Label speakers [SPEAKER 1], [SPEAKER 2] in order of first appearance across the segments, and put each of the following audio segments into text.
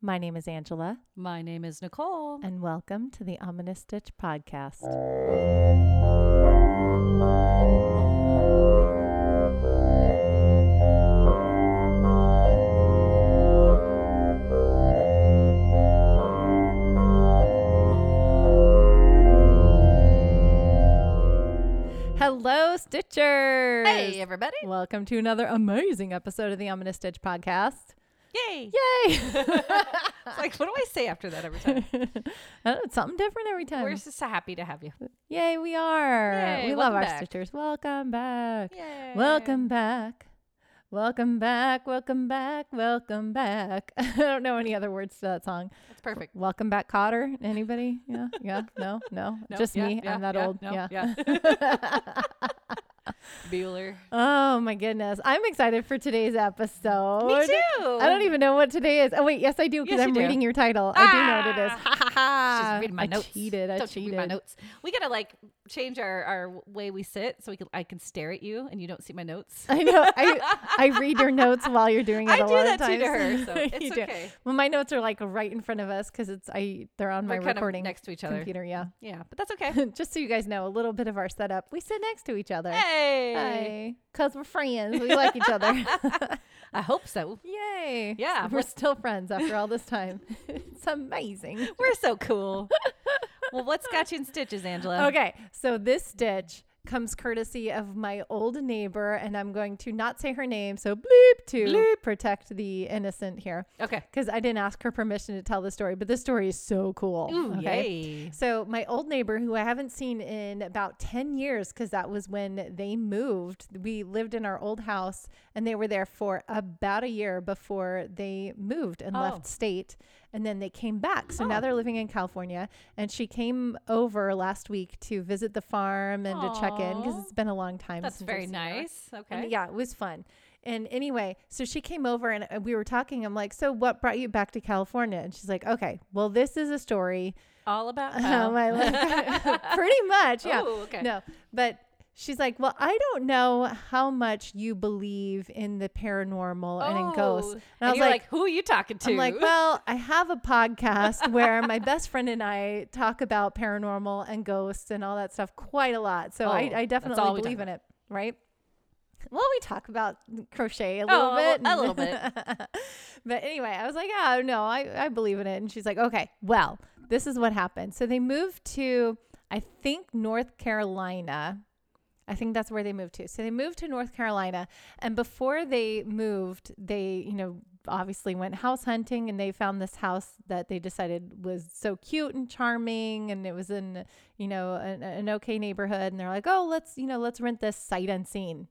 [SPEAKER 1] My name is Angela,
[SPEAKER 2] My name is Nicole.
[SPEAKER 1] and welcome to the Ominous Stitch Podcast. Hello, Stitchers!
[SPEAKER 2] Hey, everybody.
[SPEAKER 1] Welcome to another amazing episode of the Ominous Stitch Podcast.
[SPEAKER 2] Yay.
[SPEAKER 1] Yay!
[SPEAKER 2] It's like, what do I say after that every time?
[SPEAKER 1] I don't know, Oh, it's something different every time.
[SPEAKER 2] We're just so happy to have you.
[SPEAKER 1] Yay, we are.
[SPEAKER 2] Yay,
[SPEAKER 1] we love
[SPEAKER 2] welcome
[SPEAKER 1] our
[SPEAKER 2] back.
[SPEAKER 1] stitchers. Welcome back.
[SPEAKER 2] Yay.
[SPEAKER 1] Welcome back. Welcome back. Welcome back. Welcome back. I don't know any other words to that song.
[SPEAKER 2] That's perfect.
[SPEAKER 1] Welcome back, Cotter. Anybody? Yeah. Yeah. No. No.
[SPEAKER 2] No,
[SPEAKER 1] Just
[SPEAKER 2] yeah,
[SPEAKER 1] me.
[SPEAKER 2] yeah,
[SPEAKER 1] I'm that
[SPEAKER 2] yeah,
[SPEAKER 1] old.
[SPEAKER 2] no,
[SPEAKER 1] yeah.
[SPEAKER 2] Bueller.
[SPEAKER 1] oh my goodness. I'm excited for today's episode.
[SPEAKER 2] Me too.
[SPEAKER 1] I don't even know what today is. Oh wait, yes I do because
[SPEAKER 2] Yes, you
[SPEAKER 1] I'm
[SPEAKER 2] do. Ah!
[SPEAKER 1] reading your title. I do know what it is.
[SPEAKER 2] Ha ha ha. She's reading my
[SPEAKER 1] Ah. I
[SPEAKER 2] notes.
[SPEAKER 1] cheated. I
[SPEAKER 2] don't you read my
[SPEAKER 1] cheated.
[SPEAKER 2] notes. We gotta like change our, our way we sit so we can I can stare at you and you don't see my notes.
[SPEAKER 1] I know. I I read your notes while you're doing it.
[SPEAKER 2] I
[SPEAKER 1] a
[SPEAKER 2] do
[SPEAKER 1] lot
[SPEAKER 2] that
[SPEAKER 1] of
[SPEAKER 2] too to
[SPEAKER 1] times.
[SPEAKER 2] her, so
[SPEAKER 1] You
[SPEAKER 2] it's
[SPEAKER 1] do.
[SPEAKER 2] okay.
[SPEAKER 1] Well, my notes are like right in front of us because it's I they're on my
[SPEAKER 2] We're kind
[SPEAKER 1] recording
[SPEAKER 2] of next to each other.
[SPEAKER 1] computer. Yeah,
[SPEAKER 2] Yeah, but that's okay.
[SPEAKER 1] just so you guys know a little bit of our setup. We sit next to each other.
[SPEAKER 2] hey.
[SPEAKER 1] because we're friends. We like each other.
[SPEAKER 2] I hope so.
[SPEAKER 1] Yay!
[SPEAKER 2] Yeah,
[SPEAKER 1] we're
[SPEAKER 2] what-
[SPEAKER 1] still friends after all this time. it's amazing.
[SPEAKER 2] We're so cool. well, what's got you in stitches, Angela?
[SPEAKER 1] Okay, so this stitch comes courtesy of my old neighbor, and I'm going to not say her name. So bleep to
[SPEAKER 2] Bleep.
[SPEAKER 1] protect the innocent here.
[SPEAKER 2] Okay.
[SPEAKER 1] because I didn't ask her permission to tell the story, but this story is so cool.
[SPEAKER 2] Ooh,
[SPEAKER 1] okay?
[SPEAKER 2] yay.
[SPEAKER 1] So my old neighbor, who I haven't seen in about ten years, because that was when they moved. We lived in our old house, and they were there for about a year before they moved and
[SPEAKER 2] Oh.
[SPEAKER 1] left state, and then they came back. So now
[SPEAKER 2] Oh.
[SPEAKER 1] they're living in California, and she came over last week to visit the farm and to check in because
[SPEAKER 2] Aw.
[SPEAKER 1] it's been a long time.
[SPEAKER 2] That's
[SPEAKER 1] since I've
[SPEAKER 2] very
[SPEAKER 1] seen her.
[SPEAKER 2] nice. Okay.
[SPEAKER 1] And yeah, it was fun. And anyway, so she came over and uh, we were talking. I'm like, so what brought you back to California? And she's like, okay, well, this is a story.
[SPEAKER 2] All about
[SPEAKER 1] Um, I like- pretty much, yeah.
[SPEAKER 2] Ooh, Uh-huh. Oh, okay.
[SPEAKER 1] No, but she's like, well, I don't know how much you believe in the paranormal and in ghosts.
[SPEAKER 2] Oh,
[SPEAKER 1] And,
[SPEAKER 2] And
[SPEAKER 1] I was
[SPEAKER 2] you're
[SPEAKER 1] like,
[SPEAKER 2] like, who are you talking to?
[SPEAKER 1] I'm like, well, I have a podcast where my best friend and I talk about paranormal and ghosts and all that stuff quite a lot. So
[SPEAKER 2] Oh,
[SPEAKER 1] I, I
[SPEAKER 2] that's all
[SPEAKER 1] definitely
[SPEAKER 2] we talk
[SPEAKER 1] believe in it, right? Well, we talk about crochet a little
[SPEAKER 2] Oh,
[SPEAKER 1] bit.
[SPEAKER 2] a little
[SPEAKER 1] bit. but anyway, I was like, oh, no, I, I believe in it. And she's like, okay, well, this is what happened. So they moved to, I think, North Carolina. I think that's where they moved to. So they moved to North Carolina, and before they moved, they, you know, obviously went house hunting and they found this house that they decided was so cute and charming and it was in, you know, an, an okay neighborhood and they're like, "Oh, let's, you know, let's rent this sight unseen."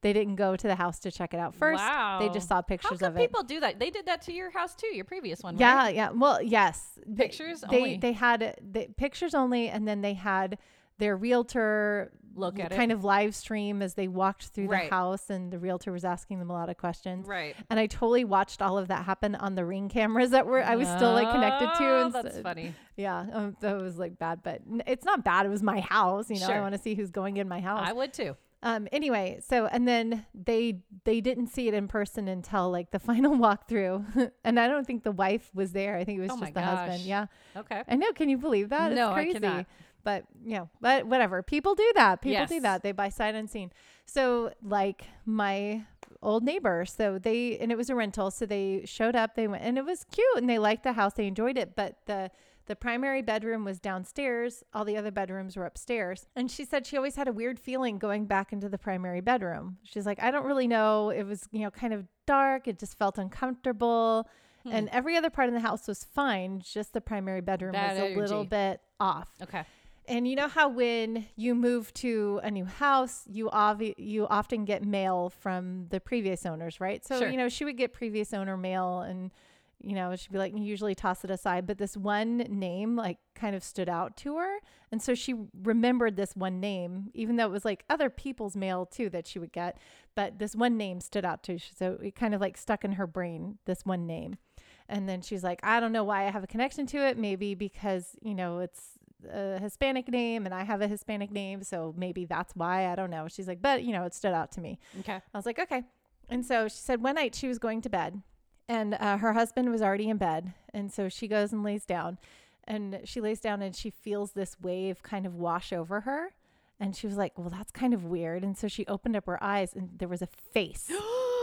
[SPEAKER 1] They didn't go to the house to check it out first. They just saw
[SPEAKER 2] How
[SPEAKER 1] pictures
[SPEAKER 2] come
[SPEAKER 1] of it.
[SPEAKER 2] people do that? They did that to your house too, your previous one.
[SPEAKER 1] Yeah,
[SPEAKER 2] Right?
[SPEAKER 1] yeah. Well, yes. They-
[SPEAKER 2] Pictures
[SPEAKER 1] they,
[SPEAKER 2] only.
[SPEAKER 1] They had the pictures only, and then they had their realtor
[SPEAKER 2] Look at
[SPEAKER 1] kind of live stream as they walked through
[SPEAKER 2] Right.
[SPEAKER 1] the house, and the realtor was asking them a lot of questions.
[SPEAKER 2] Right.
[SPEAKER 1] And I totally watched all of that happen on the ring cameras that were I was still like connected to.
[SPEAKER 2] Oh,
[SPEAKER 1] and
[SPEAKER 2] that's
[SPEAKER 1] s-
[SPEAKER 2] funny.
[SPEAKER 1] Yeah, um, that was like bad, but n- it's not bad. It was my house, you know. I
[SPEAKER 2] Sure.
[SPEAKER 1] want to see who's going in my house.
[SPEAKER 2] I would too.
[SPEAKER 1] Um. Anyway, so and then they they didn't see it in person until like the final walkthrough, and I don't think the wife was there. I think it was
[SPEAKER 2] Oh my
[SPEAKER 1] just the husband.
[SPEAKER 2] gosh.
[SPEAKER 1] Yeah,
[SPEAKER 2] Okay.
[SPEAKER 1] I know. Can you believe that?
[SPEAKER 2] No,
[SPEAKER 1] it's
[SPEAKER 2] I
[SPEAKER 1] crazy.
[SPEAKER 2] cannot.
[SPEAKER 1] But you know, but whatever. People do that. People do
[SPEAKER 2] Yes.
[SPEAKER 1] that. They buy sight unseen. So like my old neighbor. So they and it was a rental. So they showed up. They went and it was cute and they liked the house. They enjoyed it. But the the primary bedroom was downstairs. All the other bedrooms were upstairs. And she said she always had a weird feeling going back into the primary bedroom. She's like, I don't really know. It was you know kind of dark. It just felt uncomfortable.
[SPEAKER 2] Hmm.
[SPEAKER 1] And every other part of the house was fine, just the primary bedroom
[SPEAKER 2] Bad
[SPEAKER 1] was a little
[SPEAKER 2] energy.
[SPEAKER 1] bit off.
[SPEAKER 2] Okay.
[SPEAKER 1] And you know how when you move to a new house, you obvi- you often get mail from the previous owners, right? So
[SPEAKER 2] Sure.
[SPEAKER 1] you know she would get previous owner mail, and you know she'd be like usually toss it aside, but this one name like kind of stood out to her, and so she remembered this one name, even though it was like other people's mail too that she would get, but this one name stood out to her, so it kind of like stuck in her brain this one name. And then she's like, I don't know why I have a connection to it. Maybe because, you know, it's a Hispanic name and I have a Hispanic name. So maybe that's why. I don't know. She's like, but, you know, it stood out to me.
[SPEAKER 2] Okay.
[SPEAKER 1] I was like, okay. And so she said one night she was going to bed and uh, her husband was already in bed and so she goes and lays down and she lays down and she feels this wave kind of wash over her and she was like well that's kind of weird and so she opened up her eyes and there was a face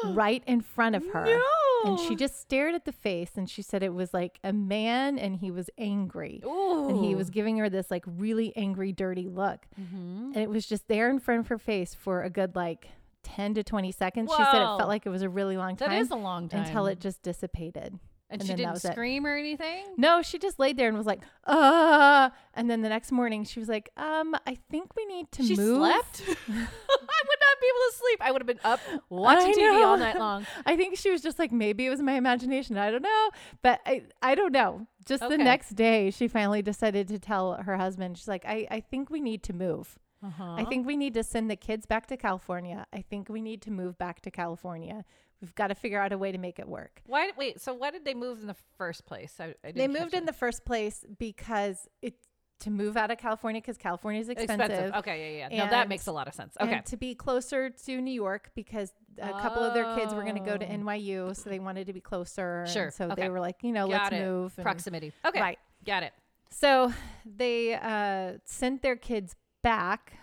[SPEAKER 1] right in front of her and
[SPEAKER 2] Oh.
[SPEAKER 1] she just stared at the face and she said it was like a man and he was angry
[SPEAKER 2] Ooh.
[SPEAKER 1] and he was giving her this like really angry dirty look
[SPEAKER 2] Mhm.
[SPEAKER 1] and it was just there in front of her face for a good like 10 to 20 seconds she said it
[SPEAKER 2] Whoa.
[SPEAKER 1] felt like it was a really long time
[SPEAKER 2] That is a long time
[SPEAKER 1] until it just dissipated and
[SPEAKER 2] and, she
[SPEAKER 1] then that
[SPEAKER 2] didn't
[SPEAKER 1] was it.
[SPEAKER 2] scream or anything.
[SPEAKER 1] no she just laid there and was like uh and then the next morning she was like um i think we need to
[SPEAKER 2] she
[SPEAKER 1] move
[SPEAKER 2] slept. I would not be able to sleep. I would have been up watching TV
[SPEAKER 1] know.
[SPEAKER 2] all night long.
[SPEAKER 1] I think she was just like, maybe it was my imagination. I don't know. But I, I don't know. Just
[SPEAKER 2] Okay.
[SPEAKER 1] the next day, she finally decided to tell her husband, she's like, I, I think we need to move.
[SPEAKER 2] Uh-huh.
[SPEAKER 1] I think we need to send the kids back to California. I think we need to move back to California. We've got to figure out a way to make it work.
[SPEAKER 2] Why? Wait. So why did they move in the first place? I, I didn't
[SPEAKER 1] They
[SPEAKER 2] catch
[SPEAKER 1] moved in
[SPEAKER 2] it.
[SPEAKER 1] the first place because it to move out of California because California is expensive.
[SPEAKER 2] Okay. Yeah. Yeah. No, that
[SPEAKER 1] and-
[SPEAKER 2] makes a lot of sense. Okay.
[SPEAKER 1] And to be closer to New York because a couple of their kids were going to go to
[SPEAKER 2] Oh.
[SPEAKER 1] NYU, so they wanted to be closer. and
[SPEAKER 2] Sure.
[SPEAKER 1] so
[SPEAKER 2] Okay.
[SPEAKER 1] they were like, you know, let's
[SPEAKER 2] Got it.
[SPEAKER 1] move. and-
[SPEAKER 2] Proximity. Okay.
[SPEAKER 1] Right.
[SPEAKER 2] Got it.
[SPEAKER 1] So they uh, sent their kids back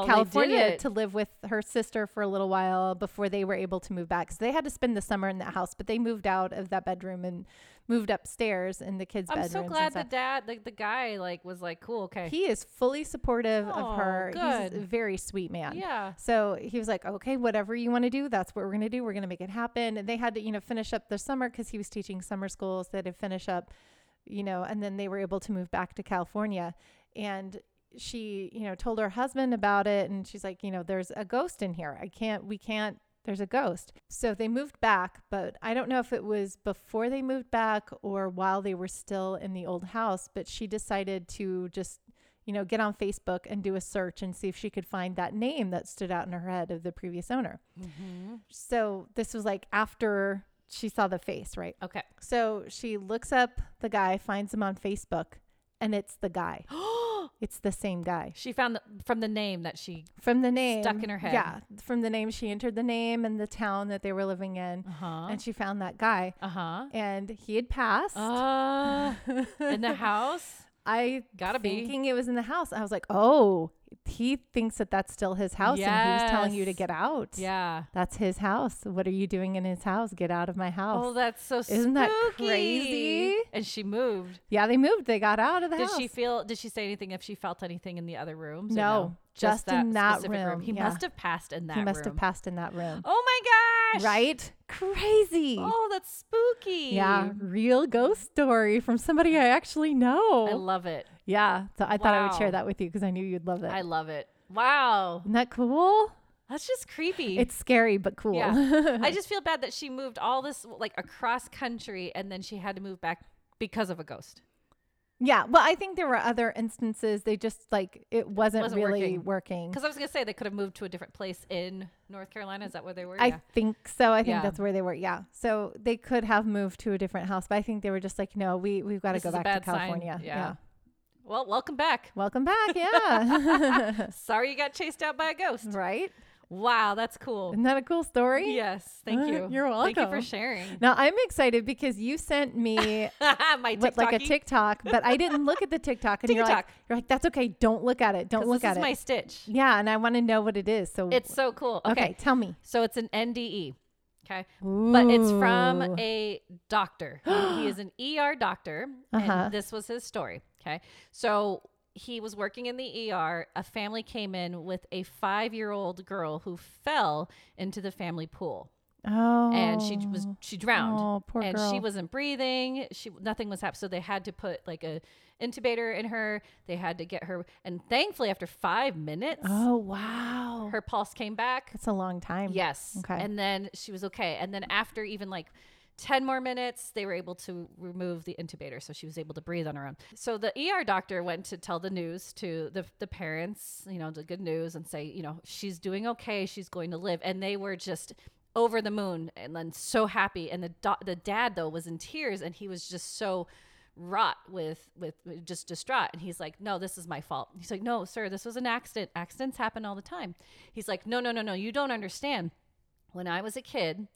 [SPEAKER 1] to California
[SPEAKER 2] To
[SPEAKER 1] to live with her sister for a little while before they were able to move back. So they had to spend the summer in that house, but they moved out of that bedroom and moved upstairs in the kids'
[SPEAKER 2] I'm
[SPEAKER 1] bedrooms.
[SPEAKER 2] so
[SPEAKER 1] and
[SPEAKER 2] glad
[SPEAKER 1] stuff.
[SPEAKER 2] the dad, like the guy, like was like, cool. Okay.
[SPEAKER 1] he is fully supportive
[SPEAKER 2] Oh,
[SPEAKER 1] of her.
[SPEAKER 2] good.
[SPEAKER 1] He's a very sweet man.
[SPEAKER 2] yeah.
[SPEAKER 1] So he was like, okay, whatever you want to do, that's what we're going to do. We're going to make it happen. And they had to, you know, finish up the summer because he was teaching summer schools. They had to finish up, you know, and then they were able to move back to California. And she, you know, told her husband about it. And she's like, you know, there's a ghost in here. I can't, we can't, there's a ghost. So they moved back, but I don't know if it was before they moved back or while they were still in the old house, but she decided to just you know, get on Facebook and do a search and see if she could find that name that stood out in her head of the previous owner.
[SPEAKER 2] Mm-hmm.
[SPEAKER 1] So this was like after she saw the face, right?
[SPEAKER 2] Okay.
[SPEAKER 1] So she looks up the guy, finds him on Facebook, and it's the guy. It's the same guy.
[SPEAKER 2] she found the, from the name that she.
[SPEAKER 1] From the name
[SPEAKER 2] Stuck in her head.
[SPEAKER 1] Yeah. From the name she entered the name and the town that they were living in.
[SPEAKER 2] Uh huh.
[SPEAKER 1] And she found that guy.
[SPEAKER 2] Uh huh.
[SPEAKER 1] And he had passed.
[SPEAKER 2] Uh, in the house.
[SPEAKER 1] I
[SPEAKER 2] Gotta be.
[SPEAKER 1] thinking it was in the house. I was like, oh, he thinks that that's still his house, and he was telling you to
[SPEAKER 2] Yes.
[SPEAKER 1] get out.
[SPEAKER 2] Yeah.
[SPEAKER 1] that's his house. What are you doing in his house? Get out of my house.
[SPEAKER 2] Oh, that's so
[SPEAKER 1] Isn't that
[SPEAKER 2] spooky.
[SPEAKER 1] crazy?
[SPEAKER 2] And she moved.
[SPEAKER 1] yeah, they moved. They got out of the
[SPEAKER 2] Did
[SPEAKER 1] house.
[SPEAKER 2] she feel? Did she say anything? If she felt anything in the other rooms? or
[SPEAKER 1] No, just in that
[SPEAKER 2] specific
[SPEAKER 1] room,
[SPEAKER 2] He
[SPEAKER 1] yeah.
[SPEAKER 2] must have passed in that.
[SPEAKER 1] he must
[SPEAKER 2] room.
[SPEAKER 1] have passed in that room.
[SPEAKER 2] Oh my gosh!
[SPEAKER 1] Right? Crazy.
[SPEAKER 2] Oh, that's spooky.
[SPEAKER 1] Yeah, real ghost story from somebody I actually know.
[SPEAKER 2] I love it.
[SPEAKER 1] yeah, so I thought I would
[SPEAKER 2] Wow.
[SPEAKER 1] share that with you because I knew you'd love it.
[SPEAKER 2] I love it. Wow,
[SPEAKER 1] Isn't that cool?
[SPEAKER 2] that's just creepy.
[SPEAKER 1] It's scary but cool.
[SPEAKER 2] yeah. I just feel bad that she moved all this like across country and then she had to move back because of a ghost.
[SPEAKER 1] Yeah, well, I think there were other instances. They just like it wasn't,
[SPEAKER 2] Wasn't
[SPEAKER 1] really
[SPEAKER 2] working.
[SPEAKER 1] working.
[SPEAKER 2] Because I was gonna say they could have moved to a different place in North Carolina. Is that where they were?
[SPEAKER 1] I think so. I think
[SPEAKER 2] Yeah.
[SPEAKER 1] that's where they were. Yeah, so they could have moved to a different house, but I think they were just like, no, we we've got to
[SPEAKER 2] This
[SPEAKER 1] go
[SPEAKER 2] is a
[SPEAKER 1] back
[SPEAKER 2] bad
[SPEAKER 1] to
[SPEAKER 2] sign.
[SPEAKER 1] California.
[SPEAKER 2] Yeah. Well, welcome back.
[SPEAKER 1] welcome back. Yeah,
[SPEAKER 2] Sorry you got chased out by a ghost.
[SPEAKER 1] right.
[SPEAKER 2] Wow, that's cool.
[SPEAKER 1] Isn't that a cool story?
[SPEAKER 2] Yes, thank you.
[SPEAKER 1] You're
[SPEAKER 2] Thank you for
[SPEAKER 1] welcome.
[SPEAKER 2] sharing.
[SPEAKER 1] Now I'm excited because you sent me
[SPEAKER 2] My
[SPEAKER 1] what, like a
[SPEAKER 2] TikToky.
[SPEAKER 1] TikTok, but I didn't look at the TikTok, and you're like,
[SPEAKER 2] TikTok.
[SPEAKER 1] you're like, that's okay. Don't look at it. Don't
[SPEAKER 2] 'Cause
[SPEAKER 1] look
[SPEAKER 2] this
[SPEAKER 1] at
[SPEAKER 2] is
[SPEAKER 1] it.
[SPEAKER 2] my stitch.
[SPEAKER 1] yeah, and I want to know what it is. So
[SPEAKER 2] It's so cool.
[SPEAKER 1] okay.
[SPEAKER 2] Okay.
[SPEAKER 1] tell me.
[SPEAKER 2] So it's an NDE. Okay. But it's
[SPEAKER 1] Ooh.
[SPEAKER 2] from a doctor. he is an ER doctor.
[SPEAKER 1] Uh-huh.
[SPEAKER 2] And this was his story. Okay. So he was working in the ER. A family came in with a five year old girl who fell into the family pool.
[SPEAKER 1] Oh.
[SPEAKER 2] And she was she drowned.
[SPEAKER 1] Oh, poor
[SPEAKER 2] and she
[SPEAKER 1] girl.
[SPEAKER 2] wasn't breathing. She nothing was happening. So they had to put like a intubator in her. They had to get her and thankfully after five minutes
[SPEAKER 1] Oh wow.
[SPEAKER 2] her pulse came back.
[SPEAKER 1] That's a long time.
[SPEAKER 2] Yes.
[SPEAKER 1] Okay.
[SPEAKER 2] And then she was okay. And then after even like 10 more minutes, they were able to remove the intubator. So she was able to breathe on her own. So the ER doctor went to tell the news to the, the parents, you know, the good news and say, you know, she's doing okay. She's going to live. And they were just over the moon and then so happy. And the, do- the dad, though, was in tears and he was just so rot with with with just distraught and he's like no this is my fault he's like no sir this was an accident accidents happen all the time he's like no no no no you don't understand when i was a kid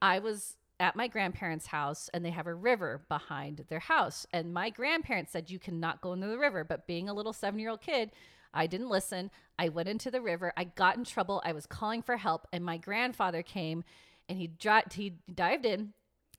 [SPEAKER 2] i was at my grandparents' house and they have a river behind their house. And my grandparents said, You cannot go into the river. But being a little seven year old kid, I didn't listen. I went into the river. I got in trouble. I was calling for help. And my grandfather came and he, dri- he dived in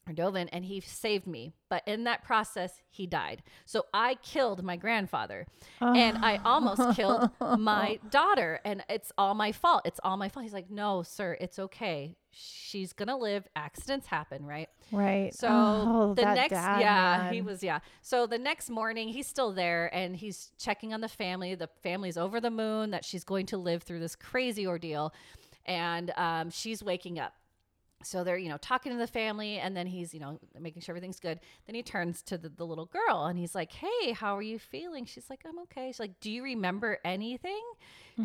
[SPEAKER 2] or dove in and he saved me. But in that process, he died. So I killed my grandfather
[SPEAKER 1] Oh,
[SPEAKER 2] and I almost killed my daughter. And it's all my fault. It's all my fault. He's like, no, sir, it's okay. She's going to live. Accidents happen, right?
[SPEAKER 1] Right.
[SPEAKER 2] So
[SPEAKER 1] Oh,
[SPEAKER 2] the
[SPEAKER 1] that
[SPEAKER 2] next,
[SPEAKER 1] dad,
[SPEAKER 2] yeah, he
[SPEAKER 1] man.
[SPEAKER 2] was, yeah. So the next morning, he's still there and he's checking on the family. The family's over the moon that she's going to live through this crazy ordeal, and um, she's waking up. So they're, you know, talking to the family, and then he's, you know, making sure everything's good. Then he turns to the, the little girl and he's like, Hey, how are you feeling? She's like, I'm okay. She's like, Do you remember anything?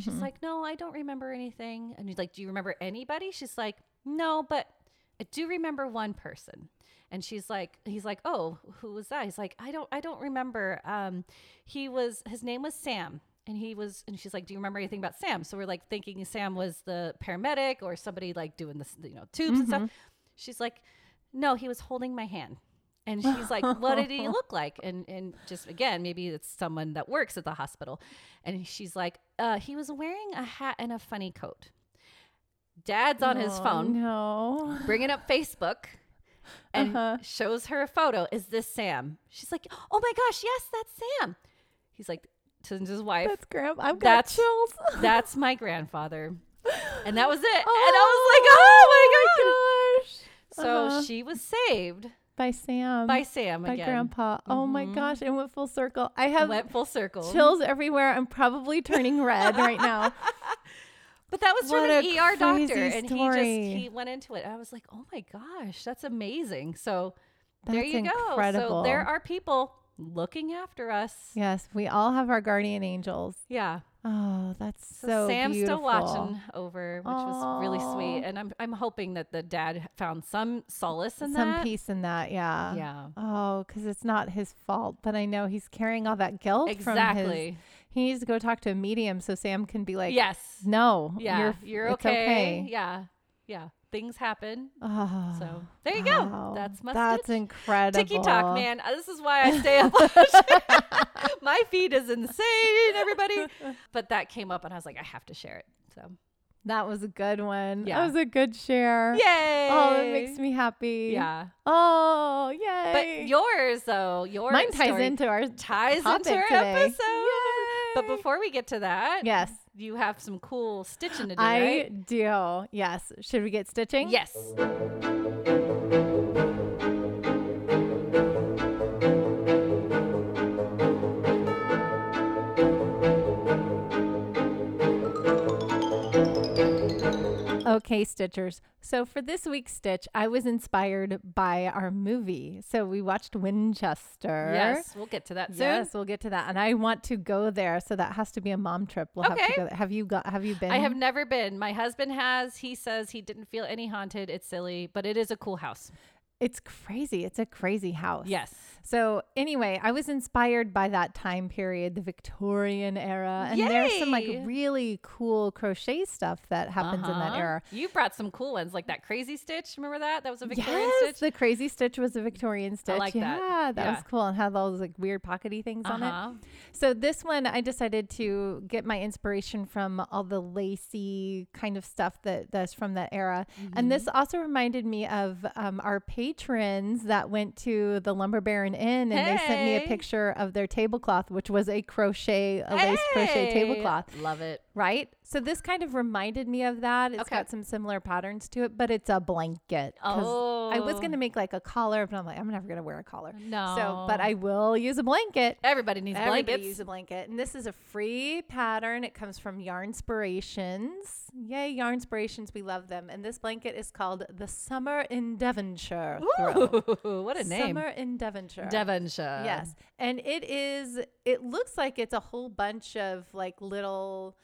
[SPEAKER 2] She's like, No, I don't remember anything. And he's like, Do you remember anybody? She's like, No, but I do remember one person. And she's like, he's like, oh, who was that? He's like, I don't, I don't remember. Um, he was, his name was Sam. And he was, and she's like, do you remember anything about Sam? So we're like thinking Sam was the paramedic or somebody like doing this, you know, tubes and stuff. She's like, no, he was holding my hand. And she's like, what did he look like? And, and just again, maybe it's someone that works at the hospital. And she's like, uh, he was wearing a hat and a funny coat. Dad's on his
[SPEAKER 1] Oh,
[SPEAKER 2] phone
[SPEAKER 1] No.
[SPEAKER 2] bringing up Facebook and
[SPEAKER 1] Uh-huh.
[SPEAKER 2] shows her a photo. Is this Sam? She's like, oh my gosh, yes, that's Sam. He's like, to his wife,
[SPEAKER 1] That's grandpa. I've got
[SPEAKER 2] That's-
[SPEAKER 1] chills.
[SPEAKER 2] that's my grandfather. And that was it.
[SPEAKER 1] Oh my gosh.
[SPEAKER 2] and I was like, so
[SPEAKER 1] uh-huh.
[SPEAKER 2] she was saved
[SPEAKER 1] By Sam.
[SPEAKER 2] by Sam
[SPEAKER 1] Um, by
[SPEAKER 2] again. Mm-hmm.
[SPEAKER 1] grandpa. Oh my gosh. It went full circle. I have
[SPEAKER 2] Went full circle.
[SPEAKER 1] chills everywhere. I'm probably turning red right now.
[SPEAKER 2] But that was from
[SPEAKER 1] What
[SPEAKER 2] an
[SPEAKER 1] a
[SPEAKER 2] ER doctor,
[SPEAKER 1] crazy
[SPEAKER 2] and he
[SPEAKER 1] story.
[SPEAKER 2] just he went into it. And I was like, oh my gosh, that's amazing. So there
[SPEAKER 1] That's
[SPEAKER 2] you go. So
[SPEAKER 1] incredible.
[SPEAKER 2] there are people looking after us.
[SPEAKER 1] Yes, we all have our guardian angels.
[SPEAKER 2] yeah.
[SPEAKER 1] Oh, that's so,
[SPEAKER 2] So Sam's still
[SPEAKER 1] beautiful.
[SPEAKER 2] watching over, which was really sweet.
[SPEAKER 1] Aw.
[SPEAKER 2] And I'm I'm hoping that the dad found some solace in
[SPEAKER 1] Some
[SPEAKER 2] that.
[SPEAKER 1] peace in that, yeah.
[SPEAKER 2] Yeah.
[SPEAKER 1] Oh, because it's not his fault, but I know he's carrying all that guilt from his.
[SPEAKER 2] Exactly.
[SPEAKER 1] He needs to go talk to a medium so Sam can be like,
[SPEAKER 2] yes.
[SPEAKER 1] no,
[SPEAKER 2] Yeah.
[SPEAKER 1] you're,
[SPEAKER 2] You're,
[SPEAKER 1] f- it's
[SPEAKER 2] okay. Yeah. Yeah. Things happen.
[SPEAKER 1] Oh,
[SPEAKER 2] So there you go.
[SPEAKER 1] wow.
[SPEAKER 2] That's my
[SPEAKER 1] That's
[SPEAKER 2] stitch.
[SPEAKER 1] incredible.
[SPEAKER 2] Tiki Tok, man. Uh, This is why I stay up. late. my feed is insane, everybody. But that came up, and I was like, I have to share it. So
[SPEAKER 1] That was a good one.
[SPEAKER 2] Yeah.
[SPEAKER 1] That was a good share.
[SPEAKER 2] yay!
[SPEAKER 1] Uh, Oh, it makes me happy.
[SPEAKER 2] yeah.
[SPEAKER 1] Oh, yay.
[SPEAKER 2] But yours though, yours
[SPEAKER 1] Mine ties
[SPEAKER 2] story
[SPEAKER 1] into our
[SPEAKER 2] ties
[SPEAKER 1] topic
[SPEAKER 2] into our
[SPEAKER 1] today.
[SPEAKER 2] episode. But
[SPEAKER 1] Yay.
[SPEAKER 2] before we get to that,
[SPEAKER 1] Yes.
[SPEAKER 2] you have some cool stitching to do,
[SPEAKER 1] I
[SPEAKER 2] right?
[SPEAKER 1] do. Yes. Should we get stitching?
[SPEAKER 2] Yes.
[SPEAKER 1] Okay, Stitchers. So for this week's Stitch, I was inspired by our movie. So we watched Winchester.
[SPEAKER 2] Yes, we'll get to that soon.
[SPEAKER 1] Yes, we'll get to that. And I want to go there. So that has to be a mom trip. We'll have
[SPEAKER 2] Okay.
[SPEAKER 1] to go there. Have you got have you been?
[SPEAKER 2] I have never been. My husband has. He says he didn't feel any haunted. It's silly, but it is a cool house.
[SPEAKER 1] it's crazy. It's a crazy house.
[SPEAKER 2] Yes.
[SPEAKER 1] So anyway, I was inspired by that time period, the Victorian era, and there's some like
[SPEAKER 2] Yay!
[SPEAKER 1] really cool crochet stuff that happens in that
[SPEAKER 2] Uh-huh.
[SPEAKER 1] era.
[SPEAKER 2] You brought some cool ones, like that crazy stitch. Remember that? That was a Victorian
[SPEAKER 1] yes,
[SPEAKER 2] stitch.
[SPEAKER 1] the crazy stitch was a Victorian stitch.
[SPEAKER 2] like
[SPEAKER 1] yeah,
[SPEAKER 2] that.
[SPEAKER 1] that,
[SPEAKER 2] Yeah. Uh-huh.
[SPEAKER 1] was cool and had all those like weird pockety things on it. So this one, I decided to get my inspiration from all the lacy kind of stuff that that's from that era, and this
[SPEAKER 2] Mm-hmm.
[SPEAKER 1] also reminded me of um, our patrons that went to the Lumber Baron Inn, and they sent me a
[SPEAKER 2] Hey.
[SPEAKER 1] picture of their tablecloth, which was a crochet, a lace crochet
[SPEAKER 2] Hey!
[SPEAKER 1] tablecloth
[SPEAKER 2] Love it.
[SPEAKER 1] right? So this kind of reminded me of that. It's
[SPEAKER 2] Okay.
[SPEAKER 1] got some similar patterns to it, but it's a blanket. 'cause I was
[SPEAKER 2] Oh.
[SPEAKER 1] gonna make like a collar, but I'm like, I'm never gonna wear a collar.
[SPEAKER 2] No.
[SPEAKER 1] So, but I will use a blanket.
[SPEAKER 2] Everybody needs
[SPEAKER 1] Everybody
[SPEAKER 2] Oh. blankets.
[SPEAKER 1] use a blanket, and this is a free pattern. It comes from Yarnspirations. Yay, Yarnspirations! We love them. And this blanket is called the Summer in Devonshire. Throw.
[SPEAKER 2] Ooh, what a name.
[SPEAKER 1] Summer in Devonshire.
[SPEAKER 2] Devonshire.
[SPEAKER 1] Yes. Um, And it is, it looks like it's a whole bunch of like little,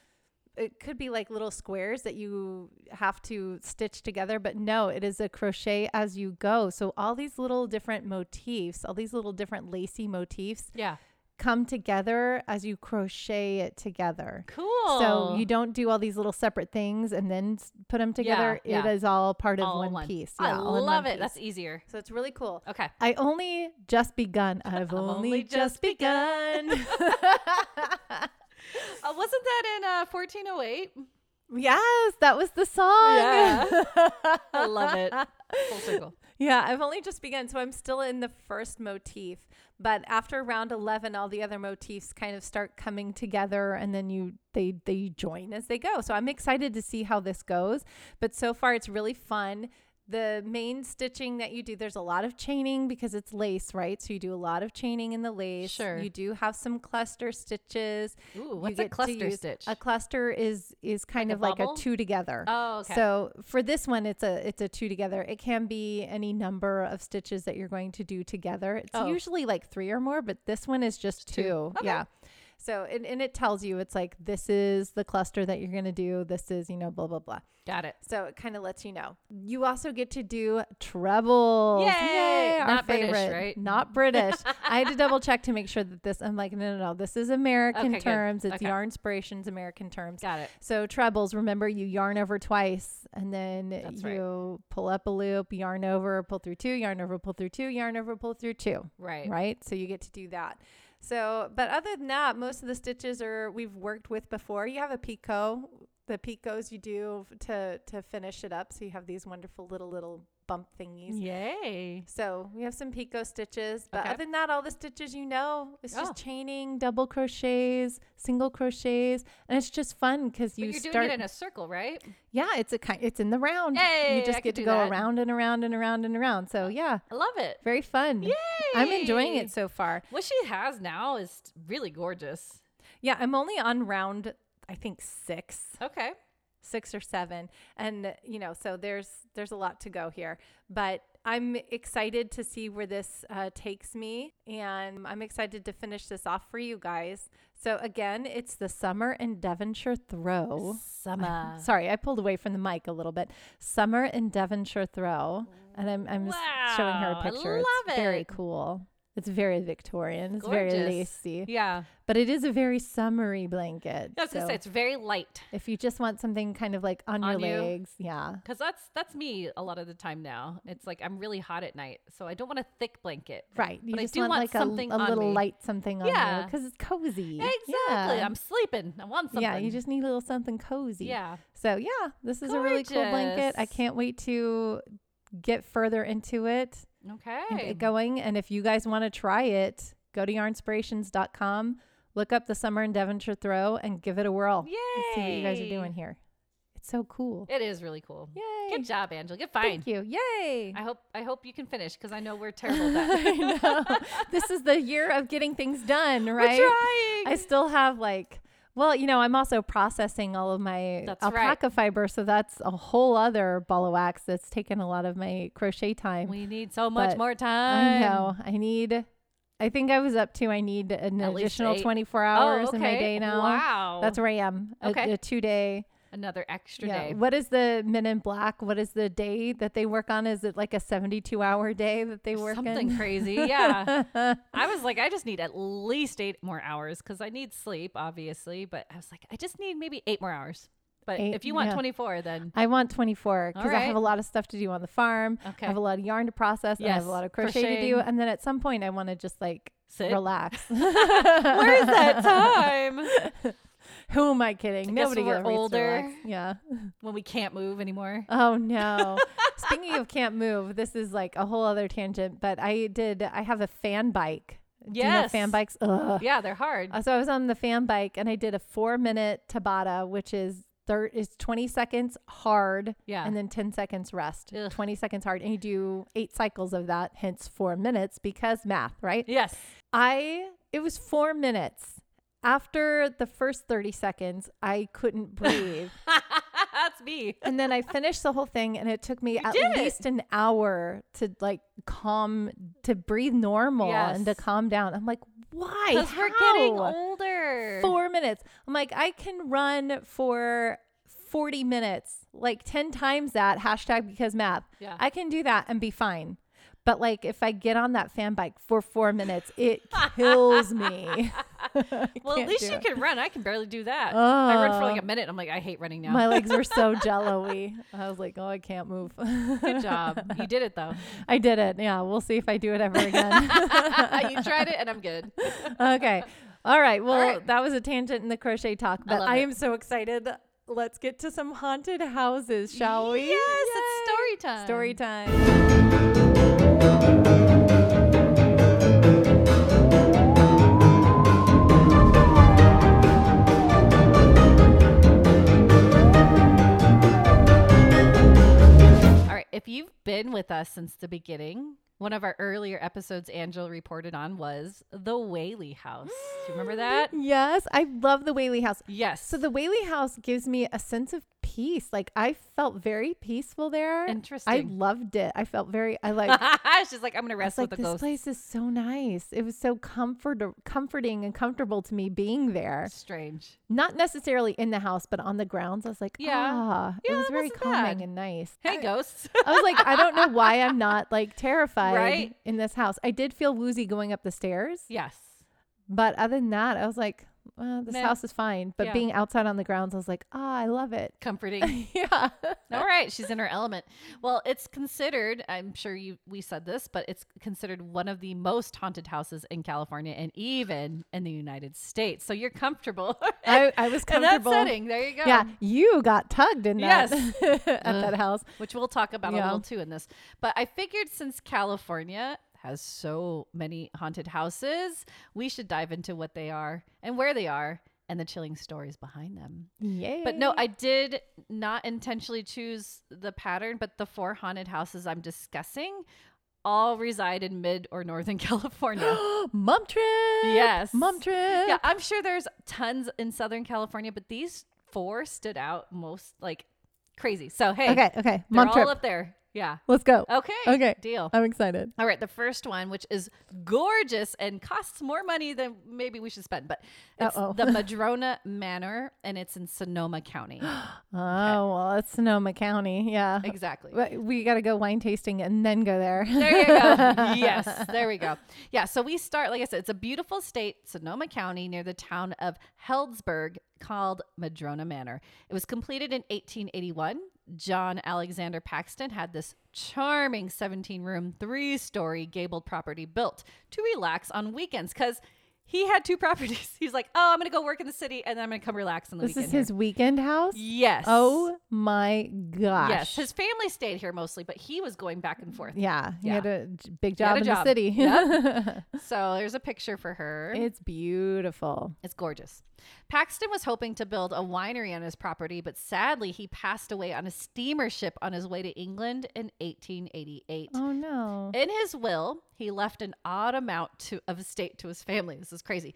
[SPEAKER 1] it could be like little squares that you have to stitch together, but no, it is a crochet as you go. So all these little different motifs, all these little different lacy motifs
[SPEAKER 2] Yeah.
[SPEAKER 1] come together as you crochet it together.
[SPEAKER 2] Cool.
[SPEAKER 1] So you don't do all these little separate things and then s- put them together.
[SPEAKER 2] yeah.
[SPEAKER 1] It is all part of
[SPEAKER 2] All
[SPEAKER 1] one,
[SPEAKER 2] in one.
[SPEAKER 1] piece.
[SPEAKER 2] I
[SPEAKER 1] Yeah, all in
[SPEAKER 2] love
[SPEAKER 1] one
[SPEAKER 2] it. That's
[SPEAKER 1] piece.
[SPEAKER 2] easier.
[SPEAKER 1] so it's really cool.
[SPEAKER 2] Okay.
[SPEAKER 1] I only just begun. I've only,
[SPEAKER 2] only
[SPEAKER 1] just
[SPEAKER 2] just
[SPEAKER 1] begun.
[SPEAKER 2] Uh, wasn't that in uh, 1408?
[SPEAKER 1] yes, that was the song.
[SPEAKER 2] Yeah. I love it. Full circle.
[SPEAKER 1] Yeah, I've only just begun, so I'm still in the first motif. But after round eleven, all the other motifs kind of start coming together, and then you they they join as they go. So I'm excited to see how this goes. But so far, it's really fun. The main stitching that you do, there's a lot of chaining because it's lace, right? So you do a lot of chaining in the lace.
[SPEAKER 2] Sure.
[SPEAKER 1] You do have some cluster stitches.
[SPEAKER 2] Ooh,
[SPEAKER 1] You
[SPEAKER 2] what's
[SPEAKER 1] get
[SPEAKER 2] a
[SPEAKER 1] to
[SPEAKER 2] cluster
[SPEAKER 1] use-
[SPEAKER 2] stitch?
[SPEAKER 1] A cluster is is kind
[SPEAKER 2] Like a
[SPEAKER 1] of like a
[SPEAKER 2] bubble?
[SPEAKER 1] two together.
[SPEAKER 2] oh, okay.
[SPEAKER 1] So for this one, it's a it's a two together. It can be any number of stitches that you're going to do together. It's
[SPEAKER 2] Oh.
[SPEAKER 1] usually like three or more, but this one is just two.
[SPEAKER 2] two. Okay.
[SPEAKER 1] Yeah. So and, and it tells you it's like this is the cluster that you're gonna do. This is you know blah blah blah.
[SPEAKER 2] Got it.
[SPEAKER 1] So it kind of lets you know. You also get to do treble.
[SPEAKER 2] Yay! Not British, right?
[SPEAKER 1] Not British. I had to double check to make sure that this. I'm like, no, no, no. This is American
[SPEAKER 2] Okay, good.
[SPEAKER 1] terms. It's
[SPEAKER 2] Okay.
[SPEAKER 1] Yarnspiration's American terms.
[SPEAKER 2] Got it.
[SPEAKER 1] So trebles, remember you yarn over twice and then
[SPEAKER 2] That's right.
[SPEAKER 1] you pull up a loop, yarn over, pull through two, yarn over, pull through two, yarn over, pull through two,
[SPEAKER 2] Right.
[SPEAKER 1] right? So you get to do that. So, but other than that, most of the stitches are we've worked with before. You have a picot, the picots you do f- to to finish it up. So you have these wonderful little little bump thingies.
[SPEAKER 2] Yay.
[SPEAKER 1] So we have some picot stitches, but
[SPEAKER 2] Okay.
[SPEAKER 1] other than that, all the stitches you know, it's
[SPEAKER 2] Oh.
[SPEAKER 1] just chaining, double crochets, single crochets, and it's just fun because
[SPEAKER 2] But
[SPEAKER 1] you
[SPEAKER 2] you're
[SPEAKER 1] start.
[SPEAKER 2] doing it in a circle, right?
[SPEAKER 1] yeah, it's a kind. It's in the round.
[SPEAKER 2] Hey,
[SPEAKER 1] you
[SPEAKER 2] I
[SPEAKER 1] just
[SPEAKER 2] could
[SPEAKER 1] get to
[SPEAKER 2] do
[SPEAKER 1] go
[SPEAKER 2] that.
[SPEAKER 1] around and around and around and around. So yeah,
[SPEAKER 2] I love it.
[SPEAKER 1] very fun. Yay! I'm enjoying
[SPEAKER 2] Yay.
[SPEAKER 1] it so far.
[SPEAKER 2] What she has now is really gorgeous.
[SPEAKER 1] Yeah, I'm only on round. I think six.
[SPEAKER 2] Okay.
[SPEAKER 1] six or seven and you know so there's there's a lot to go here but i'm excited to see where this uh, takes me and i'm excited to finish this off for you guys so again it's the summer in devonshire throw
[SPEAKER 2] Summer.
[SPEAKER 1] sorry i pulled away from the mic a little bit summer in devonshire throw and i'm, I'm s- showing her a
[SPEAKER 2] Wow, I
[SPEAKER 1] picture it's
[SPEAKER 2] love
[SPEAKER 1] very
[SPEAKER 2] it.
[SPEAKER 1] cool it's very victorian it's very
[SPEAKER 2] Gorgeous.
[SPEAKER 1] lacy
[SPEAKER 2] yeah.
[SPEAKER 1] but it is a very summery blanket
[SPEAKER 2] I was gonna
[SPEAKER 1] so-
[SPEAKER 2] say it's very light
[SPEAKER 1] if you just want something kind of like on,
[SPEAKER 2] On
[SPEAKER 1] your
[SPEAKER 2] you.
[SPEAKER 1] legs, yeah.
[SPEAKER 2] because that's that's me a lot of the time now. It's like I'm really hot at night, so I don't want a thick blanket.
[SPEAKER 1] Right. You
[SPEAKER 2] But I
[SPEAKER 1] just
[SPEAKER 2] do
[SPEAKER 1] want,
[SPEAKER 2] want
[SPEAKER 1] like a-
[SPEAKER 2] something
[SPEAKER 1] a,
[SPEAKER 2] on
[SPEAKER 1] little
[SPEAKER 2] me.
[SPEAKER 1] light something on yeah.
[SPEAKER 2] Yeah.
[SPEAKER 1] because it's cozy.
[SPEAKER 2] Exactly.
[SPEAKER 1] Yeah.
[SPEAKER 2] I'm sleeping. I want something.
[SPEAKER 1] Yeah, you just need a little something cozy.
[SPEAKER 2] yeah.
[SPEAKER 1] So yeah, this is a really cool blanket. I
[SPEAKER 2] Gorgeous.
[SPEAKER 1] can't wait to get further into it
[SPEAKER 2] Okay.
[SPEAKER 1] and get going. And if you guys want to try it, go to yarnspirations.com, look up the summer in Devonshire throw, and give it a whirl.
[SPEAKER 2] Yay!
[SPEAKER 1] and see what you guys are doing here. It's so cool.
[SPEAKER 2] It is really cool.
[SPEAKER 1] Yay!
[SPEAKER 2] Good job, Angela. Good
[SPEAKER 1] Thank
[SPEAKER 2] find.
[SPEAKER 1] you. Yay!
[SPEAKER 2] I hope I hope you can finish because I know we're terrible at
[SPEAKER 1] I
[SPEAKER 2] that.
[SPEAKER 1] know. This is the year of getting things done, right?
[SPEAKER 2] We're
[SPEAKER 1] I
[SPEAKER 2] trying.
[SPEAKER 1] still have like, well, you know, I'm also processing all of my
[SPEAKER 2] That's right.
[SPEAKER 1] alpaca fiber, so that's a whole other ball of wax that's taken a lot of my crochet time.
[SPEAKER 2] we need so much
[SPEAKER 1] But
[SPEAKER 2] more time.
[SPEAKER 1] I know. I need. I think I was up to I need an
[SPEAKER 2] At least
[SPEAKER 1] additional
[SPEAKER 2] eight.
[SPEAKER 1] 24
[SPEAKER 2] Oh,
[SPEAKER 1] hours
[SPEAKER 2] okay.
[SPEAKER 1] in my day now.
[SPEAKER 2] Wow.
[SPEAKER 1] That's where I am. A,
[SPEAKER 2] Okay.
[SPEAKER 1] a two day.
[SPEAKER 2] another extra
[SPEAKER 1] Yeah.
[SPEAKER 2] day.
[SPEAKER 1] What is the Men in Black? What is the day that they work on? Is it like a 72 hour day that they work
[SPEAKER 2] Something
[SPEAKER 1] in?
[SPEAKER 2] crazy. Yeah. I was like, I just need at least eight more hours because I need sleep, obviously. But I was like, I just need maybe eight more hours. But
[SPEAKER 1] Eight,
[SPEAKER 2] if you want
[SPEAKER 1] yeah.
[SPEAKER 2] 24, then
[SPEAKER 1] I want 24 because I have
[SPEAKER 2] Alright.
[SPEAKER 1] a lot of stuff to do on the farm.
[SPEAKER 2] Okay.
[SPEAKER 1] I have a lot of yarn to process. and I have a
[SPEAKER 2] Yes,
[SPEAKER 1] lot of crochet to do.
[SPEAKER 2] crocheting.
[SPEAKER 1] And then at some point, I want to just like
[SPEAKER 2] sit.
[SPEAKER 1] relax.
[SPEAKER 2] Where is that time
[SPEAKER 1] Who am I kidding?
[SPEAKER 2] guess
[SPEAKER 1] Nobody
[SPEAKER 2] we're
[SPEAKER 1] ever gets to
[SPEAKER 2] older.
[SPEAKER 1] relax. Yeah.
[SPEAKER 2] when we can't move anymore?
[SPEAKER 1] Oh, no. Speaking of can't move, this is like a whole other tangent, but I did, I have a fan bike. Do you know
[SPEAKER 2] Yes.
[SPEAKER 1] fan bikes? Ugh.
[SPEAKER 2] Yeah, they're hard.
[SPEAKER 1] Uh, So I was on the fan bike and I did a four minute Tabata, which is thir- is 20 seconds hard
[SPEAKER 2] Yeah.
[SPEAKER 1] and then 10 seconds rest.
[SPEAKER 2] Ugh.
[SPEAKER 1] 20 seconds hard. And you do eight cycles of that, hence four minutes because math, right?
[SPEAKER 2] yes.
[SPEAKER 1] I, it was four minutes. After the first 30 seconds, I couldn't breathe.
[SPEAKER 2] That's me.
[SPEAKER 1] and then I finished the whole thing and it took me at
[SPEAKER 2] did it.
[SPEAKER 1] least an hour to like calm, to breathe normal and to
[SPEAKER 2] Yes.
[SPEAKER 1] calm down. I'm like, why?
[SPEAKER 2] Because we're getting
[SPEAKER 1] How?
[SPEAKER 2] older.
[SPEAKER 1] four minutes. I'm like, I can run for 40 minutes, like 10 times that hashtag because map.
[SPEAKER 2] Yeah.
[SPEAKER 1] I can do that and be fine. But like if I get on that fan bike for four minutes, it kills me.
[SPEAKER 2] Well, at least you
[SPEAKER 1] can.
[SPEAKER 2] can run. I can barely do that. I run for like
[SPEAKER 1] Oh.
[SPEAKER 2] a minute. I'm like, I hate running now.
[SPEAKER 1] My legs were so jello-y. I was like, oh, I can't move. Good
[SPEAKER 2] Good job. You did it though.
[SPEAKER 1] I did it. Yeah, we'll see if I do it ever again.
[SPEAKER 2] you tried it, and I'm good.
[SPEAKER 1] okay. All right. Well,
[SPEAKER 2] right.
[SPEAKER 1] that was a tangent in the crochet talk, but
[SPEAKER 2] love
[SPEAKER 1] I,
[SPEAKER 2] it.
[SPEAKER 1] am so excited. Let's get to some haunted houses, shall we?
[SPEAKER 2] Yes,
[SPEAKER 1] Yay.
[SPEAKER 2] it's story time.
[SPEAKER 1] Story time.
[SPEAKER 2] All right. If you've been with us since the beginning, one of our earlier episodes Angel reported on was the Whaley House. Do you remember that?
[SPEAKER 1] Yes, I love the Whaley House.
[SPEAKER 2] Yes.
[SPEAKER 1] So the Whaley House gives me a sense of peace. Like I felt very peaceful there. I
[SPEAKER 2] Interesting.
[SPEAKER 1] loved it. I felt very. I like.
[SPEAKER 2] She's like, I'm gonna
[SPEAKER 1] I was
[SPEAKER 2] wrestle
[SPEAKER 1] like
[SPEAKER 2] with
[SPEAKER 1] this
[SPEAKER 2] the ghost.
[SPEAKER 1] place is so nice. It was so comfort comforting and comfortable to me being there.
[SPEAKER 2] Strange.
[SPEAKER 1] Not necessarily in the house, but on the grounds. I was like,
[SPEAKER 2] Yeah.
[SPEAKER 1] ah,
[SPEAKER 2] Yeah,
[SPEAKER 1] it was
[SPEAKER 2] that
[SPEAKER 1] very
[SPEAKER 2] wasn't
[SPEAKER 1] calming
[SPEAKER 2] bad.
[SPEAKER 1] and nice.
[SPEAKER 2] Hey,
[SPEAKER 1] I,
[SPEAKER 2] ghosts.
[SPEAKER 1] I was like, I don't know why I'm not like terrified
[SPEAKER 2] Right?
[SPEAKER 1] in this house. I did feel woozy going up the stairs,
[SPEAKER 2] yes.
[SPEAKER 1] but other than that, I was like, well, this
[SPEAKER 2] Meh.
[SPEAKER 1] house is fine. But
[SPEAKER 2] Yeah.
[SPEAKER 1] being outside on the grounds, I was like, ah, I love it.
[SPEAKER 2] Comforting.
[SPEAKER 1] yeah.
[SPEAKER 2] All right, she's in her element. Well, it's considered, I'm sure you we said this, but it's considered one of the most haunted houses in California and even in the United States. So you're comfortable
[SPEAKER 1] I, I was
[SPEAKER 2] in that
[SPEAKER 1] comfortable.
[SPEAKER 2] setting. There you go.
[SPEAKER 1] Yeah, you got tugged in that at
[SPEAKER 2] Ugh.
[SPEAKER 1] that house.
[SPEAKER 2] Which we'll talk about a
[SPEAKER 1] Yeah.
[SPEAKER 2] little too in this. But I figured since California has so many haunted houses, we should dive into what they are and where they are and the chilling stories behind them.
[SPEAKER 1] Yay.
[SPEAKER 2] But no, I did not intentionally choose the pattern, but the four haunted houses I'm discussing all reside in mid or northern California.
[SPEAKER 1] mum trip.
[SPEAKER 2] Yes.
[SPEAKER 1] mum trip.
[SPEAKER 2] yeah, I'm sure there's tons in Southern California, but these four stood out most like crazy. So hey,
[SPEAKER 1] Okay, okay,
[SPEAKER 2] they're
[SPEAKER 1] mum
[SPEAKER 2] all
[SPEAKER 1] trip.
[SPEAKER 2] up Oh. there. Yeah.
[SPEAKER 1] Let's go.
[SPEAKER 2] Okay.
[SPEAKER 1] Okay.
[SPEAKER 2] Deal.
[SPEAKER 1] I'm excited.
[SPEAKER 2] All right, the first one, which is gorgeous and costs more money than maybe we should spend, but it's
[SPEAKER 1] Uh-oh.
[SPEAKER 2] the Madrona Manor, and it's in Sonoma County.
[SPEAKER 1] Oh well, it's Sonoma County. Yeah,
[SPEAKER 2] exactly.
[SPEAKER 1] But we got to go wine tasting and then go there.
[SPEAKER 2] There you go. yes, there we go. Yeah, so we start, like I said, it's a beautiful state, Sonoma County, near the town of Heldsburg, called Madrona Manor. It was completed in 1881. John Alexander Paxton had this charming 17 room, three story gabled property built to relax on weekends because he had two properties. He's like, oh, I'm going to go work in the city and then I'm going to come relax on the
[SPEAKER 1] this
[SPEAKER 2] weekend.
[SPEAKER 1] is
[SPEAKER 2] here."
[SPEAKER 1] his weekend house.
[SPEAKER 2] Yes.
[SPEAKER 1] Oh my gosh.
[SPEAKER 2] Yes, his family stayed here mostly, but he was going back and forth.
[SPEAKER 1] yeah, he
[SPEAKER 2] Yeah.
[SPEAKER 1] had a j- big
[SPEAKER 2] He had
[SPEAKER 1] job
[SPEAKER 2] a
[SPEAKER 1] in
[SPEAKER 2] job.
[SPEAKER 1] the city.
[SPEAKER 2] So there's a picture for her.
[SPEAKER 1] it's beautiful.
[SPEAKER 2] It's gorgeous. Paxton was hoping to build a winery on his property, but sadly, he passed away on a steamer ship on his way to England in 1888.
[SPEAKER 1] Oh no.
[SPEAKER 2] In his will, he left an odd amount to, of estate to his family. This is crazy.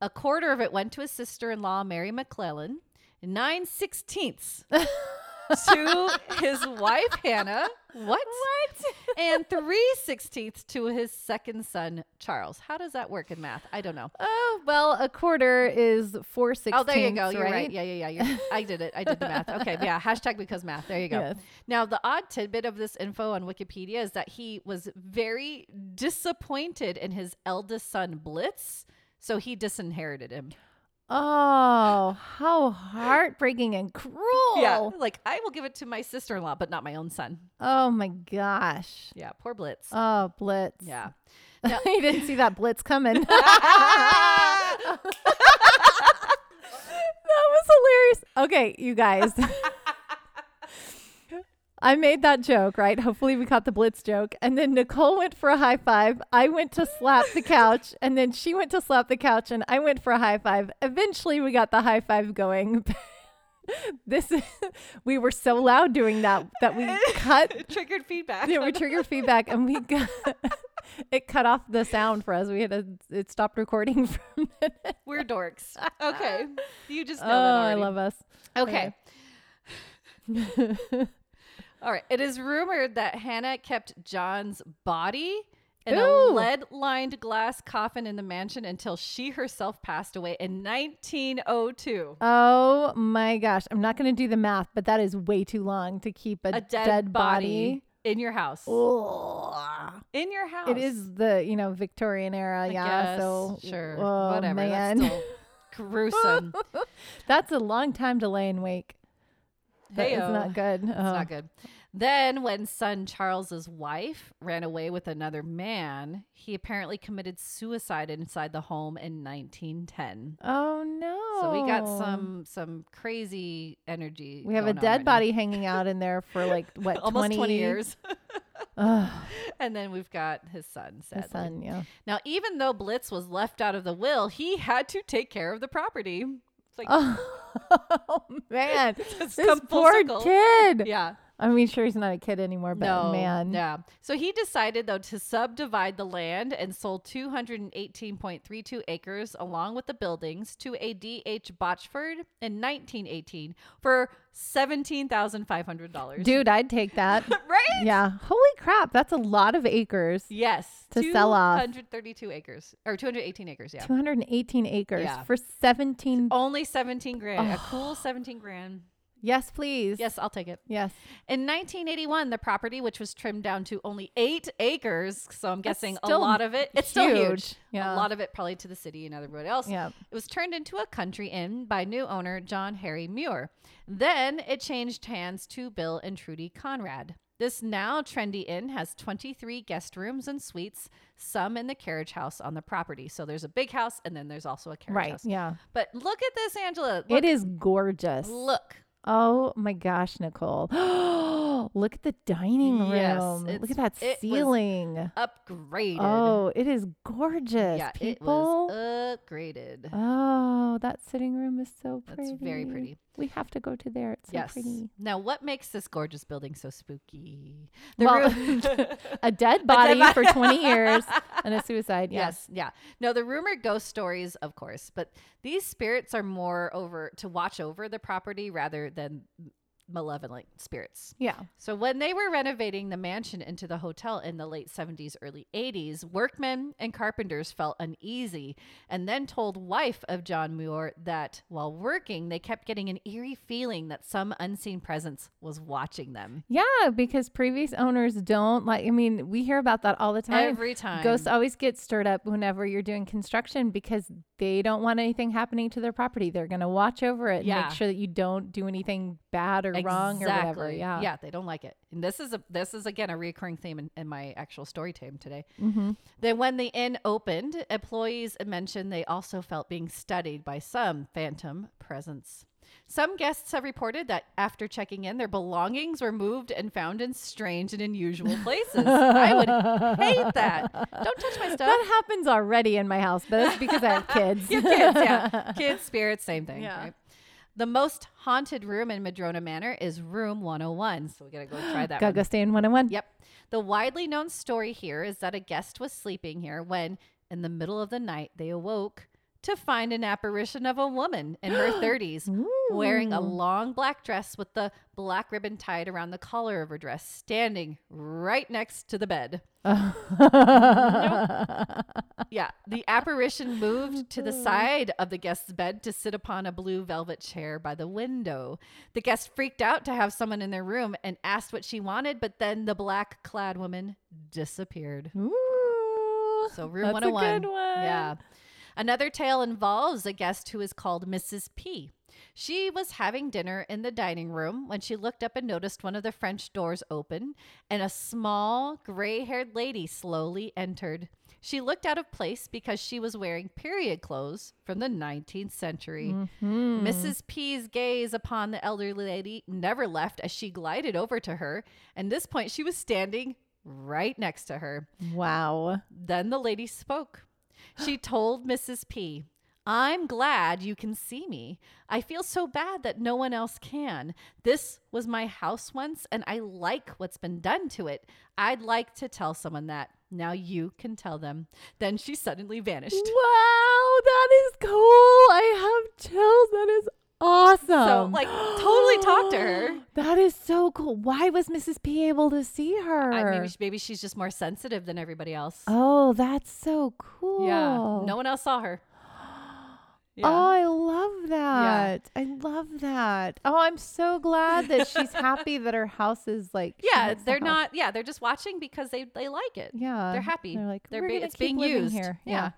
[SPEAKER 2] A quarter of it went to his sister in law, Mary McClellan, nine sixteenths to his wife, Hannah. What? What? and three sixteenths to his second son, Charles. How does that work in math? I don't know.
[SPEAKER 1] Oh well, a quarter is four sixteenths.
[SPEAKER 2] Oh, there you go. You're right.
[SPEAKER 1] right?
[SPEAKER 2] Yeah, yeah, yeah. You're, I did it. I did the math. Okay. Yeah. Hashtag because math. There you go.
[SPEAKER 1] Yes.
[SPEAKER 2] Now, the odd tidbit of this info on Wikipedia is that he was very disappointed in his eldest son, Blitz. So he disinherited him.
[SPEAKER 1] Oh, how heartbreaking and cruel.
[SPEAKER 2] Like, I will give it to my sister in law, but not my own son.
[SPEAKER 1] Oh my gosh.
[SPEAKER 2] Yeah. Poor Blitz.
[SPEAKER 1] Oh, Blitz.
[SPEAKER 2] yeah.
[SPEAKER 1] you didn't see that Blitz coming.
[SPEAKER 2] Ah!
[SPEAKER 1] that was hilarious. Okay, you guys. I made that joke, right? Hopefully, we caught the blitz joke. And then Nicole went for a high five. I went to slap the couch. And then she went to slap the couch. And I went for a high five. Eventually, we got the high five going. this is, we were so loud doing that that we cut
[SPEAKER 2] Triggered feedback.
[SPEAKER 1] yeah, we triggered feedback and we got it cut off the sound for us. We had to, it stopped recording for a minute.
[SPEAKER 2] We're dorks. Okay. You just know
[SPEAKER 1] Oh,
[SPEAKER 2] that
[SPEAKER 1] I
[SPEAKER 2] already.
[SPEAKER 1] love us.
[SPEAKER 2] Okay. All right. It is rumored that Hannah kept John's body in a
[SPEAKER 1] Ooh.
[SPEAKER 2] lead lined glass coffin in the mansion until she herself passed away in 1902.
[SPEAKER 1] Oh my gosh. I'm not going to do the math, but that is way too long to keep a,
[SPEAKER 2] A dead, body, in your house.
[SPEAKER 1] Ugh.
[SPEAKER 2] in your house.
[SPEAKER 1] It is the you know Victorian era,
[SPEAKER 2] I
[SPEAKER 1] yeah.
[SPEAKER 2] guess.
[SPEAKER 1] So
[SPEAKER 2] sure,
[SPEAKER 1] oh,
[SPEAKER 2] whatever.
[SPEAKER 1] Man.
[SPEAKER 2] That's still gruesome.
[SPEAKER 1] That's a long time to lay in wake. That is
[SPEAKER 2] Heyo.
[SPEAKER 1] not good. Oh.
[SPEAKER 2] It's not good. Then, when son Charles's wife ran away with another man, he apparently committed suicide inside the home in 1910.
[SPEAKER 1] Oh no.
[SPEAKER 2] So we got some some crazy energy.
[SPEAKER 1] Oh. We have a
[SPEAKER 2] going on
[SPEAKER 1] dead
[SPEAKER 2] right now.
[SPEAKER 1] body hanging out in there for like what
[SPEAKER 2] almost 20,
[SPEAKER 1] 20
[SPEAKER 2] years,
[SPEAKER 1] Ugh,
[SPEAKER 2] and then we've got his son. Sadly.
[SPEAKER 1] the sun, yeah.
[SPEAKER 2] Now, even though Blitz was left out of the will, he had to take care of the property. It's like
[SPEAKER 1] Oh man,
[SPEAKER 2] It's
[SPEAKER 1] this
[SPEAKER 2] come full
[SPEAKER 1] poor
[SPEAKER 2] circle.
[SPEAKER 1] kid.
[SPEAKER 2] yeah.
[SPEAKER 1] I mean, sure he's not a kid anymore, but man,
[SPEAKER 2] Yeah. So he decided though to subdivide the land and sold 218.32 acres along with the buildings to a D.H. Botchford in 1918 for $17,500.
[SPEAKER 1] dude, I'd take that.
[SPEAKER 2] right?
[SPEAKER 1] yeah, holy crap, that's a lot of acres.
[SPEAKER 2] Yes.
[SPEAKER 1] To sell off.
[SPEAKER 2] 232 acres or 218 acres, yeah.
[SPEAKER 1] 218 acres
[SPEAKER 2] Yeah. Oh.
[SPEAKER 1] for 17.
[SPEAKER 2] Only 17 grand. A cool 17 grand.
[SPEAKER 1] Yes, please.
[SPEAKER 2] Yes, I'll take it.
[SPEAKER 1] Yes.
[SPEAKER 2] In 1981, the property, which was trimmed down to only eight acres, so I'm guessing a
[SPEAKER 1] still
[SPEAKER 2] lot of it, it's still
[SPEAKER 1] huge.
[SPEAKER 2] huge.
[SPEAKER 1] Yeah.
[SPEAKER 2] A lot of it probably to the city and everybody else.
[SPEAKER 1] Yeah.
[SPEAKER 2] It was turned into a country inn by new owner John Harry Muir. Then it changed hands to Bill and Trudy Conrad. This now trendy inn has 23 guest rooms and suites, some in the carriage house on the property. So there's a big house and then there's also a carriage
[SPEAKER 1] Right.
[SPEAKER 2] house.
[SPEAKER 1] Yeah.
[SPEAKER 2] But look at this, Angela.
[SPEAKER 1] it is gorgeous.
[SPEAKER 2] Look.
[SPEAKER 1] Oh my gosh, Nicole. Look at the dining room.
[SPEAKER 2] Yes,
[SPEAKER 1] Look at
[SPEAKER 2] it's-
[SPEAKER 1] that
[SPEAKER 2] it was
[SPEAKER 1] ceiling.
[SPEAKER 2] Upgraded.
[SPEAKER 1] Oh, it is gorgeous, people.
[SPEAKER 2] it was uh, upgraded.
[SPEAKER 1] oh, that sitting room is so pretty.
[SPEAKER 2] That's very pretty.
[SPEAKER 1] We have to go to there. It's so
[SPEAKER 2] yes.
[SPEAKER 1] pretty.
[SPEAKER 2] Now, what makes this gorgeous building so spooky? The
[SPEAKER 1] Well,
[SPEAKER 2] ru-
[SPEAKER 1] A dead body
[SPEAKER 2] body.
[SPEAKER 1] for 20 years and a suicide. Yeah.
[SPEAKER 2] yes, yeah. No, the rumored ghost stories, of course, but these spirits are more over to watch over the property rather than malevolent spirits.
[SPEAKER 1] Yeah.
[SPEAKER 2] So when they were renovating the mansion into the hotel in the late 70s, early 80s, workmen and carpenters felt uneasy and then told wife of John Muir that while working, they kept getting an eerie feeling that some unseen presence was watching them.
[SPEAKER 1] Yeah, because previous owners don't like, I mean, we hear about that all the time.
[SPEAKER 2] Every time.
[SPEAKER 1] Ghosts always get stirred up whenever you're doing construction because they don't want anything happening to their property. They're going to watch over it and
[SPEAKER 2] Yeah.
[SPEAKER 1] make sure that you don't do anything bad or wrong or whatever.
[SPEAKER 2] Exactly.
[SPEAKER 1] Yeah.
[SPEAKER 2] Yeah, they don't like it. And this is a this is again a recurring theme in, in my actual story time today.
[SPEAKER 1] Mm-hmm.
[SPEAKER 2] Then when the inn opened, employees mentioned they also felt being studied by some phantom presence. Some guests have reported that after checking in, their belongings were moved and found in strange and unusual places. I would hate that. Don't touch my stuff.
[SPEAKER 1] That happens already in my house, but that's because I have kids.
[SPEAKER 2] Yeah, kids, yeah. Kids, spirits, same thing.
[SPEAKER 1] Yeah.
[SPEAKER 2] right? The most haunted room in Madrona Manor is Room 101. So we got to go try that
[SPEAKER 1] Gotta
[SPEAKER 2] one.
[SPEAKER 1] go stay in 101.
[SPEAKER 2] Yep. The widely known story here is that a guest was sleeping here when, in the middle of the night, they awoke to find an apparition of a woman in her 30s wearing a long black dress with the black ribbon tied around the collar of her dress, standing right next to the bed. Yeah. The apparition moved to the side of the guest's bed to sit upon a blue velvet chair by the window. The guest freaked out to have someone in their room and asked what she wanted, but then the black clad woman disappeared.
[SPEAKER 1] Ooh.
[SPEAKER 2] So room
[SPEAKER 1] That's a
[SPEAKER 2] 101.
[SPEAKER 1] good one.
[SPEAKER 2] Yeah. Another tale involves a guest who is called Mrs. P. She was having dinner in the dining room when she looked up and noticed one of the French doors open and a small gray haired lady slowly entered. She looked out of place because she was wearing period clothes from the 19th century. Mrs. P's gaze upon the elderly lady never left as she glided over to her, and this point she was standing right next to her.
[SPEAKER 1] Wow.
[SPEAKER 2] Then the lady spoke. She told Mrs. P, I'm glad you can see me. I feel so bad that no one else can. This was my house once, and I like what's been done to it. I'd like to tell someone that. Now you can tell them. Then she suddenly vanished.
[SPEAKER 1] Wow, that is cool. I have chills. That is awesome.
[SPEAKER 2] So, like, totally talk to her.
[SPEAKER 1] That is so cool. Why was Mrs. P able to see her?
[SPEAKER 2] I, maybe, she- maybe she's just more sensitive than everybody else.
[SPEAKER 1] oh, that's so cool.
[SPEAKER 2] Yeah. No one else saw her. Yeah.
[SPEAKER 1] Oh, I love that. I love that. Oh, I'm so glad that she's happy that her house is like. she
[SPEAKER 2] yeah,
[SPEAKER 1] likes the
[SPEAKER 2] they're
[SPEAKER 1] house.
[SPEAKER 2] not. Yeah, they're just watching because they they like it.
[SPEAKER 1] Yeah.
[SPEAKER 2] they're happy.
[SPEAKER 1] They're like,
[SPEAKER 2] they're
[SPEAKER 1] "We're
[SPEAKER 2] be-
[SPEAKER 1] gonna
[SPEAKER 2] it's
[SPEAKER 1] keep
[SPEAKER 2] being
[SPEAKER 1] living
[SPEAKER 2] used
[SPEAKER 1] here."
[SPEAKER 2] Yeah.
[SPEAKER 1] Yeah.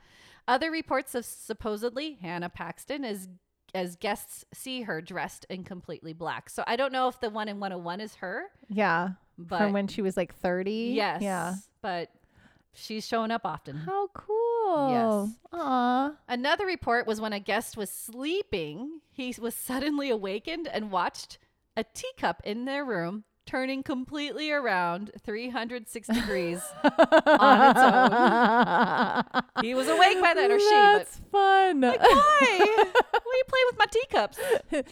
[SPEAKER 2] Other reports of supposedly Hannah Paxton is as guests see her dressed in completely black. So I don't know if the one in 101 is her,
[SPEAKER 1] Yeah.
[SPEAKER 2] but
[SPEAKER 1] From when she was like 30.
[SPEAKER 2] yes,
[SPEAKER 1] Yeah.
[SPEAKER 2] but she's showing up often.
[SPEAKER 1] How cool. Yes. Aw.
[SPEAKER 2] Another report was when a guest was sleeping, he was suddenly awakened and watched a teacup in their room turning completely around 360 degrees on its own. He was awake by then, or she, but
[SPEAKER 1] That's fun.
[SPEAKER 2] why? Why you play with my teacups?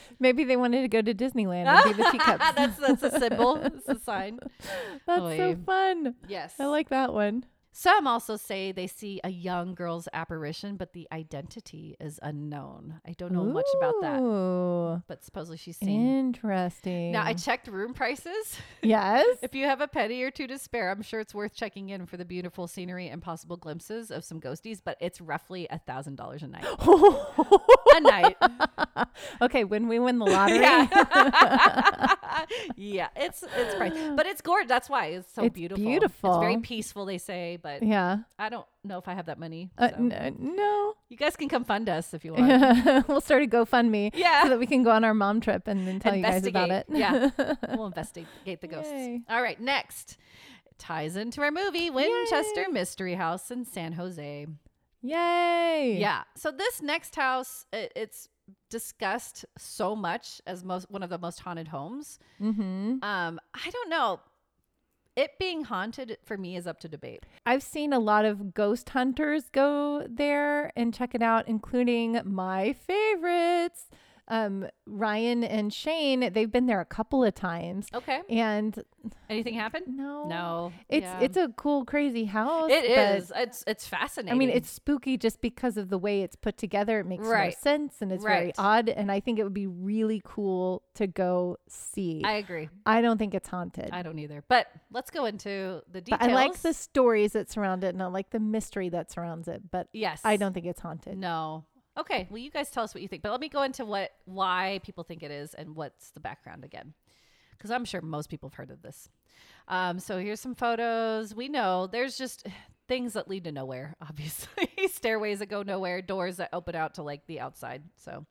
[SPEAKER 1] Maybe they wanted to go to Disneyland and be the teacups.
[SPEAKER 2] that's that's a symbol. It's a sign.
[SPEAKER 1] That's so
[SPEAKER 2] Oy.
[SPEAKER 1] fun.
[SPEAKER 2] Yes.
[SPEAKER 1] I like that one.
[SPEAKER 2] Some also say they see a young girl's apparition, but the identity is unknown. I don't know much about that,
[SPEAKER 1] Ooh,
[SPEAKER 2] but supposedly she's seen.
[SPEAKER 1] interesting.
[SPEAKER 2] Now I checked room prices.
[SPEAKER 1] yes.
[SPEAKER 2] If you have a penny or two to spare, I'm sure it's worth checking in for the beautiful scenery and possible glimpses of some ghosties, but it's roughly a thousand dollars a night. a night.
[SPEAKER 1] okay, when we win the lottery,
[SPEAKER 2] Yeah. yeah, it's it's pricey, but it's gorgeous. That's why it's so
[SPEAKER 1] It's
[SPEAKER 2] beautiful. It's
[SPEAKER 1] beautiful.
[SPEAKER 2] very peaceful, they say, but
[SPEAKER 1] yeah.
[SPEAKER 2] I don't know if I have that money.
[SPEAKER 1] Uh,
[SPEAKER 2] so.
[SPEAKER 1] n- no,
[SPEAKER 2] you guys can come fund us if you want.
[SPEAKER 1] we'll start a GoFundMe
[SPEAKER 2] Yeah.
[SPEAKER 1] so that we can go on our mom trip and then tell you guys about it.
[SPEAKER 2] Investigate. Yeah. we'll investigate the ghosts.
[SPEAKER 1] Yay.
[SPEAKER 2] All right, next ties into our movie Winchester Mystery House in San Jose.
[SPEAKER 1] Yay!
[SPEAKER 2] Yeah. So this next house, i- it's discussed so much as most one of the most haunted homes.
[SPEAKER 1] Mm-hmm.
[SPEAKER 2] Um, I don't know. It being haunted for me is up to debate.
[SPEAKER 1] I've seen a lot of ghost hunters go there and check it out, including my favorites, um, Ryan and Shane. They've been there a couple of times,
[SPEAKER 2] Okay.
[SPEAKER 1] and
[SPEAKER 2] Anything happen?
[SPEAKER 1] no,
[SPEAKER 2] Oh. No.
[SPEAKER 1] it's
[SPEAKER 2] Yeah.
[SPEAKER 1] it's a cool, crazy house.
[SPEAKER 2] it
[SPEAKER 1] but
[SPEAKER 2] is. It's it's
[SPEAKER 1] I
[SPEAKER 2] fascinating.
[SPEAKER 1] mean, it's spooky just because of the way it's put together. It makes
[SPEAKER 2] Right.
[SPEAKER 1] no sense and it's very
[SPEAKER 2] Right.
[SPEAKER 1] odd. And I think it would be really cool to go see.
[SPEAKER 2] I
[SPEAKER 1] I,
[SPEAKER 2] agree.
[SPEAKER 1] don't think it's haunted.
[SPEAKER 2] I don't either. But let's go into the details.
[SPEAKER 1] but I like the stories that surround it and I like the mystery that surrounds it. But
[SPEAKER 2] Yes.
[SPEAKER 1] I don't think it's haunted.
[SPEAKER 2] No. Okay. Well, you guys tell us what you think, but let me go into what why people think it is and what's the background again, because I'm sure most people have heard of this. Um, so here's some photos. We know there's just things that lead to nowhere. Obviously, stairways that go nowhere, doors that open out to like the outside. So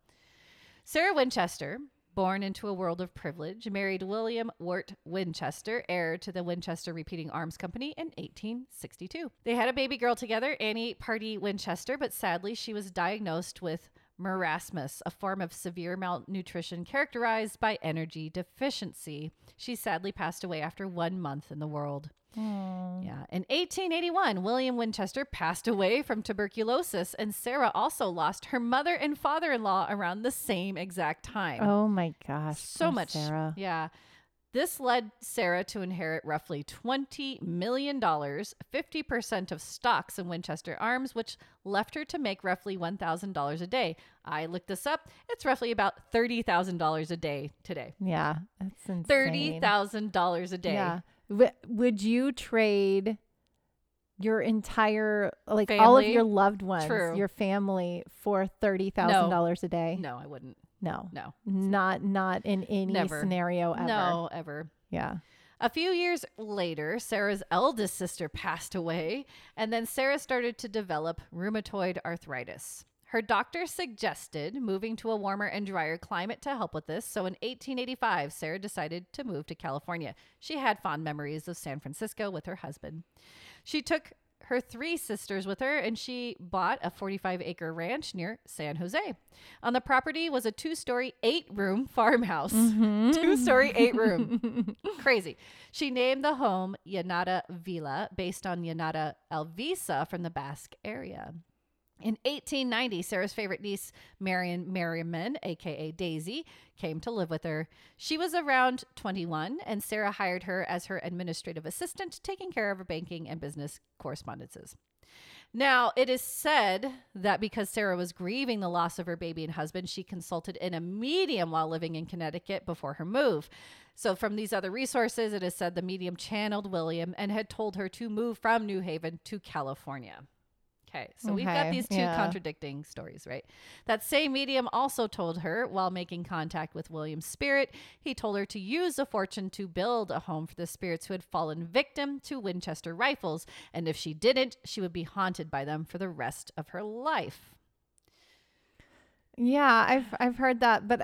[SPEAKER 2] Sarah Winchester. Born into a world of privilege, married William Wirt Winchester, heir to the Winchester Repeating Arms Company in 1862. They had a baby girl together, Annie Party Winchester, but sadly she was diagnosed with marasmus, a form of severe malnutrition characterized by energy deficiency. She sadly passed away after one month in the world. Yeah. In 1881, William Winchester passed away from tuberculosis, and Sarah also lost her mother and father in law around the same exact time
[SPEAKER 1] Oh my gosh.
[SPEAKER 2] so
[SPEAKER 1] poor
[SPEAKER 2] much
[SPEAKER 1] Sarah.
[SPEAKER 2] yeah this led sarah to inherit roughly $20 million 50% of stocks in winchester arms which left her to make roughly $1000 a day i looked this up it's roughly about $30000 a day today
[SPEAKER 1] Yeah. That's insane.
[SPEAKER 2] $30000 a day
[SPEAKER 1] Yeah. W- would you trade your entire, like all of
[SPEAKER 2] Family?
[SPEAKER 1] your loved ones,
[SPEAKER 2] True.
[SPEAKER 1] your family for $30,000 a day?
[SPEAKER 2] no i wouldn't
[SPEAKER 1] No.
[SPEAKER 2] no
[SPEAKER 1] Not not in any
[SPEAKER 2] Never.
[SPEAKER 1] scenario ever.
[SPEAKER 2] no ever
[SPEAKER 1] Yeah.
[SPEAKER 2] A few years later, Sarah's eldest sister passed away, and then Sarah started to develop rheumatoid arthritis. Her doctor suggested moving to a warmer and drier climate to help with this. So in 1885, Sarah decided to move to California. She had fond memories of San Francisco with her husband. She took her three sisters with her and she bought a 45 acre ranch near San Jose. On the property was a two story, eight room farmhouse. Two story, eight room. Crazy. She named the home Yanada Villa based on Yanada Elvisa from the Basque area. In 1890, Sarah's favorite niece, Marion Merriman, aka Daisy, came to live with her. She was around 21, and Sarah hired her as her administrative assistant, taking care of her banking and business correspondences. Now, it is said that because Sarah was grieving the loss of her baby and husband, she consulted in a medium while living in Connecticut before her move. So, from these other resources, it is said the medium channeled William and had told her to move from New Haven to California. Okay, so we've got
[SPEAKER 1] Okay,
[SPEAKER 2] these two
[SPEAKER 1] yeah.
[SPEAKER 2] contradicting stories, right? That same medium also told her, while making contact with William's spirit, he told her to use a fortune to build a home for the spirits who had fallen victim to Winchester rifles, and if she didn't, she would be haunted by them for the rest of her life.
[SPEAKER 1] Yeah, I've I've heard that, but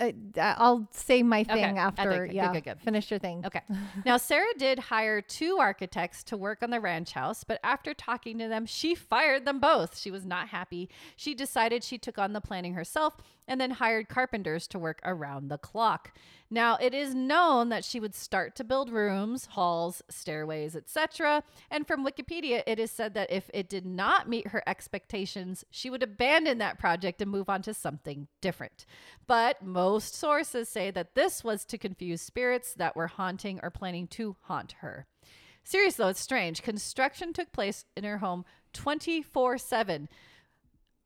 [SPEAKER 1] I, I- I'll say my
[SPEAKER 2] Okay,
[SPEAKER 1] thing
[SPEAKER 2] I
[SPEAKER 1] after.
[SPEAKER 2] think- good,
[SPEAKER 1] yeah,
[SPEAKER 2] good, good.
[SPEAKER 1] finish your thing.
[SPEAKER 2] Okay. now, Sarah did hire two architects to work on the ranch house, but after talking to them, she fired them both. She was not happy. She decided she took on the planning herself and then hired carpenters to work around the clock. Now, it is known that she would start to build rooms, halls, stairways, etc. And from Wikipedia, it is said that if it did not meet her expectations, she would abandon that project and move on to something different. But most sources say that this was to confuse spirits that were haunting or planning to haunt her. Serious though, it's strange. Construction took place in her home 24 7,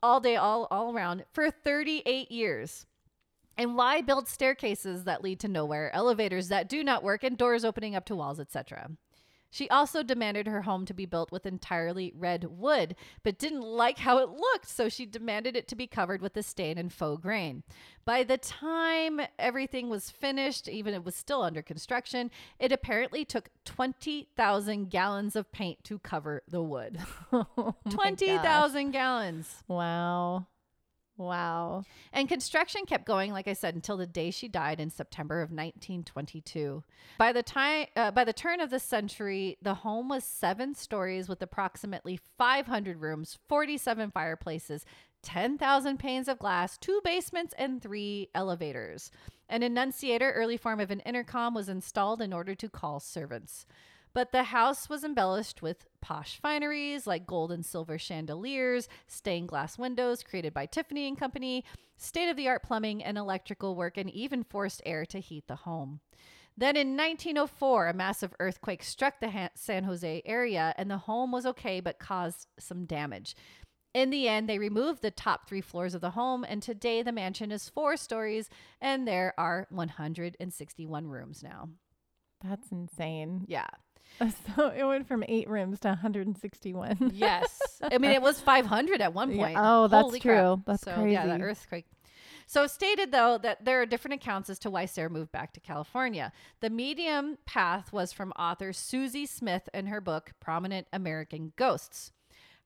[SPEAKER 2] all day, all, all around, for 38 years. And why build staircases that lead to nowhere, elevators that do not work, and doors opening up to walls, etc.? She also demanded her home to be built with entirely red wood, but didn't like how it looked, so she demanded it to be covered with a stain and faux grain. By the time everything was finished, even it was still under construction, it apparently took 20,000 gallons of paint to cover the wood.
[SPEAKER 1] Oh my gosh.
[SPEAKER 2] 20,000 gallons.
[SPEAKER 1] Wow. Wow.
[SPEAKER 2] And construction kept going, like I said, until the day she died in September of 1922. By the time, uh, by the turn of the century, the home was seven stories with approximately 500 rooms, 47 fireplaces, 10,000 panes of glass, two basements, and three elevators. An enunciator, early form of an intercom, was installed in order to call servants. But the house was embellished with posh fineries like gold and silver chandeliers, stained glass windows created by Tiffany and Company, state of the art plumbing and electrical work, and even forced air to heat the home. Then in 1904, a massive earthquake struck the ha- San Jose area, and the home was okay but caused some damage. In the end, they removed the top three floors of the home, and today the mansion is four stories, and there are 161 rooms now.
[SPEAKER 1] That's insane.
[SPEAKER 2] Yeah.
[SPEAKER 1] So it went from eight rooms to 161.
[SPEAKER 2] Yes. I mean, it was 500 at one
[SPEAKER 1] Yeah.
[SPEAKER 2] point.
[SPEAKER 1] Oh, that's
[SPEAKER 2] crap.
[SPEAKER 1] true. That's
[SPEAKER 2] so, Yeah, that
[SPEAKER 1] crazy.
[SPEAKER 2] earthquake. So it's stated though that there are different accounts as to why Sarah moved back to California. The medium path was from author Susie Smith in her book Prominent American Ghosts.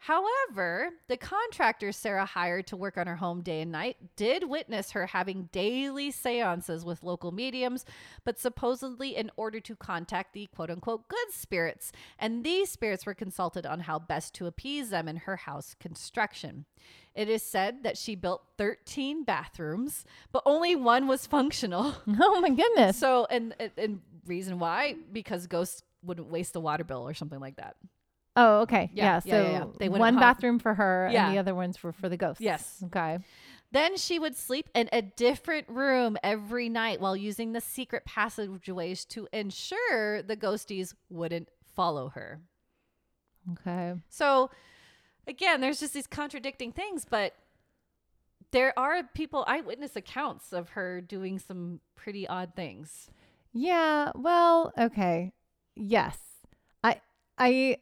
[SPEAKER 2] However, the contractor Sarah hired to work on her home day and night did witness her having daily seances with local mediums, but supposedly in order to contact the quote unquote good spirits. And these spirits were consulted on how best to appease them in her house construction. It is said that she built 13 bathrooms, but only one was functional.
[SPEAKER 1] oh my goodness.
[SPEAKER 2] So, and, and- and reason why? Because ghosts wouldn't waste the water bill or something like that.
[SPEAKER 1] Oh, okay.
[SPEAKER 2] Yeah,
[SPEAKER 1] Yeah.
[SPEAKER 2] yeah,
[SPEAKER 1] so
[SPEAKER 2] yeah, yeah. They wouldn't
[SPEAKER 1] one
[SPEAKER 2] haunt-
[SPEAKER 1] bathroom for her
[SPEAKER 2] Yeah.
[SPEAKER 1] and the other ones were for the ghosts.
[SPEAKER 2] Yes.
[SPEAKER 1] Okay.
[SPEAKER 2] Then she would sleep in a different room every night while using the secret passageways to ensure the ghosties wouldn't follow her.
[SPEAKER 1] Okay.
[SPEAKER 2] So, again, there's just these contradicting things, but there are people, eyewitness accounts of her doing some pretty odd things.
[SPEAKER 1] Yeah. Well, okay. Yes. I, I,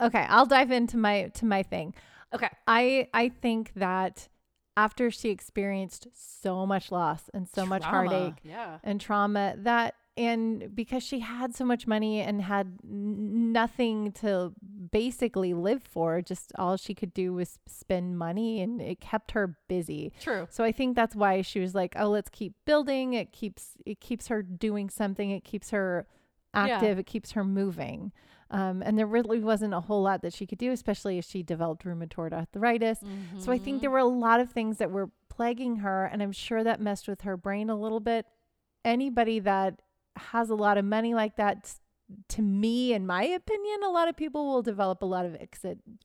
[SPEAKER 1] okay. I'll dive into my, to my thing.
[SPEAKER 2] Okay.
[SPEAKER 1] I I think that after she experienced so much loss and so much
[SPEAKER 2] Trauma.
[SPEAKER 1] heartache
[SPEAKER 2] Yeah.
[SPEAKER 1] and trauma that and because she had so much money and had n- nothing to basically live for, just all she could do was spend money and it kept her busy.
[SPEAKER 2] True.
[SPEAKER 1] So I think that's why she was like, "Oh, let's keep building. It keeps it keeps her doing something. It keeps her
[SPEAKER 2] Yeah.
[SPEAKER 1] active. It keeps her moving." Um, and there really wasn't a whole lot that she could do, especially as she developed rheumatoid arthritis. So I think there were a lot of things that were plaguing her, and I'm sure that messed with her brain a little bit. Anybody that has a lot of money like that. s- To me, in my opinion, a lot of people will develop a lot of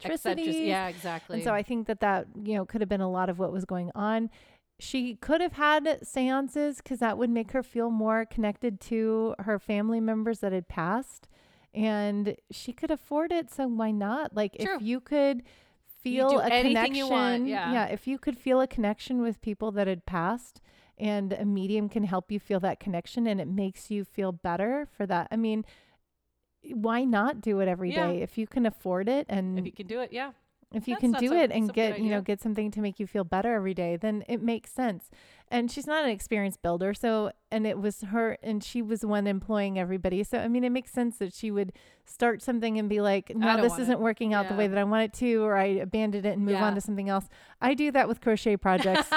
[SPEAKER 1] eccentricity.
[SPEAKER 2] Yeah, exactly.
[SPEAKER 1] And so I think that that, you know, could have been a lot of what was going on. She could have had seances because that would make her feel more connected to her family members that had passed. And she could afford it. So why not? Like,
[SPEAKER 2] True.
[SPEAKER 1] if you could feel
[SPEAKER 2] do
[SPEAKER 1] a
[SPEAKER 2] anything
[SPEAKER 1] connection.
[SPEAKER 2] you want, yeah.
[SPEAKER 1] If you could feel a connection with people that had passed and a medium can help you feel that connection and it makes you feel better for that. I mean, why not do it every day
[SPEAKER 2] Yeah.
[SPEAKER 1] if you can afford it and
[SPEAKER 2] If you can do it, yeah.
[SPEAKER 1] if you
[SPEAKER 2] That's
[SPEAKER 1] can
[SPEAKER 2] not
[SPEAKER 1] do
[SPEAKER 2] so-
[SPEAKER 1] it and
[SPEAKER 2] such a good
[SPEAKER 1] get you know
[SPEAKER 2] idea.
[SPEAKER 1] get something to make you feel better every day then it makes sense and she's not an experienced builder so and it was her and she was the one employing everybody so i mean it makes sense that she would start something and be like no
[SPEAKER 2] don't
[SPEAKER 1] this
[SPEAKER 2] want it."
[SPEAKER 1] isn't working out the
[SPEAKER 2] Yeah.
[SPEAKER 1] way that i want it to or i abandoned it and move on
[SPEAKER 2] Yeah.
[SPEAKER 1] to something else i do that with crochet projects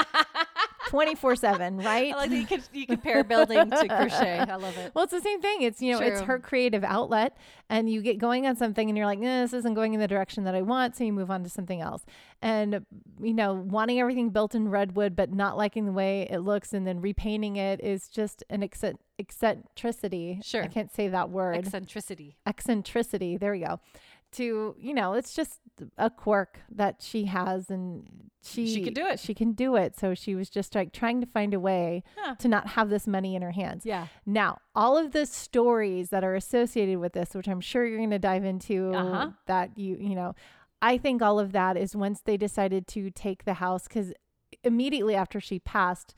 [SPEAKER 1] 24/7 right
[SPEAKER 2] I like that you could you compare building to crochet. I love it.
[SPEAKER 1] Well, it's the same thing. It's you know, it's
[SPEAKER 2] True.
[SPEAKER 1] her creative outlet, and you get going on something, and you're like, "Nah, this isn't going in the direction that I want, so you move on to something else. And you know, wanting everything built in redwood, but not liking the way it looks, and then repainting it is just an eccent- eccentricity. I
[SPEAKER 2] Sure.
[SPEAKER 1] can't say that word.
[SPEAKER 2] Eccentricity.
[SPEAKER 1] eccentricity. There you go. To you know, it's just a quirk that she has, and she
[SPEAKER 2] She can do it.
[SPEAKER 1] She can do it. So she was just like trying to find a way
[SPEAKER 2] Huh.
[SPEAKER 1] to not have this money in her hands.
[SPEAKER 2] Yeah.
[SPEAKER 1] Now, all of the stories that are associated with this, which I'm sure you're going to dive into,
[SPEAKER 2] Uh-huh.
[SPEAKER 1] that you you know, I think all of that is once they decided to take the house because immediately after she passed,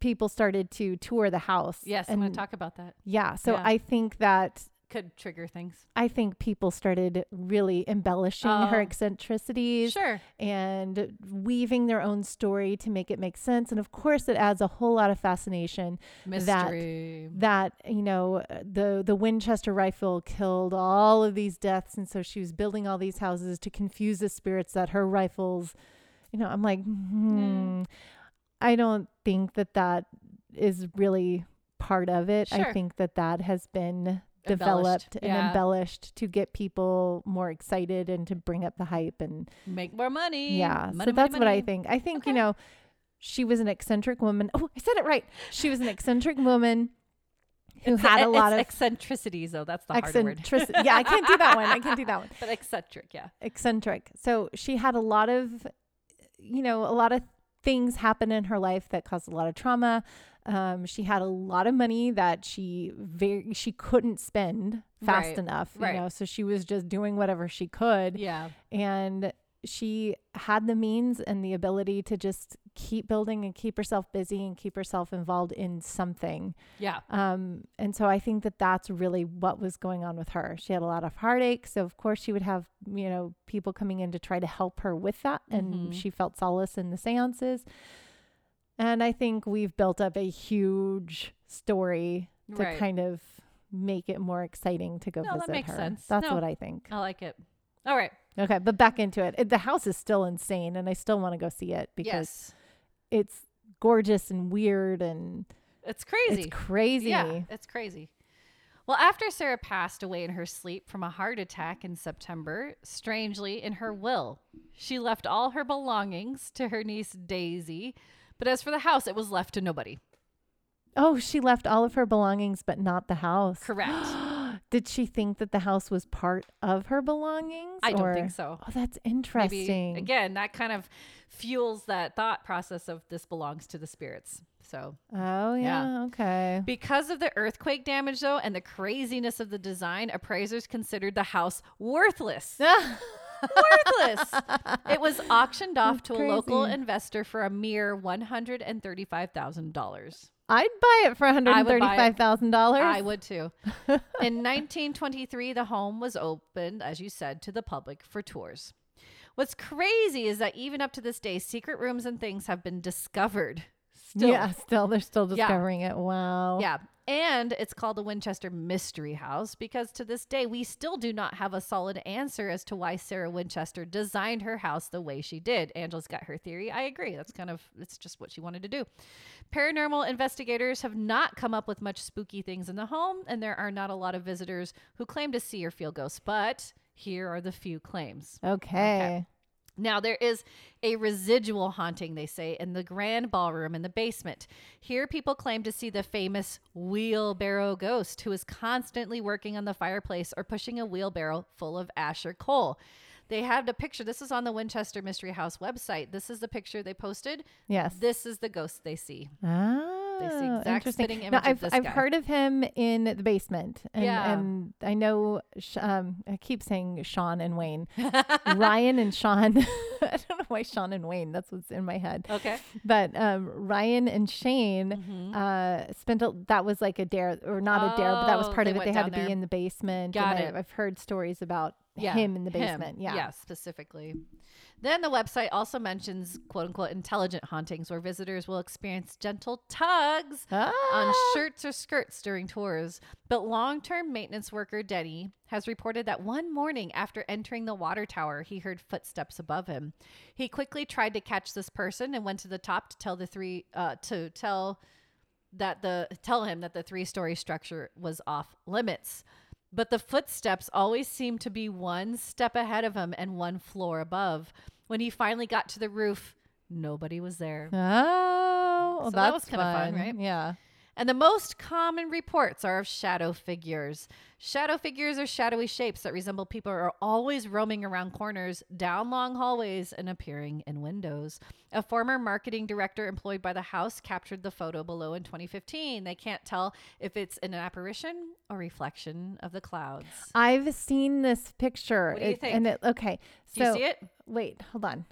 [SPEAKER 1] people started to tour the house.
[SPEAKER 2] Yes, I'm going
[SPEAKER 1] and
[SPEAKER 2] to talk about that.
[SPEAKER 1] yeah, so
[SPEAKER 2] yeah.
[SPEAKER 1] I think that
[SPEAKER 2] Could trigger things.
[SPEAKER 1] I think people started really embellishing her
[SPEAKER 2] Oh.
[SPEAKER 1] eccentricities
[SPEAKER 2] Sure.
[SPEAKER 1] and weaving their own story to make it make sense. And of course, it adds a whole lot of fascination that-
[SPEAKER 2] Mystery.
[SPEAKER 1] that you know uh, the the Winchester rifle killed all of these deaths, and so she was building all these houses to confuse the spirits that her rifles. You know, I'm like,
[SPEAKER 2] Mm.
[SPEAKER 1] hmm, I don't think that that is really part of it. I
[SPEAKER 2] Sure.
[SPEAKER 1] think that that has been
[SPEAKER 2] Embellished,
[SPEAKER 1] developed and
[SPEAKER 2] yeah.
[SPEAKER 1] embellished to get people more excited and to bring up the hype and
[SPEAKER 2] Make more money.
[SPEAKER 1] yeah.
[SPEAKER 2] Money,
[SPEAKER 1] so
[SPEAKER 2] money,
[SPEAKER 1] that's what I
[SPEAKER 2] money.
[SPEAKER 1] think. I think, you
[SPEAKER 2] Okay.
[SPEAKER 1] know, she was an eccentric woman. Oh, I said it right. She was an eccentric woman who
[SPEAKER 2] It's- e,
[SPEAKER 1] had a
[SPEAKER 2] it's
[SPEAKER 1] lot of
[SPEAKER 2] eccentricities, though. That's the hard
[SPEAKER 1] eccentricity.
[SPEAKER 2] word.
[SPEAKER 1] yeah, I can't do that one. I can't do that one.
[SPEAKER 2] But eccentric, yeah.
[SPEAKER 1] Eccentric. So she had a lot of, you know, a lot of things happen in her life that caused a lot of trauma. Um, she had a lot of money that she very she couldn't spend fast
[SPEAKER 2] Right,
[SPEAKER 1] enough, you
[SPEAKER 2] right.
[SPEAKER 1] know. So she was just doing whatever she could
[SPEAKER 2] Yeah.
[SPEAKER 1] and she had the means and the ability to just keep building and keep herself busy and keep herself involved in something.
[SPEAKER 2] Yeah.
[SPEAKER 1] Um, and so I think that that's really what was going on with her. She had a lot of heartache, so of course she would have you know people coming in to try to help her with that, and
[SPEAKER 2] Mhm.
[SPEAKER 1] she felt solace in the seances. And I think we've built up a huge story to
[SPEAKER 2] Right.
[SPEAKER 1] kind of make it more exciting to go
[SPEAKER 2] No, that
[SPEAKER 1] visit
[SPEAKER 2] makes
[SPEAKER 1] her.
[SPEAKER 2] sense.
[SPEAKER 1] That's
[SPEAKER 2] No.
[SPEAKER 1] what I think.
[SPEAKER 2] I like it. All right.
[SPEAKER 1] Okay, but back into it. It- The house is still insane, and I still want to go see it because
[SPEAKER 2] yes.
[SPEAKER 1] it's gorgeous and weird and
[SPEAKER 2] It's crazy.
[SPEAKER 1] it's crazy.
[SPEAKER 2] Yeah, it's crazy. Well, after Sarah passed away in her sleep from a heart attack in September, strangely, in her will, she left all her belongings to her niece Daisy. But as for the house, it was left to nobody.
[SPEAKER 1] Oh, she left all of her belongings, but not the house.
[SPEAKER 2] Correct.
[SPEAKER 1] Did she think that the house was part of her belongings?
[SPEAKER 2] I don't think
[SPEAKER 1] or-
[SPEAKER 2] so.
[SPEAKER 1] Oh, that's
[SPEAKER 2] Maybe,
[SPEAKER 1] interesting.
[SPEAKER 2] again, that kind of fuels that thought process of this belongs to the spirits. So
[SPEAKER 1] Oh, yeah.
[SPEAKER 2] Yeah.
[SPEAKER 1] Okay.
[SPEAKER 2] Because of the earthquake damage, though, and the craziness of the design, appraisers considered the house worthless. worthless. It was auctioned off to a local
[SPEAKER 1] crazy.
[SPEAKER 2] investor for a mere one hundred and thirty-five thousand dollars.
[SPEAKER 1] I'd buy it for one hundred
[SPEAKER 2] I
[SPEAKER 1] and
[SPEAKER 2] would buy it.
[SPEAKER 1] thirty-five thousand dollars.
[SPEAKER 2] I would too. In 1923, the home was opened, as you said, to the public for tours. What's crazy is that even up to this day, secret rooms and things have been discovered. Still.
[SPEAKER 1] Yeah, still they're still
[SPEAKER 2] Yeah.
[SPEAKER 1] discovering it. Wow.
[SPEAKER 2] Yeah. And it's called the Winchester Mystery House because to this day, we still do not have a solid answer as to why Sarah Winchester designed her house the way she did. Angela's got her theory. I agree. That's kind of, it's just what she wanted to do. Paranormal investigators have not come up with much spooky things in the home, and there are not a lot of visitors who claim to see or feel ghosts, but here are the few claims.
[SPEAKER 1] Okay.
[SPEAKER 2] Now, there is a residual haunting, they say, in the grand ballroom in the basement. Here, people claim to see the famous wheelbarrow ghost who is constantly working on the fireplace or pushing a wheelbarrow full of ash or coal. They have the picture. This is on the Winchester Mystery House website. This is the picture they posted.
[SPEAKER 1] Yes.
[SPEAKER 2] This is the ghost they see.
[SPEAKER 1] Ah,
[SPEAKER 2] exact
[SPEAKER 1] interesting.
[SPEAKER 2] spitting
[SPEAKER 1] now,
[SPEAKER 2] image of
[SPEAKER 1] I've,
[SPEAKER 2] this
[SPEAKER 1] I've
[SPEAKER 2] guy.
[SPEAKER 1] heard of him in the basement, and,
[SPEAKER 2] Yeah.
[SPEAKER 1] and I know. Sh- Um, I keep saying Sean and Wayne, Ryan and Sean. I don't know why Sean and Wayne. That's what's in my head.
[SPEAKER 2] Okay.
[SPEAKER 1] But um, Ryan and Shane
[SPEAKER 2] Mm-hmm.
[SPEAKER 1] uh, spent a, that was like a dare or not a dare, but that was
[SPEAKER 2] Oh,
[SPEAKER 1] part
[SPEAKER 2] they
[SPEAKER 1] of it. They
[SPEAKER 2] went
[SPEAKER 1] had
[SPEAKER 2] down
[SPEAKER 1] to be
[SPEAKER 2] there.
[SPEAKER 1] in the basement.
[SPEAKER 2] Got
[SPEAKER 1] and
[SPEAKER 2] it.
[SPEAKER 1] I, I've heard stories about him in the basement. Yeah.
[SPEAKER 2] Yeah, specifically. Then the website also mentions quote unquote intelligent hauntings where visitors will experience gentle tugs on
[SPEAKER 1] Ah.
[SPEAKER 2] shirts or skirts during tours. But long term maintenance worker Denny has reported that one morning after entering the water tower, he heard footsteps above him. He quickly tried to catch this person and went to the top to tell the three uh, to tell that the tell him that the three story structure was off limits. But the footsteps always seemed to be one step ahead of him and one floor above. When he finally got to the roof, nobody was there.
[SPEAKER 1] Oh, well,
[SPEAKER 2] So that
[SPEAKER 1] that's
[SPEAKER 2] was kinda fun, right?
[SPEAKER 1] Yeah.
[SPEAKER 2] And the most common reports are of shadow figures. Shadow figures are shadowy shapes that resemble people are always roaming around corners, down long hallways, and appearing in windows. A former marketing director employed by the house captured the photo below in 2015. They can't tell if it's an apparition or reflection of the clouds.
[SPEAKER 1] I've seen this picture.
[SPEAKER 2] What do you
[SPEAKER 1] It- And
[SPEAKER 2] think?
[SPEAKER 1] it, okay.
[SPEAKER 2] Do
[SPEAKER 1] so
[SPEAKER 2] you see it?
[SPEAKER 1] wait, hold on.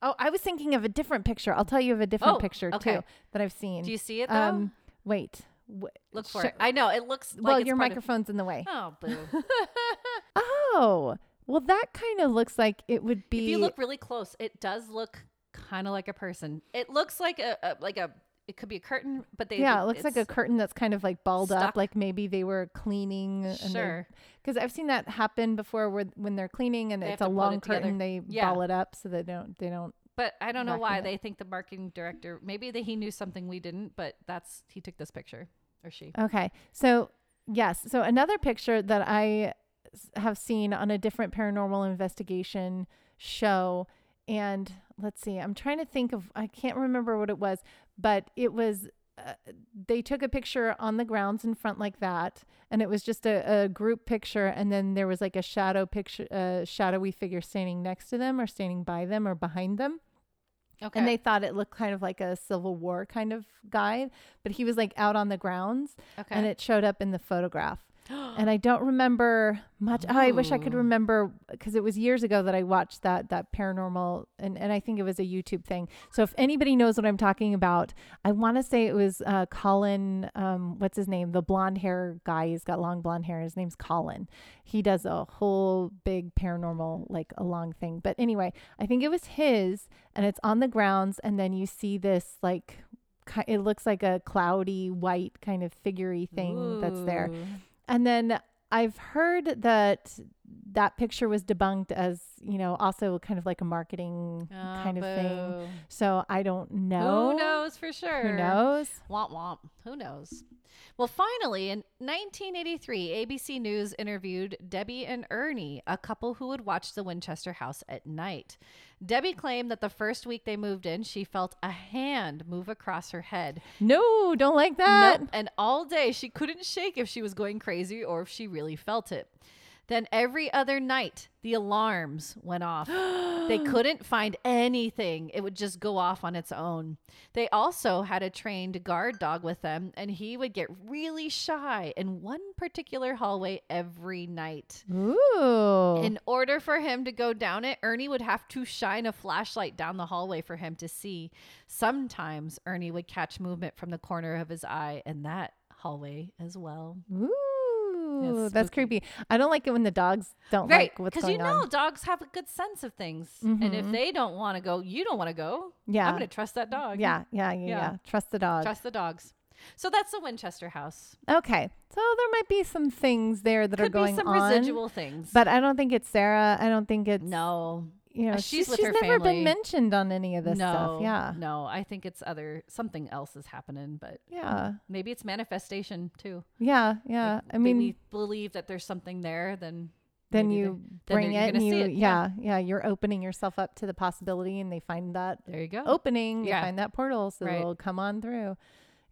[SPEAKER 1] Oh, I was thinking of a different picture. I'll tell you of a different
[SPEAKER 2] Oh,
[SPEAKER 1] picture
[SPEAKER 2] okay.
[SPEAKER 1] too that I've seen. Um,
[SPEAKER 2] Do you see it though?
[SPEAKER 1] wait. Wh-
[SPEAKER 2] Look for
[SPEAKER 1] sure.
[SPEAKER 2] it. I know it looks like
[SPEAKER 1] well,
[SPEAKER 2] it's
[SPEAKER 1] your
[SPEAKER 2] part
[SPEAKER 1] microphone's in the way.
[SPEAKER 2] Of- oh, boo.
[SPEAKER 1] Oh, well, that kind of looks like it would be.
[SPEAKER 2] if you look really close, it does look kind of like a person. It looks like a, a like a it could be a curtain, but they
[SPEAKER 1] yeah, it looks like a
[SPEAKER 2] it's-
[SPEAKER 1] curtain that's kind of like balled up,
[SPEAKER 2] stuck.
[SPEAKER 1] like maybe they were cleaning.
[SPEAKER 2] Sure.
[SPEAKER 1] Because I've seen that happen before, where when they're cleaning and
[SPEAKER 2] They
[SPEAKER 1] it's a
[SPEAKER 2] have to put
[SPEAKER 1] long
[SPEAKER 2] it together.
[SPEAKER 1] curtain, they
[SPEAKER 2] Yeah.
[SPEAKER 1] ball it up so they don't they don't
[SPEAKER 2] But I don't know why
[SPEAKER 1] document.
[SPEAKER 2] they think the marketing director maybe that he knew something we didn't, but that's he took this picture or she.
[SPEAKER 1] Okay. So, yes. So, another picture that I s- have seen on a different paranormal investigation show. And let's see, I'm trying to think of, I can't remember what it was, but it was, uh, they took a picture on the grounds in front like that. And it was just a, a group picture. And then there was like a shadow picture, a shadowy figure standing next to them or standing by them or behind them.
[SPEAKER 2] Okay.
[SPEAKER 1] And they thought it looked kind of like a Civil War kind of guy, but he was like out on the grounds
[SPEAKER 2] okay.
[SPEAKER 1] and it showed up in the photograph. and I don't remember much. Oh, I wish I could
[SPEAKER 2] Ooh.
[SPEAKER 1] remember because it was years ago that I watched that that paranormal, and and I think it was a YouTube thing. So if anybody knows what I'm talking about, I want to say it was uh, Colin. Um, what's his name? The blonde hair guy. He's got long blonde hair. His name's Colin. He does a whole big paranormal like a long thing. But anyway, I think it was his, and it's on the grounds, and then you see this like. ki- It looks like a cloudy white kind of figurey thing that's there.
[SPEAKER 2] Ooh.
[SPEAKER 1] And then I've heard that that picture was debunked as, you know, also kind of like a marketing
[SPEAKER 2] Oh,
[SPEAKER 1] kind of thing.
[SPEAKER 2] boo.
[SPEAKER 1] So I don't know.
[SPEAKER 2] Who knows for sure?
[SPEAKER 1] Who knows?
[SPEAKER 2] Womp womp. Who knows? Well, finally, in 1983, ABC News interviewed Debbie and Ernie, a couple who would watch the Winchester house at night. Debbie claimed that the first week they moved in, she felt a hand move across her head.
[SPEAKER 1] No, don't like that.
[SPEAKER 2] Nope. And all day she couldn't shake if she was going crazy or if she really felt it. Then every other night, the alarms went off. they couldn't find anything, it would just go off on its own. They also had a trained guard dog with them, and he would get really shy in one particular hallway every night.
[SPEAKER 1] Ooh.
[SPEAKER 2] In order for him to go down it, Ernie would have to shine a flashlight down the hallway for him to see. Sometimes Ernie would catch movement from the corner of his eye in that hallway as well.
[SPEAKER 1] Ooh. That's,
[SPEAKER 2] That's
[SPEAKER 1] creepy. I don't like it when the dogs don't
[SPEAKER 2] Right.
[SPEAKER 1] like what's
[SPEAKER 2] Because
[SPEAKER 1] going
[SPEAKER 2] you know,
[SPEAKER 1] on. Mm-hmm.
[SPEAKER 2] dogs have a good sense of things. And if they don't want to go, you don't want to go.
[SPEAKER 1] Yeah.
[SPEAKER 2] I'm going to trust that dog.
[SPEAKER 1] Yeah, yeah, yeah, yeah,
[SPEAKER 2] Yeah.
[SPEAKER 1] Trust the dog.
[SPEAKER 2] Trust the dogs. So that's the Winchester house.
[SPEAKER 1] okay. So there might be some things there that are
[SPEAKER 2] Could
[SPEAKER 1] going
[SPEAKER 2] be some
[SPEAKER 1] on.
[SPEAKER 2] residual things.
[SPEAKER 1] But I don't think it's Sarah. I don't think it's
[SPEAKER 2] no.
[SPEAKER 1] you know,
[SPEAKER 2] Uh, she's with her
[SPEAKER 1] never been
[SPEAKER 2] family.
[SPEAKER 1] mentioned on any of this
[SPEAKER 2] no.
[SPEAKER 1] stuff. Yeah.
[SPEAKER 2] No. I think it's other, something else is happening, but
[SPEAKER 1] Yeah.
[SPEAKER 2] maybe it's manifestation too.
[SPEAKER 1] Yeah. Yeah.
[SPEAKER 2] Like,
[SPEAKER 1] I
[SPEAKER 2] that
[SPEAKER 1] mean,
[SPEAKER 2] we believe that there's something there, then
[SPEAKER 1] then
[SPEAKER 2] maybe
[SPEAKER 1] you
[SPEAKER 2] they're- then
[SPEAKER 1] bring
[SPEAKER 2] you're
[SPEAKER 1] it and
[SPEAKER 2] gonna
[SPEAKER 1] you,
[SPEAKER 2] see it,
[SPEAKER 1] yeah.
[SPEAKER 2] yeah.
[SPEAKER 1] yeah. You're opening yourself up to the possibility and they find that
[SPEAKER 2] there you go.
[SPEAKER 1] opening.
[SPEAKER 2] Yeah.
[SPEAKER 1] They find that portal. So
[SPEAKER 2] Right.
[SPEAKER 1] they'll come on through.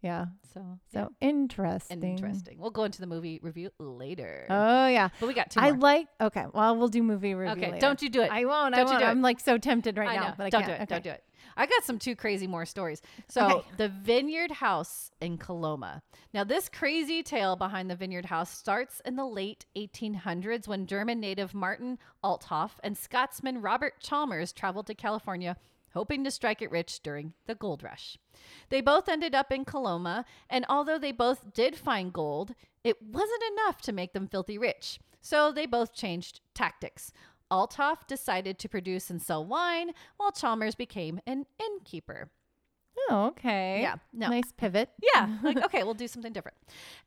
[SPEAKER 1] Yeah.
[SPEAKER 2] so yeah.
[SPEAKER 1] So interesting.
[SPEAKER 2] And interesting. Uh, We'll go into the movie review later.
[SPEAKER 1] Oh, yeah.
[SPEAKER 2] but we got two
[SPEAKER 1] I
[SPEAKER 2] more.
[SPEAKER 1] like, okay. Well, we'll do movie review.
[SPEAKER 2] okay,
[SPEAKER 1] later.
[SPEAKER 2] don't you do it.
[SPEAKER 1] I won't. I
[SPEAKER 2] Don't you
[SPEAKER 1] won't.
[SPEAKER 2] do it.
[SPEAKER 1] I'm like so tempted right
[SPEAKER 2] I
[SPEAKER 1] now,
[SPEAKER 2] know.
[SPEAKER 1] but I
[SPEAKER 2] don't
[SPEAKER 1] can't.
[SPEAKER 2] do it.
[SPEAKER 1] Okay.
[SPEAKER 2] Don't do it. I got some two crazy more stories. So
[SPEAKER 1] Okay.
[SPEAKER 2] the Vineyard House in Coloma. Now this crazy tale behind the Vineyard House starts in the late 1800s when German native Martin Althoff and Scotsman Robert Chalmers traveled to California hoping to strike it rich during the gold rush. They both ended up in Coloma, and although they both did find gold, it wasn't enough to make them filthy rich. So they both changed tactics. Altoff decided to produce and sell wine, while Chalmers became an innkeeper.
[SPEAKER 1] Oh, okay.
[SPEAKER 2] Yeah, no.
[SPEAKER 1] Nice pivot.
[SPEAKER 2] Yeah, like, okay, we'll do something different.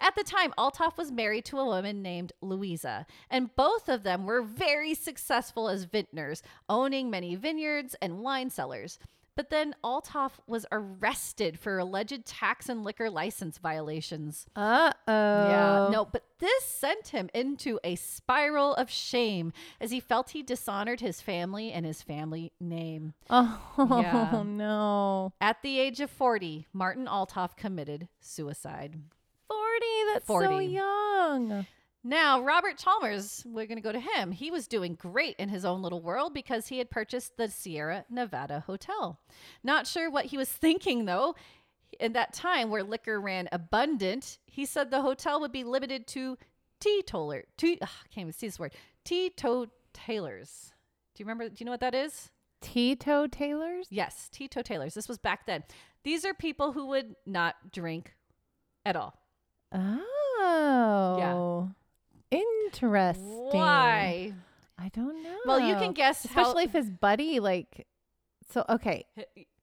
[SPEAKER 2] At the time, Altoff was married to a woman named Louisa, and both of them were very successful as vintners, owning many vineyards and wine cellars. But then Altoff was arrested for alleged tax and liquor license violations.
[SPEAKER 1] Uh oh.
[SPEAKER 2] Yeah. No, but this sent him into a spiral of shame as he felt he dishonored his family and his family name.
[SPEAKER 1] Oh
[SPEAKER 2] Yeah.
[SPEAKER 1] no.
[SPEAKER 2] At the age of 40, Martin Althoff committed suicide.
[SPEAKER 1] Forty. That's
[SPEAKER 2] 40.
[SPEAKER 1] so young.
[SPEAKER 2] Now, Robert Chalmers, we're going to go to him. He was doing great in his own little world because he had purchased the Sierra Nevada Hotel. Not sure what he was thinking, though. In that time where liquor ran abundant, he said the hotel would be limited to teetotaler. Te- ugh, I can't even see this word. Teetotalers. Do you remember? Do you know what that is?
[SPEAKER 1] Tito Taylor's.
[SPEAKER 2] Yes, teetotalers. This was back then. These are people who would not drink at all.
[SPEAKER 1] Oh. Yeah. Interesting.
[SPEAKER 2] Why?
[SPEAKER 1] I don't know.
[SPEAKER 2] Well, you can guess. how-
[SPEAKER 1] Oh, Especially if his buddy, like, so okay.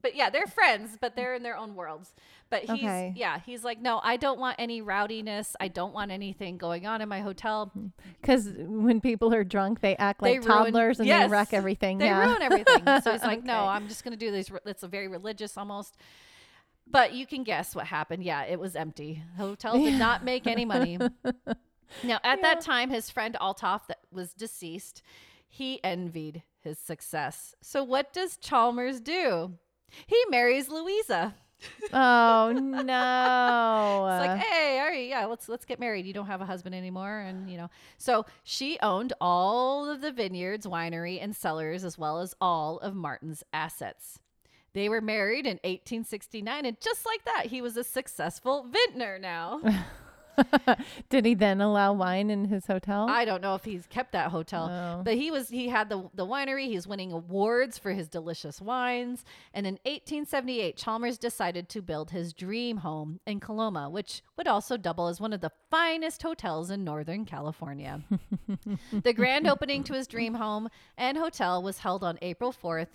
[SPEAKER 2] but yeah, they're friends, but they're in their own worlds. But he's
[SPEAKER 1] Okay.
[SPEAKER 2] yeah, he's like, no, I don't want any rowdiness. I don't want anything going on in my hotel.
[SPEAKER 1] Because when people are drunk, they act
[SPEAKER 2] They
[SPEAKER 1] like
[SPEAKER 2] ruin-
[SPEAKER 1] toddlers and
[SPEAKER 2] yes,
[SPEAKER 1] they wreck everything.
[SPEAKER 2] They
[SPEAKER 1] yeah.
[SPEAKER 2] ruin everything. So he's like, no,
[SPEAKER 1] Okay.
[SPEAKER 2] I'm just gonna do this. That's a very religious almost. But you can guess what happened. Yeah, it was empty. Hotel did not make any money. Now, at that time, his friend Altoff that was deceased, he envied his success. So what does Chalmers do? He marries Louisa.
[SPEAKER 1] Oh no.
[SPEAKER 2] It's like, hey, all right, yeah, let's let's get married. You don't have a husband anymore, and you know. So she owned all of the vineyards, winery, and cellars, as well as all of Martin's assets. They were married in 1869, and just like that, he was a successful vintner now.
[SPEAKER 1] Did he then allow wine in his hotel?
[SPEAKER 2] eh. I don't know if he's kept that hotel,
[SPEAKER 1] Oh.
[SPEAKER 2] but he was he had the the winery. He's winning awards for his delicious wines. And in 1878, Chalmers decided to build his dream home in Coloma, which would also double as one of the finest hotels in Northern California. the grand opening to his dream home and hotel was held on April 4th,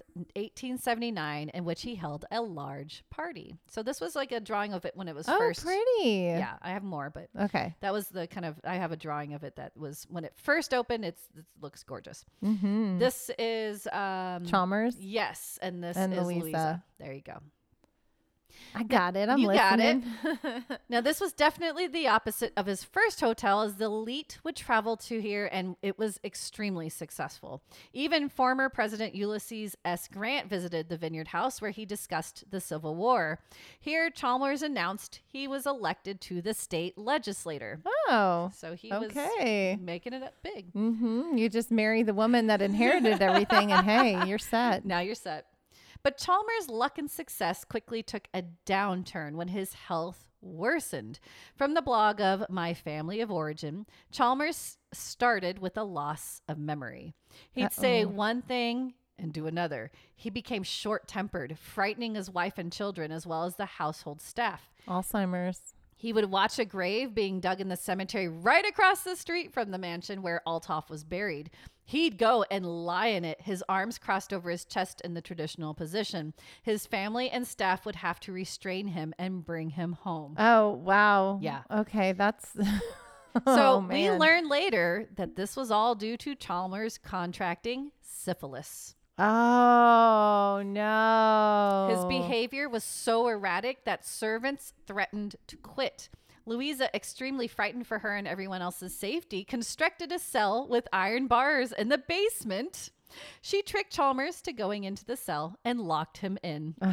[SPEAKER 2] 1879, in which he held a large party. So this was like a drawing of it when it was
[SPEAKER 1] oh,
[SPEAKER 2] first.
[SPEAKER 1] pretty.
[SPEAKER 2] Yeah, I have more, but
[SPEAKER 1] Okay.
[SPEAKER 2] that was the kind of I have a drawing of it that was when it first opened. It's it looks gorgeous.
[SPEAKER 1] Mm-hmm.
[SPEAKER 2] This is um
[SPEAKER 1] Chalmers.
[SPEAKER 2] Yes, and this
[SPEAKER 1] And
[SPEAKER 2] is Louisa.
[SPEAKER 1] Louisa.
[SPEAKER 2] There you go.
[SPEAKER 1] I got it. I'm
[SPEAKER 2] you got it.
[SPEAKER 1] listening.
[SPEAKER 2] Now this was definitely the opposite of his first hotel as the elite would travel to here and it was extremely successful. Even former President Ulysses S. Grant visited the Vineyard House where he discussed the Civil War. Here Chalmers announced he was elected to the state legislator.
[SPEAKER 1] Oh.
[SPEAKER 2] So he
[SPEAKER 1] Okay.
[SPEAKER 2] was making it up big.
[SPEAKER 1] Mm-hmm. You just marry the woman that inherited everything, and hey, you're set.
[SPEAKER 2] Now you're set. But Chalmers' luck and success quickly took a downturn when his health worsened. From the blog of My Family of Origin, Chalmers started with a loss of memory. He'd say
[SPEAKER 1] Uh-oh.
[SPEAKER 2] one thing and do another. He became short tempered, frightening his wife and children, as well as the household staff.
[SPEAKER 1] Alzheimer's.
[SPEAKER 2] He would watch a grave being dug in the cemetery right across the street from the mansion where Altoff was buried. He'd go and lie in it, his arms crossed over his chest in the traditional position. His family and staff would have to restrain him and bring him home.
[SPEAKER 1] Oh wow.
[SPEAKER 2] Yeah.
[SPEAKER 1] Okay, that's.
[SPEAKER 2] so
[SPEAKER 1] Oh,
[SPEAKER 2] we
[SPEAKER 1] man.
[SPEAKER 2] learned later that this was all due to Chalmers contracting syphilis.
[SPEAKER 1] Oh no.
[SPEAKER 2] His behavior was so erratic that servants threatened to quit. Louisa, extremely frightened for her and everyone else's safety, constructed a cell with iron bars in the basement. She tricked Chalmers to going into the cell and locked him in.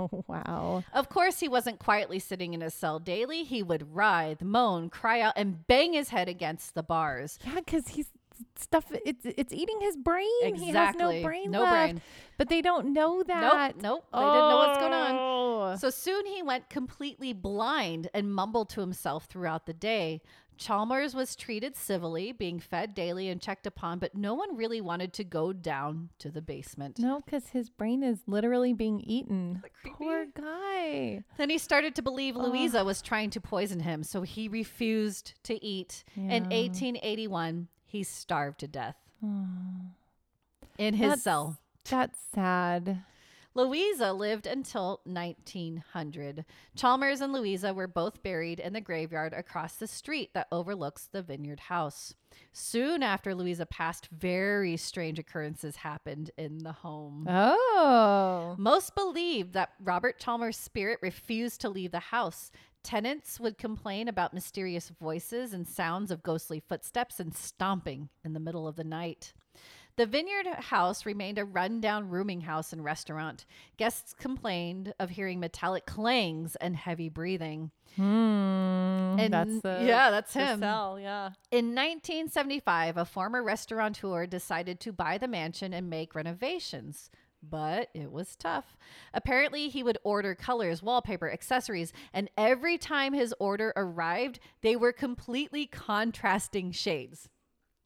[SPEAKER 1] Oh wow.
[SPEAKER 2] Of course, he wasn't quietly sitting in his cell daily. He would writhe, moan, cry out, and bang his head against the bars.
[SPEAKER 1] Yeah, because he's stuff. It's it's eating his brain. He has no brain
[SPEAKER 2] No
[SPEAKER 1] left.
[SPEAKER 2] brain.
[SPEAKER 1] But they don't know that. Oh.
[SPEAKER 2] Nope. Nope. They didn't know what's going on.
[SPEAKER 1] on.
[SPEAKER 2] So soon he went completely blind and mumbled to himself throughout the day. Chalmers was treated civilly, being fed daily and checked upon, but no one really wanted to go down to the basement.
[SPEAKER 1] No, because his brain is literally being eaten.
[SPEAKER 2] that
[SPEAKER 1] Poor guy.
[SPEAKER 2] Then he started to believe Louisa was trying to poison him, so he refused to eat. In
[SPEAKER 1] Yeah.
[SPEAKER 2] 1881, he starved to death in his
[SPEAKER 1] That's-
[SPEAKER 2] cell.
[SPEAKER 1] That's sad.
[SPEAKER 2] Louisa lived until 1900. Chalmers and Louisa were both buried in the graveyard across the street that overlooks the vineyard house. Soon after Louisa passed, very strange occurrences happened in the home.
[SPEAKER 1] Oh.
[SPEAKER 2] Most believed that Robert Chalmers' spirit refused to leave the house. Tenants would complain about mysterious voices and sounds of ghostly footsteps and stomping in the middle of the night. The Vineyard House remained a rundown rooming house and restaurant. Guests complained of hearing metallic clangs and heavy breathing.
[SPEAKER 1] Hmm.
[SPEAKER 2] And
[SPEAKER 1] that's the,
[SPEAKER 2] yeah, that's
[SPEAKER 1] the
[SPEAKER 2] him.
[SPEAKER 1] cell. Yeah.
[SPEAKER 2] In 1975, a former restaurateur decided to buy the mansion and make renovations, but it was tough. Apparently, he would order colors, wallpaper, accessories, and every time his order arrived, they were completely contrasting shades.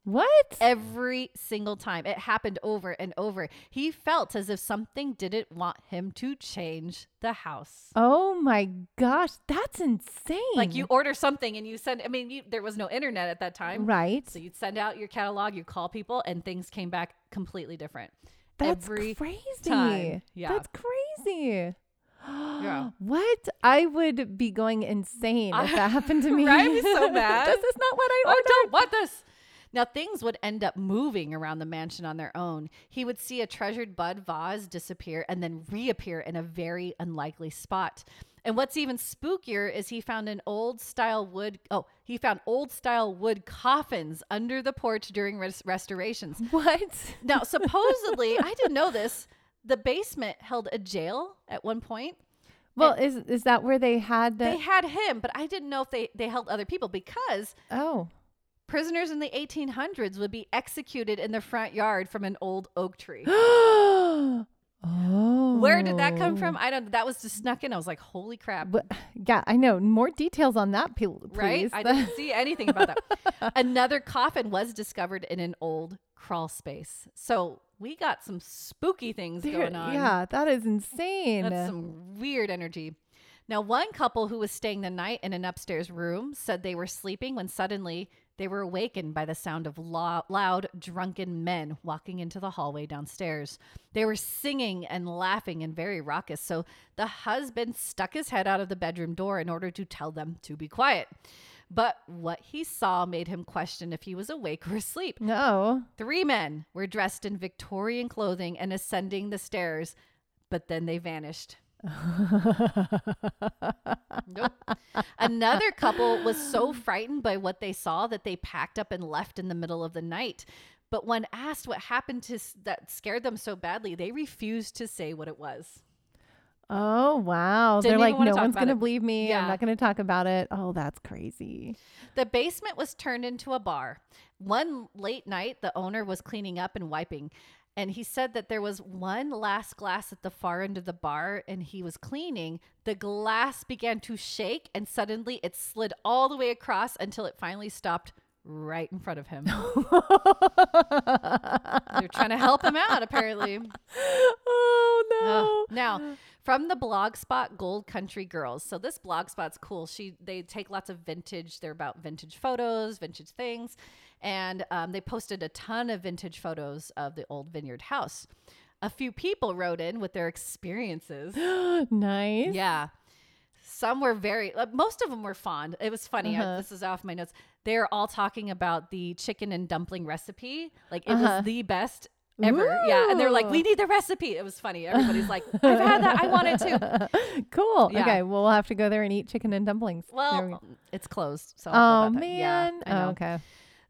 [SPEAKER 1] What?
[SPEAKER 2] Every single time. It happened over and over. He felt as if something didn't want him to change the house.
[SPEAKER 1] Oh my gosh, that's insane.
[SPEAKER 2] Like you order something and you send, I mean, you, there was no internet at that time.
[SPEAKER 1] right?
[SPEAKER 2] So you'd send out your catalog, you'd call people, and things came back completely different.
[SPEAKER 1] That's
[SPEAKER 2] every
[SPEAKER 1] crazy.
[SPEAKER 2] time. Yeah.
[SPEAKER 1] That's crazy. oh What? I would be going insane if
[SPEAKER 2] I-
[SPEAKER 1] that happened to me.
[SPEAKER 2] Right? I'd be so mad.
[SPEAKER 1] this is not what I
[SPEAKER 2] I
[SPEAKER 1] ordered.
[SPEAKER 2] Oh, don't want this. Now things would end up moving around the mansion on their own. He would see a treasured bud vase disappear and then reappear in a very unlikely spot. And what's even spookier is he found an old style wood. Oh, he found old style wood coffins under the porch during res- restorations.
[SPEAKER 1] What?
[SPEAKER 2] Now, supposedly, I didn't know this. The basement held a jail at one point.
[SPEAKER 1] Well, is is that where they had the
[SPEAKER 2] they had him, but I didn't know if they, they held other people because
[SPEAKER 1] Oh.
[SPEAKER 2] prisoners in the 1800s would be executed in the front yard from an old oak tree.
[SPEAKER 1] oh.
[SPEAKER 2] Where did that come from? I don't. That was just snuck in. I was like, holy crap.
[SPEAKER 1] But, yeah, I know. More details on that, pe- please.
[SPEAKER 2] Right? I
[SPEAKER 1] That-
[SPEAKER 2] didn't see anything about that. Another coffin was discovered in an old crawl space. So we got some spooky things
[SPEAKER 1] there-
[SPEAKER 2] going on.
[SPEAKER 1] Yeah, that is insane.
[SPEAKER 2] That's some weird energy. Now, one couple who was staying the night in an upstairs room said they were sleeping when suddenly they were awakened by the sound of lo- loud, drunken men walking into the hallway downstairs. They were singing and laughing and very raucous, so the husband stuck his head out of the bedroom door in order to tell them to be quiet. But what he saw made him question if he was awake or asleep.
[SPEAKER 1] no.
[SPEAKER 2] Three men were dressed in Victorian clothing and ascending the stairs, but then they vanished. Nope. Another couple was so frightened by what they saw that they packed up and left in the middle of the night. But when asked what happened to s- that scared them so badly, they refused to say what it was.
[SPEAKER 1] Oh wow!
[SPEAKER 2] Didn't
[SPEAKER 1] They're
[SPEAKER 2] even
[SPEAKER 1] like,
[SPEAKER 2] wanna
[SPEAKER 1] no
[SPEAKER 2] talk
[SPEAKER 1] one's
[SPEAKER 2] about
[SPEAKER 1] gonna
[SPEAKER 2] it."
[SPEAKER 1] believe me.
[SPEAKER 2] Yeah.
[SPEAKER 1] I'm not gonna talk about it. Oh, that's crazy.
[SPEAKER 2] The basement was turned into a bar. One late night, the owner was cleaning up and wiping. And he said that there was one last glass at the far end of the bar, and he was cleaning. The glass began to shake, and suddenly it slid all the way across until it finally stopped right in front of him. They're trying to help him out, apparently.
[SPEAKER 1] Oh no!
[SPEAKER 2] Ugh. Now, from the blogspot Gold Country Girls. So this blogspot's cool. She they take lots of vintage. They're about vintage photos, vintage things, and um, they posted a ton of vintage photos of the old vineyard house. A few people wrote in with their experiences.
[SPEAKER 1] nice.
[SPEAKER 2] yeah. Some were very, uh, most of them were fond. It was funny.
[SPEAKER 1] Uh-huh.
[SPEAKER 2] I- this is off my notes. They're all talking about the chicken and dumpling recipe. Like, it was the best ever. Yeah. And they're like,
[SPEAKER 1] Uh-huh. Ooh.
[SPEAKER 2] we need the recipe. It was funny. Everybody's like, I've had that. I want it too.
[SPEAKER 1] Cool.
[SPEAKER 2] Yeah.
[SPEAKER 1] Okay, well, we'll have to go there and eat chicken and dumplings. There we go.
[SPEAKER 2] Well, it's closed. So I'll
[SPEAKER 1] oh
[SPEAKER 2] go about that. Yeah,
[SPEAKER 1] man.
[SPEAKER 2] I know.
[SPEAKER 1] oh, okay.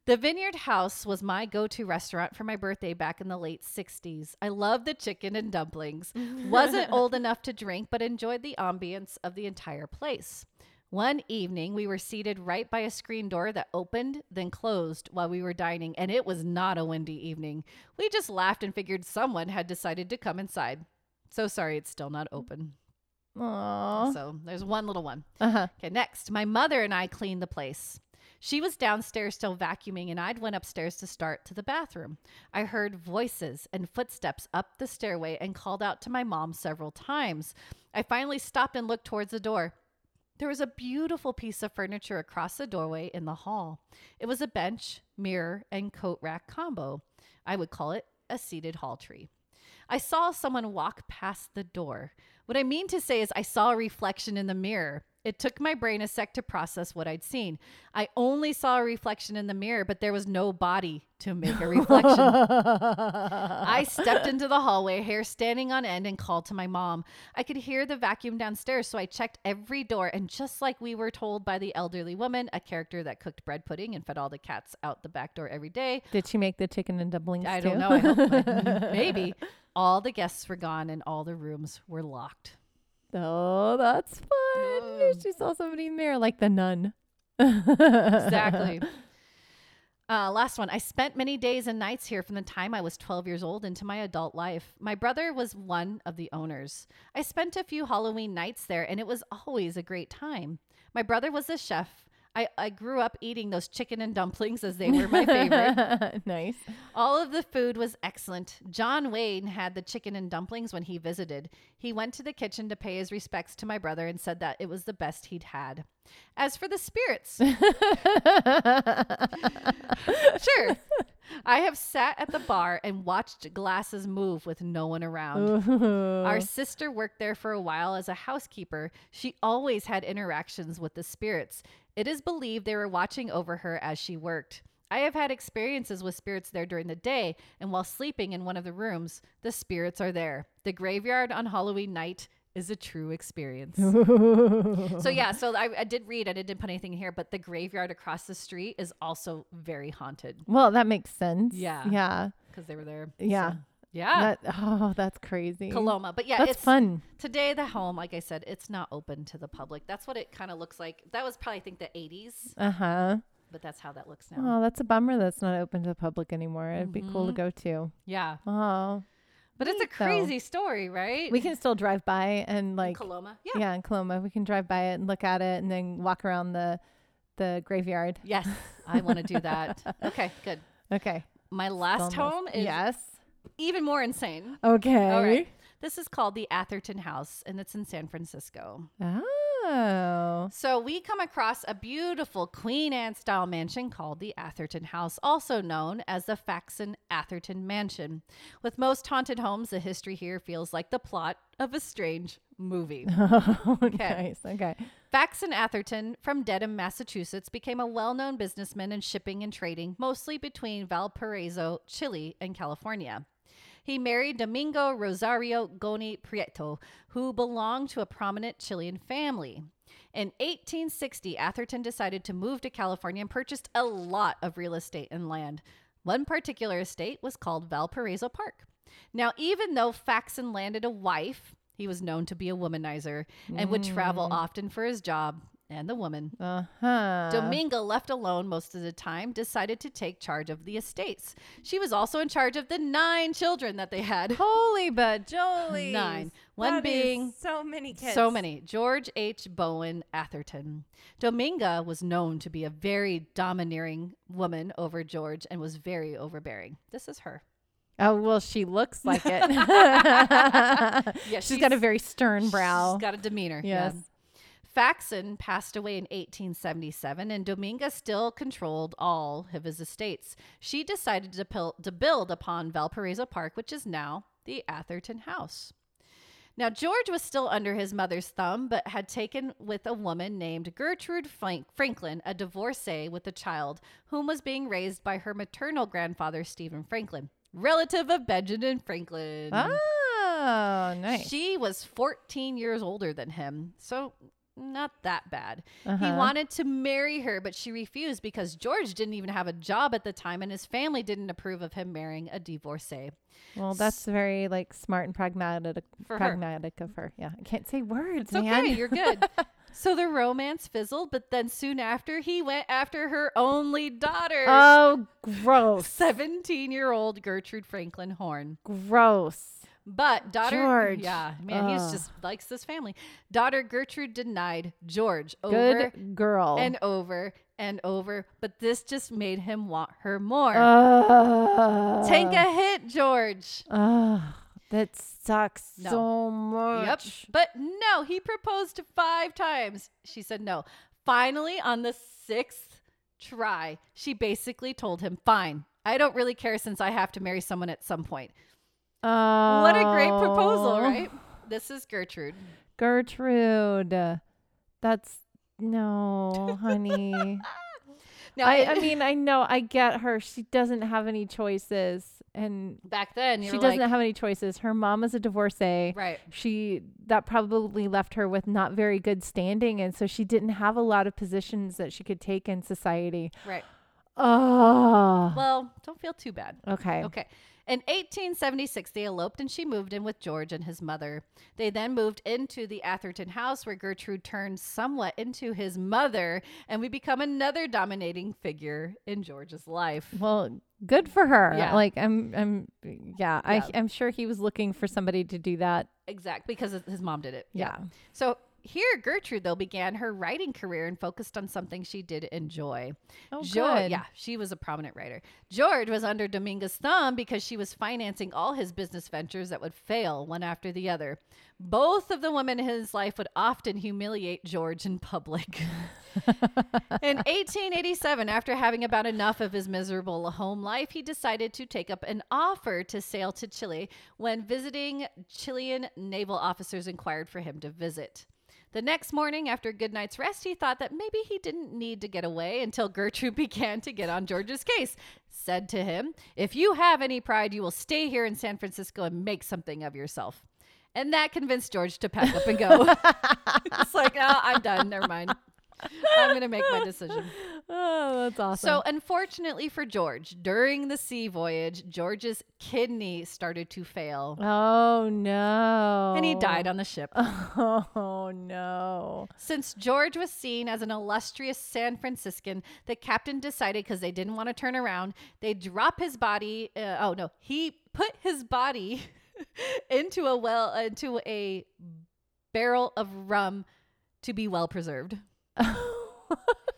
[SPEAKER 2] The Vineyard House was my go to restaurant for my birthday back in the late 60s. I loved the chicken and dumplings, wasn't old enough to drink, but enjoyed the ambience of the entire place. One evening, we were seated right by a screen door that opened, then closed while we were dining, and it was not a windy evening. We just laughed and figured someone had decided to come inside. So sorry, it's still not open.
[SPEAKER 1] Aww.
[SPEAKER 2] So there's one little one.
[SPEAKER 1] Uh huh.
[SPEAKER 2] Okay, next, my mother and I cleaned the place. She was downstairs still vacuuming, and I'd went upstairs to start to the bathroom. I heard voices and footsteps up the stairway and called out to my mom several times. I finally stopped and looked towards the door. There was a beautiful piece of furniture across the doorway in the hall. It was a bench, mirror, and coat rack combo. I would call it a seated hall tree. I saw someone walk past the door. What I mean to say is, I saw a reflection in the mirror. It took my brain a sec to process what I'd seen. I only saw a reflection in the mirror, but there was no body to make a reflection.
[SPEAKER 1] Uh-huh.
[SPEAKER 2] I stepped into the hallway, hair standing on end, and called to my mom. I could hear the vacuum downstairs, so I checked every door. And just like we were told by the elderly woman, a character that cooked bread pudding and fed all the cats out the back door every day,
[SPEAKER 1] Did she make the chicken and dumplings
[SPEAKER 2] I
[SPEAKER 1] too?
[SPEAKER 2] don't know. I hope maybe all the guests were gone and all the rooms were locked.
[SPEAKER 1] Oh, that's fun.
[SPEAKER 2] Yeah.
[SPEAKER 1] She saw somebody in there, like the nun.
[SPEAKER 2] Exactly. Uh, last one. I spent many days and nights here from the time I was 12 years old into my adult life. My brother was one of the owners. I spent a few Halloween nights there, and it was always a great time. My brother was a chef. I, I grew up eating those chicken and dumplings as they were my favorite.
[SPEAKER 1] nice.
[SPEAKER 2] All of the food was excellent. John Wayne had the chicken and dumplings when he visited. He went to the kitchen to pay his respects to my brother and said that it was the best he'd had. As for the spirits, sure. I have sat at the bar and watched glasses move with no one around.
[SPEAKER 1] Oh.
[SPEAKER 2] Our sister worked there for a while as a housekeeper. She always had interactions with the spirits. It is believed they were watching over her as she worked. I have had experiences with spirits there during the day, and while sleeping in one of the rooms, the spirits are there. The graveyard on Halloween night is a true experience. so, yeah, so I, I did read, I didn't put anything here, but the graveyard across the street is also very haunted
[SPEAKER 1] well, that makes sense.
[SPEAKER 2] Yeah.
[SPEAKER 1] Yeah.
[SPEAKER 2] because they were there.
[SPEAKER 1] Yeah.
[SPEAKER 2] So, yeah.
[SPEAKER 1] That, oh, that's crazy.
[SPEAKER 2] Coloma. But yeah,
[SPEAKER 1] that's
[SPEAKER 2] Ah. it's
[SPEAKER 1] fun.
[SPEAKER 2] Today, the home, like I said, it's not open to the public. That's what it kind of looks like. That was probably, I think, the 80s,
[SPEAKER 1] Uh
[SPEAKER 2] Oh.
[SPEAKER 1] huh.
[SPEAKER 2] but that's how that looks now.
[SPEAKER 1] Oh, that's a bummer that's not open to the public anymore. It'd be
[SPEAKER 2] Mm-hmm.
[SPEAKER 1] cool to go to.
[SPEAKER 2] Yeah.
[SPEAKER 1] Oh.
[SPEAKER 2] But it's a
[SPEAKER 1] neat, though.
[SPEAKER 2] crazy story, right?
[SPEAKER 1] We can still drive by and like
[SPEAKER 2] Coloma.
[SPEAKER 1] yeah.
[SPEAKER 2] Yeah.
[SPEAKER 1] in Coloma. We can drive by it and look at it and then walk around the the graveyard.
[SPEAKER 2] Yes. I want to do that. Okay, good.
[SPEAKER 1] Okay.
[SPEAKER 2] My
[SPEAKER 1] Almost.
[SPEAKER 2] last home is
[SPEAKER 1] Yes.
[SPEAKER 2] even more insane.
[SPEAKER 1] Okay.
[SPEAKER 2] All right. This is called the Atherton House, and it's in San Francisco.
[SPEAKER 1] Oh.
[SPEAKER 2] So we come across a beautiful Queen Anne style mansion called the Atherton House, also known as the Faxon Atherton Mansion. With most haunted homes, the history here feels like the plot of a strange movie.
[SPEAKER 1] nice. Okay.
[SPEAKER 2] Faxon Atherton from Dedham, Massachusetts, became a well known businessman in shipping and trading, mostly between Valparaiso, Chile, and California. He married Domingo Rosario Goni Prieto, who belonged to a prominent Chilean family. In 1860, Atherton decided to move to California and purchased a lot of real estate and land. One particular estate was called Valparaiso Park. Now, even though Faxon landed a wife, he was known to be a womanizer and would travel often for his job and the woman.
[SPEAKER 1] Uh huh.
[SPEAKER 2] Dominga, left alone most of the time, decided to take charge of the estates. She was also in charge of the nine children that they had.
[SPEAKER 1] Holy bajoli.
[SPEAKER 2] Nine. One being
[SPEAKER 1] so many kids.
[SPEAKER 2] So many. George H. Bowen Atherton. Dominga was known to be a very domineering woman over George and was very overbearing. This is her.
[SPEAKER 1] Oh well, she looks like it. she's got a
[SPEAKER 2] she's-
[SPEAKER 1] very stern brow.
[SPEAKER 2] She's got a demeanor.
[SPEAKER 1] Yes.
[SPEAKER 2] Faxon passed away in 1877, and Dominga still controlled all of his estates. She decided to, pil- to build upon Valparaiso Park, which is now the Atherton House. Now, George was still under his mother's thumb, but had taken with a woman named Gertrude Frank- Franklin, a divorcee with a child, whom was being raised by her maternal grandfather, Stephen Franklin, relative of Benjamin Franklin.
[SPEAKER 1] Ah. Oh, nice.
[SPEAKER 2] She was 14 years older than him, so not that bad. He
[SPEAKER 1] Uh-huh.
[SPEAKER 2] wanted to marry her, but she refused because George didn't even have a job at the time and his family didn't approve of him marrying a divorcee.
[SPEAKER 1] well, that's very like smart and pragmatic
[SPEAKER 2] For her.
[SPEAKER 1] pragmatic of her. Yeah, I can't say words,
[SPEAKER 2] It's okay,
[SPEAKER 1] man.
[SPEAKER 2] you're good. So the romance fizzled, but then soon after, he went after her only daughter,
[SPEAKER 1] Oh, gross.
[SPEAKER 2] 17 year old Gertrude Franklin Horn.
[SPEAKER 1] Gross.
[SPEAKER 2] But daughter,
[SPEAKER 1] George. Uh.
[SPEAKER 2] yeah, man, he's
[SPEAKER 1] Ugh.
[SPEAKER 2] just likes this family. Daughter Gertrude denied George over
[SPEAKER 1] Good girl.
[SPEAKER 2] and over and over, but this just made him want her more.
[SPEAKER 1] Uh. Ugh.
[SPEAKER 2] Take a hit, George.
[SPEAKER 1] Ugh. that sucks
[SPEAKER 2] No.
[SPEAKER 1] so much.
[SPEAKER 2] Yep. But no, he proposed five times. She said no. Finally, on the sixth try, she basically told him, Fine, I don't really care since I have to marry someone at some point. What a great proposal,
[SPEAKER 1] Oh.
[SPEAKER 2] right? This is Gertrude.
[SPEAKER 1] Gertrude. That's no, honey.
[SPEAKER 2] Now,
[SPEAKER 1] I, I mean, I know, I get her. She doesn't have any choices, and
[SPEAKER 2] back then, you
[SPEAKER 1] she
[SPEAKER 2] were
[SPEAKER 1] doesn't
[SPEAKER 2] like,
[SPEAKER 1] have any choices. Her mom is a divorcee.
[SPEAKER 2] Right.
[SPEAKER 1] She that probably left her with not very good standing, and so she didn't have a lot of positions that she could take in society.
[SPEAKER 2] Right.
[SPEAKER 1] Oh,
[SPEAKER 2] Well, don't feel too bad.
[SPEAKER 1] okay.
[SPEAKER 2] Okay. In 1876, they eloped and she moved in with George and his mother. They then moved into the Atherton house where Gertrude turned somewhat into his mother and we become another dominating figure in George's life.
[SPEAKER 1] Well, good for her.
[SPEAKER 2] Yeah.
[SPEAKER 1] Like I'm, I'm, yeah,
[SPEAKER 2] Yeah.
[SPEAKER 1] I, I'm sure he was looking for somebody to do that.
[SPEAKER 2] Exact, because his mom did it.
[SPEAKER 1] Yeah.
[SPEAKER 2] So here, Gertrude, though, began her writing career and focused on something she did enjoy.
[SPEAKER 1] Oh,
[SPEAKER 2] Geor-
[SPEAKER 1] good.
[SPEAKER 2] Yeah, she was a prominent writer. George was under Dominga's thumb because she was financing all his business ventures that would fail one after the other. Both of the women in his life would often humiliate George in public. in 1887, after having about enough of his miserable home life, he decided to take up an offer to sail to Chile when visiting Chilean naval officers inquired for him to visit. The next morning, after a good night's rest, he thought that maybe he didn't need to get away until Gertrude began to get on George's case. Said to him, If you have any pride, you will stay here in San Francisco and make something of yourself. And that convinced George to pack up and go. it's like, oh, I'm done. Never mind. I'm going to make my decision.
[SPEAKER 1] Oh, that's awesome.
[SPEAKER 2] So, unfortunately for George, during the sea voyage, George's kidney started to fail
[SPEAKER 1] oh no.
[SPEAKER 2] and he died on the ship.
[SPEAKER 1] Oh no.
[SPEAKER 2] Since George was seen as an illustrious San Franciscan, the captain decided because they didn't want to turn around, they drop his body. Uh, oh no, he put his body into a well into a barrel of rum to be well preserved.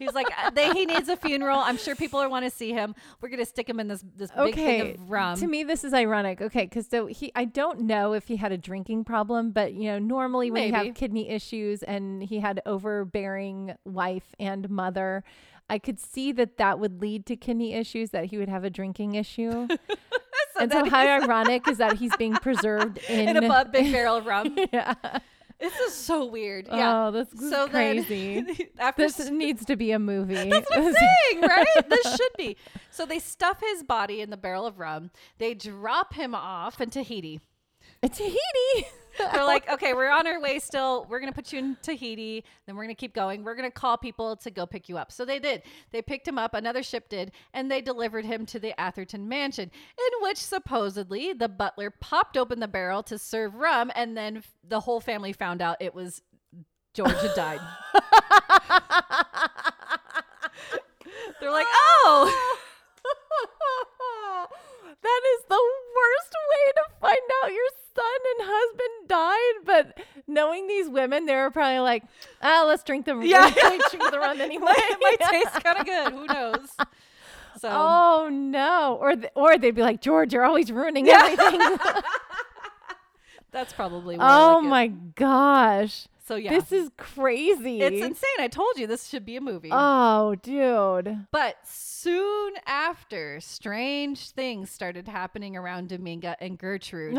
[SPEAKER 2] He's like, uh, they, he needs a funeral. I'm sure people are want to see him. We're gonna stick him in this this big
[SPEAKER 1] okay.
[SPEAKER 2] thing of rum.
[SPEAKER 1] to me, this is ironic. Okay, because so he, I don't know if he had a drinking problem, but you know, normally when you
[SPEAKER 2] Maybe.
[SPEAKER 1] have kidney issues and he had overbearing wife and mother, I could see that that would lead to kidney issues. That he would have a drinking issue. and so, how ironic is that he's being preserved in,
[SPEAKER 2] in a bu- big barrel of rum.
[SPEAKER 1] Yeah.
[SPEAKER 2] this is so weird. Yeah.
[SPEAKER 1] Oh, that's
[SPEAKER 2] so then-
[SPEAKER 1] crazy.
[SPEAKER 2] after
[SPEAKER 1] this needs to be a movie.
[SPEAKER 2] thing, right? This should be. So they stuff his body in the barrel of rum. They drop him off in Tahiti.
[SPEAKER 1] Tahiti.
[SPEAKER 2] They're like, okay, we're on our way still. We're going to put you in Tahiti. Then we're going to keep going. We're going to call people to go pick you up. So they did. They picked him up. Another ship did. And they delivered him to the Atherton mansion, in which supposedly the butler popped open the barrel to serve rum. And then f- the whole family found out it was George had died. They're like, oh.
[SPEAKER 1] Ah!" that is the worst way to find out your son and husband died. But knowing these women, they were probably like, ah, let's drink the
[SPEAKER 2] Yeah.
[SPEAKER 1] let's drink the rum anyway.
[SPEAKER 2] it might taste kind of good. Who knows? So
[SPEAKER 1] Oh no! Or th- or they'd be like, George, you're always ruining everything.
[SPEAKER 2] that's probably. More
[SPEAKER 1] oh
[SPEAKER 2] like it.
[SPEAKER 1] my gosh,
[SPEAKER 2] So yeah,
[SPEAKER 1] this is crazy.
[SPEAKER 2] it's insane. I told you this should be a movie.
[SPEAKER 1] oh, dude.
[SPEAKER 2] but soon after, strange things started happening around Dominga and Gertrude.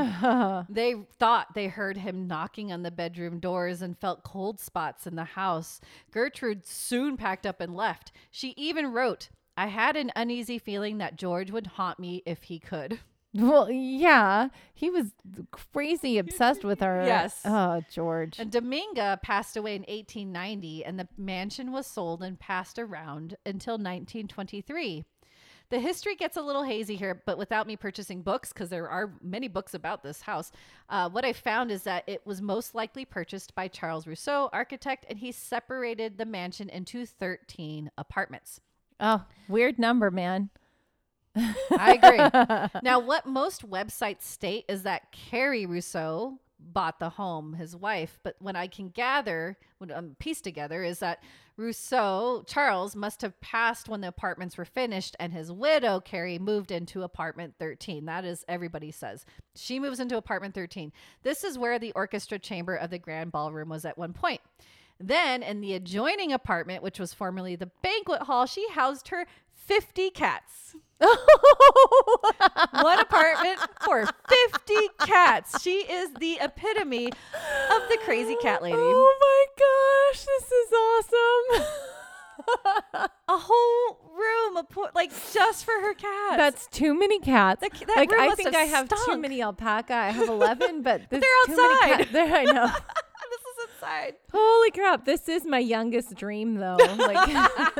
[SPEAKER 2] They thought they heard him knocking on the bedroom doors and felt cold spots in the house. Gertrude soon packed up and left. She even wrote, I had an uneasy feeling that George would haunt me if he could.
[SPEAKER 1] Well, yeah, he was crazy obsessed with her.
[SPEAKER 2] Yes.
[SPEAKER 1] Oh, George.
[SPEAKER 2] And Dominga passed away in 1890, and the mansion was sold and passed around until 1923. The history gets a little hazy here, but without me purchasing books, because there are many books about this house, uh, what I found is that it was most likely purchased by Charles Rousseau, architect, and he separated the mansion into 13 apartments.
[SPEAKER 1] Oh, weird number, man.
[SPEAKER 2] I agree. now, what most websites state is that Carrie Rousseau bought the home, his wife. But when I can gather, when I'm pieced together, is that Rousseau, Charles, must have passed when the apartments were finished, and his widow, Carrie, moved into apartment 13. That is, everybody says. She moves into apartment 13. This is where the orchestra chamber of the grand ballroom was at one point. Then, in the adjoining apartment, which was formerly the banquet hall, she housed her 50 cats. One apartment for 50 cats. She is the epitome of the crazy cat lady.
[SPEAKER 1] Oh my gosh, this is awesome.
[SPEAKER 2] A whole room, a po- like just for her cats.
[SPEAKER 1] That's too many cats.
[SPEAKER 2] That c- that
[SPEAKER 1] like
[SPEAKER 2] room
[SPEAKER 1] I
[SPEAKER 2] must
[SPEAKER 1] think
[SPEAKER 2] have
[SPEAKER 1] I have too
[SPEAKER 2] stunk.
[SPEAKER 1] many alpaca. I have eleven, but, there's
[SPEAKER 2] they're
[SPEAKER 1] too many
[SPEAKER 2] outside.
[SPEAKER 1] cat- There I know.
[SPEAKER 2] this is inside.
[SPEAKER 1] Holy crap! This is my youngest dream, though. Like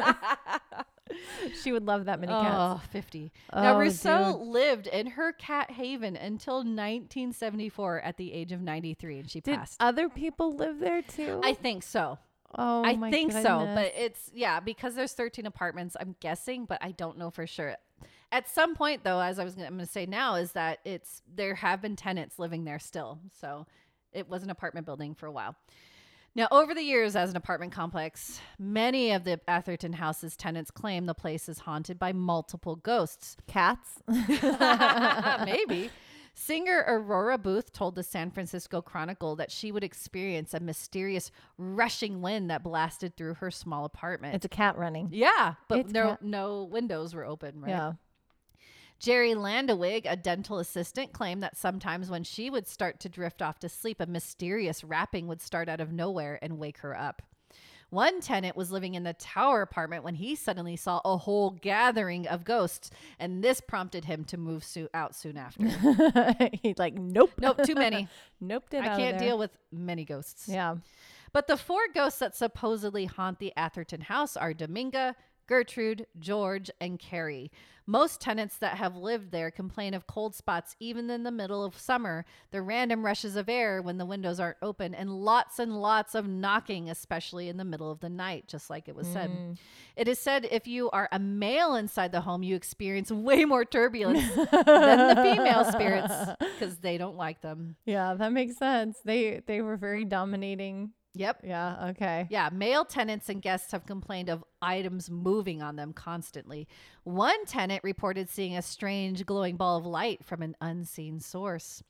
[SPEAKER 1] she would love that many cats.
[SPEAKER 2] Oh, 50. now,
[SPEAKER 1] Oh,
[SPEAKER 2] Rousseau lived in her cat haven until 1974 at the age of 93, and she
[SPEAKER 1] Did
[SPEAKER 2] passed.
[SPEAKER 1] other people live there too?
[SPEAKER 2] I think so.
[SPEAKER 1] oh,
[SPEAKER 2] I
[SPEAKER 1] my
[SPEAKER 2] think so,
[SPEAKER 1] goodness.
[SPEAKER 2] but it's yeah because there's 13 apartments. I'm guessing, but I don't know for sure. At some point, though, as I was gonna, I'm going to say now, is that it's there have been tenants living there still, so it was an apartment building for a while. Now, over the years, as an apartment complex, many of the Atherton House's tenants claim the place is haunted by multiple ghosts.
[SPEAKER 1] cats.
[SPEAKER 2] Maybe. Singer Aurora Booth told the San Francisco Chronicle that she would experience a mysterious rushing wind that blasted through her small apartment.
[SPEAKER 1] it's a cat running.
[SPEAKER 2] yeah, but
[SPEAKER 1] it's
[SPEAKER 2] no
[SPEAKER 1] cat-
[SPEAKER 2] no windows were open, right?
[SPEAKER 1] Yeah.
[SPEAKER 2] Jerry Landawig, a dental assistant, claimed that sometimes when she would start to drift off to sleep, a mysterious rapping would start out of nowhere and wake her up. One tenant was living in the tower apartment when he suddenly saw a whole gathering of ghosts, and this prompted him to move so- out soon after.
[SPEAKER 1] He's like, nope,
[SPEAKER 2] nope, too many.
[SPEAKER 1] nope. It
[SPEAKER 2] I
[SPEAKER 1] out of
[SPEAKER 2] can't
[SPEAKER 1] there.
[SPEAKER 2] deal with many ghosts.
[SPEAKER 1] Yeah.
[SPEAKER 2] But the four ghosts that supposedly haunt the Atherton house are Dominga, Gertrude, George, and Carrie. Most tenants that have lived there complain of cold spots even in the middle of summer, the random rushes of air when the windows aren't open, and lots and lots of knocking, especially in the middle of the night, just like it was said.
[SPEAKER 1] Mm.
[SPEAKER 2] It is said if you are a male inside the home, you experience way more turbulence than the female spirits because they don't like them.
[SPEAKER 1] Yeah, that makes sense. They they were very dominating.
[SPEAKER 2] Yep.
[SPEAKER 1] Yeah, okay.
[SPEAKER 2] Yeah, male tenants and guests have complained of items moving on them constantly. One tenant reported seeing a strange glowing ball of light from an unseen source.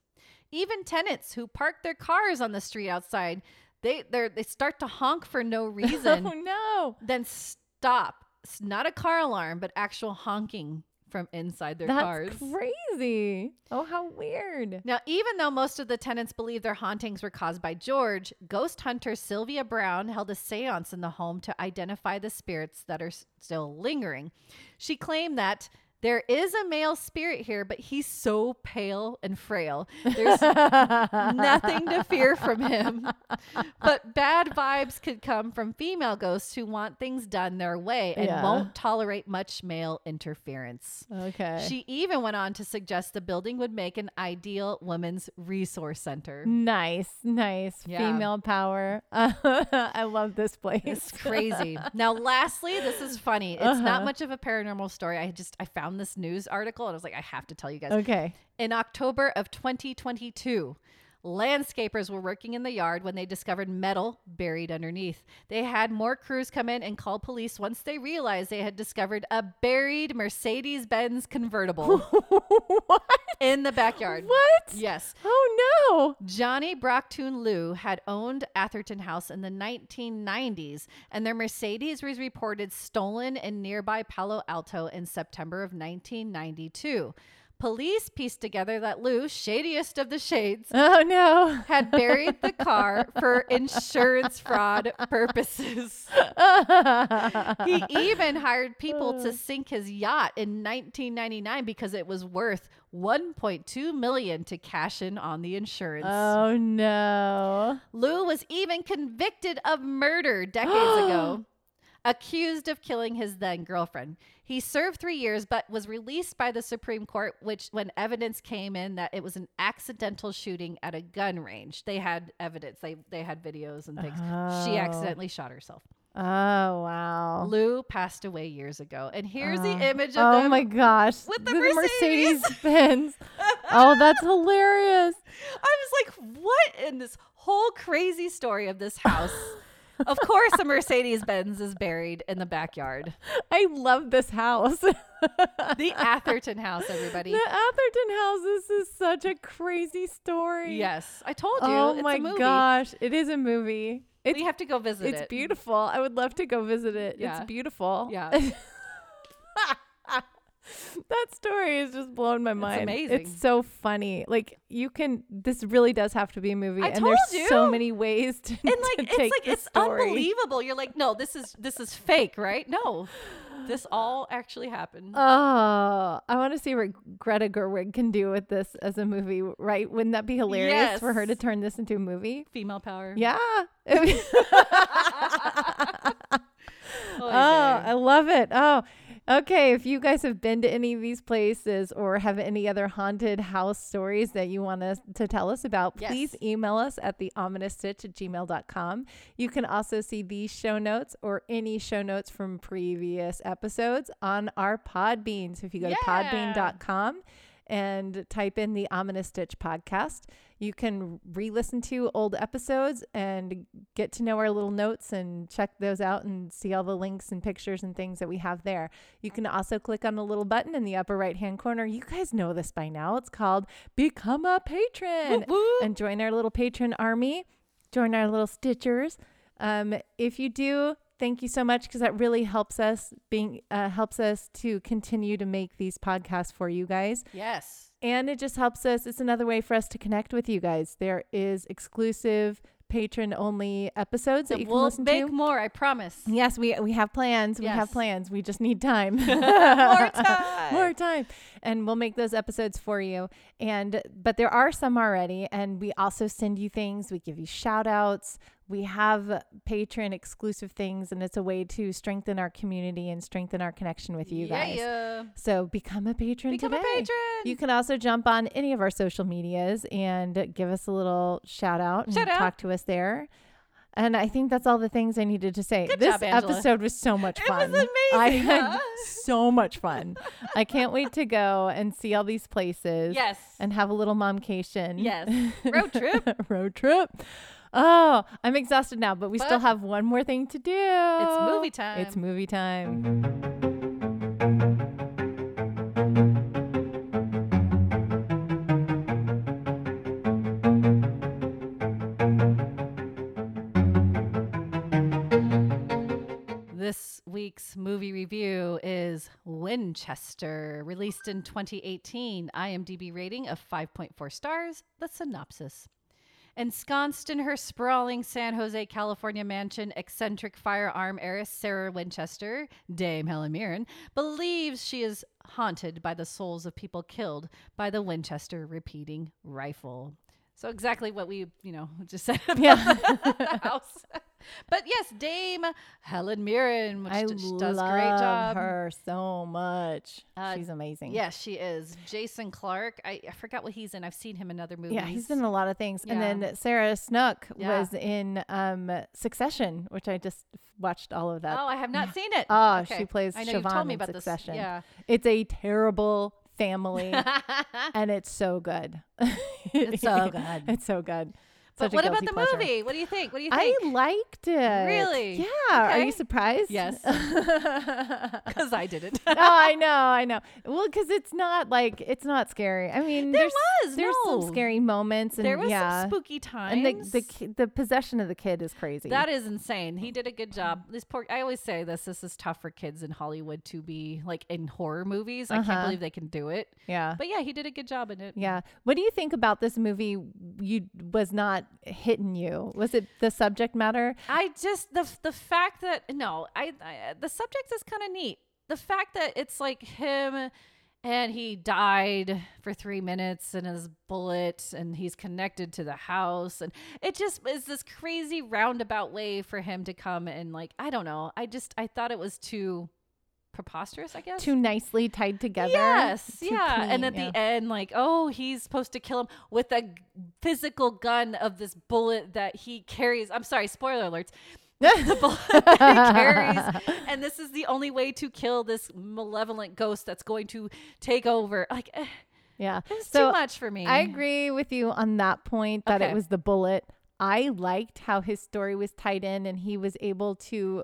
[SPEAKER 2] Even tenants who park their cars on the street outside, they they're- they start to honk for no
[SPEAKER 1] Oh
[SPEAKER 2] reason,
[SPEAKER 1] no.
[SPEAKER 2] then stop. It's not a car alarm, but actual honking from inside their
[SPEAKER 1] That's
[SPEAKER 2] cars.
[SPEAKER 1] crazy. Oh, how weird.
[SPEAKER 2] Now, even though most of the tenants believe their hauntings were caused by George, ghost hunter Sylvia Brown held a seance in the home to identify the spirits that are s- still lingering. She claimed that there is a male spirit here, but he's so pale and frail. There's nothing to fear from him. But bad vibes could come from female ghosts who want things done their way and
[SPEAKER 1] Yeah.
[SPEAKER 2] won't tolerate much male interference.
[SPEAKER 1] Okay.
[SPEAKER 2] She even went on to suggest the building would make an ideal women's resource center.
[SPEAKER 1] nice, nice.
[SPEAKER 2] Yeah.
[SPEAKER 1] Female power. I love this place.
[SPEAKER 2] It's crazy. now, lastly, this is funny. It's not
[SPEAKER 1] Uh-huh.
[SPEAKER 2] much of a paranormal story. I just I found this news article and I was like, I have to tell you guys.
[SPEAKER 1] Okay.
[SPEAKER 2] In October of 2022, landscapers were working in the yard when they discovered metal buried underneath. They had more crews come in and call police once they realized they had discovered a buried Mercedes-Benz convertible
[SPEAKER 1] what?
[SPEAKER 2] in the backyard.
[SPEAKER 1] What?
[SPEAKER 2] Yes.
[SPEAKER 1] Oh
[SPEAKER 2] Johnny Brocktoon Liu had owned Atherton House in the 1990s, and their Mercedes was reported stolen in nearby Palo Alto in September of 1992. Police pieced together that Liu, shadiest of the shades,
[SPEAKER 1] no. Oh no.
[SPEAKER 2] had buried the car for insurance fraud purposes. he even hired people to sink his yacht in 1999 because it was worth 1.2 million to cash in on the insurance.
[SPEAKER 1] Oh no.
[SPEAKER 2] Lou was even convicted of murder decades ago, accused of killing his then girlfriend. He served three years, but was released by the Supreme Court, which when evidence came in that it was an accidental shooting at a gun range, they had evidence. They they had videos and things. She
[SPEAKER 1] Oh.
[SPEAKER 2] accidentally shot herself.
[SPEAKER 1] Oh wow.
[SPEAKER 2] Lou passed away years ago, and here's
[SPEAKER 1] Oh.
[SPEAKER 2] the image of
[SPEAKER 1] oh
[SPEAKER 2] them.
[SPEAKER 1] my gosh.
[SPEAKER 2] with the
[SPEAKER 1] Mercedes
[SPEAKER 2] Mercedes.
[SPEAKER 1] Benz. oh, that's hilarious.
[SPEAKER 2] I was like, what in this whole crazy story of this house? of course, a Mercedes Benz is buried in the backyard.
[SPEAKER 1] I love this house. the
[SPEAKER 2] The Atherton house, everybody.
[SPEAKER 1] Atherton house. This is such a crazy story.
[SPEAKER 2] Yes, I told you.
[SPEAKER 1] Oh
[SPEAKER 2] it's
[SPEAKER 1] my
[SPEAKER 2] a movie.
[SPEAKER 1] gosh. It is a movie. It's
[SPEAKER 2] we have to go visit
[SPEAKER 1] it's
[SPEAKER 2] it.
[SPEAKER 1] beautiful. I would love to go visit it.
[SPEAKER 2] Yeah.
[SPEAKER 1] It's beautiful.
[SPEAKER 2] Yeah.
[SPEAKER 1] that story has just blown my mind.
[SPEAKER 2] amazing.
[SPEAKER 1] It's so funny. Like you can. This really does have to be a movie,
[SPEAKER 2] I
[SPEAKER 1] and there's
[SPEAKER 2] told
[SPEAKER 1] so
[SPEAKER 2] you.
[SPEAKER 1] many ways to,
[SPEAKER 2] And
[SPEAKER 1] to
[SPEAKER 2] like it's
[SPEAKER 1] take
[SPEAKER 2] like
[SPEAKER 1] the
[SPEAKER 2] it's
[SPEAKER 1] story.
[SPEAKER 2] unbelievable. You're like, no, this is this is fake, right? No. This all actually happened.
[SPEAKER 1] Oh, I want to see what Greta Gerwig can do with this as a movie, right? Wouldn't that be hilarious for her to
[SPEAKER 2] Yes.
[SPEAKER 1] turn this into a movie?
[SPEAKER 2] Female power.
[SPEAKER 1] Yeah.
[SPEAKER 2] Oy
[SPEAKER 1] Oh,
[SPEAKER 2] vey.
[SPEAKER 1] I love it. Oh, okay. If you guys have been to any of these places or have any other haunted house stories that you want us to tell us about,
[SPEAKER 2] Yes.
[SPEAKER 1] please email us at the ominous stitch at gmail.com. You can also see these show notes or any show notes from previous episodes on our Podbean. So if you go to
[SPEAKER 2] Yeah.
[SPEAKER 1] podbean.com, and type in the Ominous Stitch podcast. You can re listen to old episodes and get to know our little notes and check those out and see all the links and pictures and things that we have there. You can also click on the little button in the upper right hand corner. You guys know this by now. It's called Become a Patron
[SPEAKER 2] Woo, woo.
[SPEAKER 1] and join our little patron army, join our little stitchers. Um, if you do, thank you so much because that really helps us being uh, helps us to continue to make these podcasts for you guys.
[SPEAKER 2] yes.
[SPEAKER 1] And it just helps us. It's another way for us to connect with you guys. There is exclusive patron only episodes that
[SPEAKER 2] And
[SPEAKER 1] you can
[SPEAKER 2] we'll
[SPEAKER 1] listen
[SPEAKER 2] make
[SPEAKER 1] to.
[SPEAKER 2] more, I promise.
[SPEAKER 1] Yes, we we have plans. We have
[SPEAKER 2] Yes.
[SPEAKER 1] plans. We just need time.
[SPEAKER 2] More time.
[SPEAKER 1] More time. And we'll make those episodes for you. And but there are some already and we also send you things. We give you shout outs. We have patron exclusive things and it's a way to strengthen our community and strengthen our connection with you
[SPEAKER 2] yeah,
[SPEAKER 1] guys.
[SPEAKER 2] yeah.
[SPEAKER 1] So become a patron
[SPEAKER 2] Become
[SPEAKER 1] today.
[SPEAKER 2] a patron.
[SPEAKER 1] You can also jump on any of our social medias and give us a little shout out and
[SPEAKER 2] Shout out.
[SPEAKER 1] talk to us there. And I think that's all the things I needed to say.
[SPEAKER 2] Good
[SPEAKER 1] this
[SPEAKER 2] job, Angela.
[SPEAKER 1] episode was so much
[SPEAKER 2] It was
[SPEAKER 1] fun. I
[SPEAKER 2] amazing,
[SPEAKER 1] had
[SPEAKER 2] huh?
[SPEAKER 1] so much fun. I can't wait to go and see all these places
[SPEAKER 2] yes.
[SPEAKER 1] and have a little momcation.
[SPEAKER 2] yes. Road trip.
[SPEAKER 1] Road trip. Oh, I'm exhausted now, but we still
[SPEAKER 2] But-
[SPEAKER 1] have one more thing to do.
[SPEAKER 2] It's
[SPEAKER 1] It's
[SPEAKER 2] movie time.
[SPEAKER 1] It's movie time.
[SPEAKER 2] This week's movie review is Winchester, released in 2018. IMDb rating of 5.4 stars. The synopsis. Ensconced in her sprawling San Jose, California mansion, eccentric firearm heiress Sarah Winchester, Dame Helen Mirren, believes she is haunted by the souls of people killed by the Winchester repeating rifle. So exactly what we, you know, just said about
[SPEAKER 1] Yeah.
[SPEAKER 2] the house. But yes, Dame Helen Mirren, which
[SPEAKER 1] I
[SPEAKER 2] d- she
[SPEAKER 1] love
[SPEAKER 2] does a great job.
[SPEAKER 1] her so much.
[SPEAKER 2] Uh,
[SPEAKER 1] She's amazing.
[SPEAKER 2] Yes, she is. Jason Clark, I, I forgot what he's in. I've seen him in other movies.
[SPEAKER 1] Yeah, he's in a lot of things.
[SPEAKER 2] Yeah.
[SPEAKER 1] And then Sarah Snook
[SPEAKER 2] Yeah.
[SPEAKER 1] was in um, Succession, which I just watched all of that.
[SPEAKER 2] Oh, I have not seen it.
[SPEAKER 1] Oh, she plays
[SPEAKER 2] I know you
[SPEAKER 1] Siobhan
[SPEAKER 2] told
[SPEAKER 1] in
[SPEAKER 2] me about
[SPEAKER 1] Succession.
[SPEAKER 2] this. Yeah.
[SPEAKER 1] It's a terrible family, and it's so good. it's
[SPEAKER 2] so good.
[SPEAKER 1] It's so good.
[SPEAKER 2] but
[SPEAKER 1] Such a
[SPEAKER 2] what about
[SPEAKER 1] guilty
[SPEAKER 2] the
[SPEAKER 1] pleasure.
[SPEAKER 2] movie? What do you think? What do you
[SPEAKER 1] I
[SPEAKER 2] think?
[SPEAKER 1] liked it.
[SPEAKER 2] Really?
[SPEAKER 1] Yeah. Are
[SPEAKER 2] Okay.
[SPEAKER 1] you surprised?
[SPEAKER 2] Yes.
[SPEAKER 1] oh,
[SPEAKER 2] Because I didn't.
[SPEAKER 1] I know. I know. Well, because it's not like it's not scary. I mean,
[SPEAKER 2] there
[SPEAKER 1] there's
[SPEAKER 2] was
[SPEAKER 1] there's
[SPEAKER 2] no.
[SPEAKER 1] some scary moments and
[SPEAKER 2] There was
[SPEAKER 1] yeah
[SPEAKER 2] some spooky times.
[SPEAKER 1] and the the, ki- the possession of the kid is crazy
[SPEAKER 2] That is insane. He did a good job. This poor I always say this this is tough for kids in Hollywood to be like in horror movies. I
[SPEAKER 1] Uh-huh.
[SPEAKER 2] can't believe they can do it.
[SPEAKER 1] yeah
[SPEAKER 2] But yeah, he did a good job in it.
[SPEAKER 1] yeah what do you think about this movie you was not hitting you was it the subject matter
[SPEAKER 2] I just the the fact that no, I, I the subject is kind of neat. The fact that it's like him and he died for 3 minutes and his bullet and he's connected to the house and it just is this crazy roundabout way for him to come and like I don't know. I just I thought it was too preposterous, I guess.
[SPEAKER 1] Too nicely tied together.
[SPEAKER 2] Yes,
[SPEAKER 1] Too
[SPEAKER 2] yeah.
[SPEAKER 1] clean,
[SPEAKER 2] and at
[SPEAKER 1] yeah.
[SPEAKER 2] the end, like, oh, he's supposed to kill him with a g- physical gun of this bullet that he carries. I'm sorry, spoiler alerts. the bullet that he carries, and this is the only way to kill this malevolent ghost that's going to take over. Like, eh,
[SPEAKER 1] yeah.
[SPEAKER 2] it was
[SPEAKER 1] So
[SPEAKER 2] too much for me.
[SPEAKER 1] I agree with you on that point that
[SPEAKER 2] Okay.
[SPEAKER 1] it was the bullet. I liked how his story was tied in and he was able to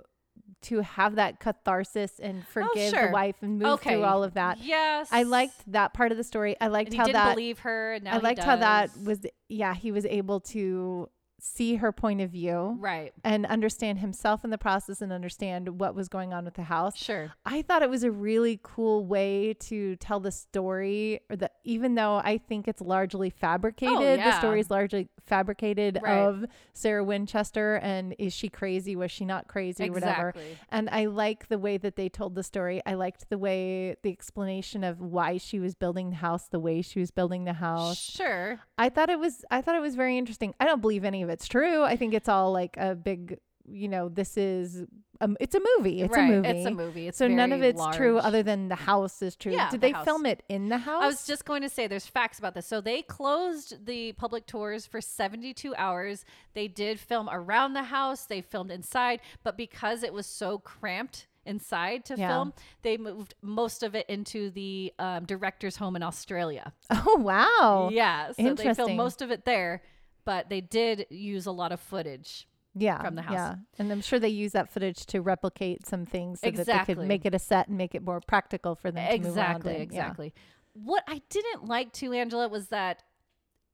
[SPEAKER 1] to have that catharsis and forgive
[SPEAKER 2] Oh, sure.
[SPEAKER 1] the wife and move
[SPEAKER 2] Okay.
[SPEAKER 1] through all of that.
[SPEAKER 2] Yes,
[SPEAKER 1] I liked that part of the story. I liked
[SPEAKER 2] And he
[SPEAKER 1] how
[SPEAKER 2] didn't
[SPEAKER 1] that
[SPEAKER 2] believe her. And now
[SPEAKER 1] I
[SPEAKER 2] he
[SPEAKER 1] liked how that
[SPEAKER 2] does.
[SPEAKER 1] was yeah, he was able to see her point of view
[SPEAKER 2] right.
[SPEAKER 1] and understand himself in the process and understand what was going on with the house.
[SPEAKER 2] Sure.
[SPEAKER 1] I thought it was a really cool way to tell the story, or that even though I think it's largely fabricated, the
[SPEAKER 2] Oh, yeah.
[SPEAKER 1] story is largely fabricated
[SPEAKER 2] Right.
[SPEAKER 1] of Sarah Winchester and is she crazy? Was she not crazy? Whatever.
[SPEAKER 2] Exactly.
[SPEAKER 1] And I like the way that they told the story. I liked the way the explanation of why she was building the house the way she was building the house.
[SPEAKER 2] Sure.
[SPEAKER 1] I thought it was I thought it was very interesting. I don't believe any of it's true. I think it's all like a big, you know, this is um, it's a movie. It's
[SPEAKER 2] right.
[SPEAKER 1] a movie.
[SPEAKER 2] It's a movie. It's
[SPEAKER 1] So none of
[SPEAKER 2] very
[SPEAKER 1] it's true
[SPEAKER 2] large.
[SPEAKER 1] other than the house is true.
[SPEAKER 2] Yeah,
[SPEAKER 1] Did
[SPEAKER 2] the
[SPEAKER 1] they
[SPEAKER 2] house.
[SPEAKER 1] film it in the house?
[SPEAKER 2] I was just going to say there's facts about this. So they closed the public tours for 72 hours. They did film around the house, they filmed inside, but because it was so cramped inside to
[SPEAKER 1] Yeah.
[SPEAKER 2] film, they moved most of it into the um, director's home in Australia.
[SPEAKER 1] oh wow. Yeah.
[SPEAKER 2] yeah. So they filmed
[SPEAKER 1] interesting.
[SPEAKER 2] most of it there, but they did use a lot of footage. from the house.
[SPEAKER 1] Yeah. And I'm sure they use that footage to replicate some things so that they
[SPEAKER 2] Exactly.
[SPEAKER 1] could make it a set and make it more practical for them to move around
[SPEAKER 2] exactly
[SPEAKER 1] in. Yeah.
[SPEAKER 2] exactly what i didn't like too angela was that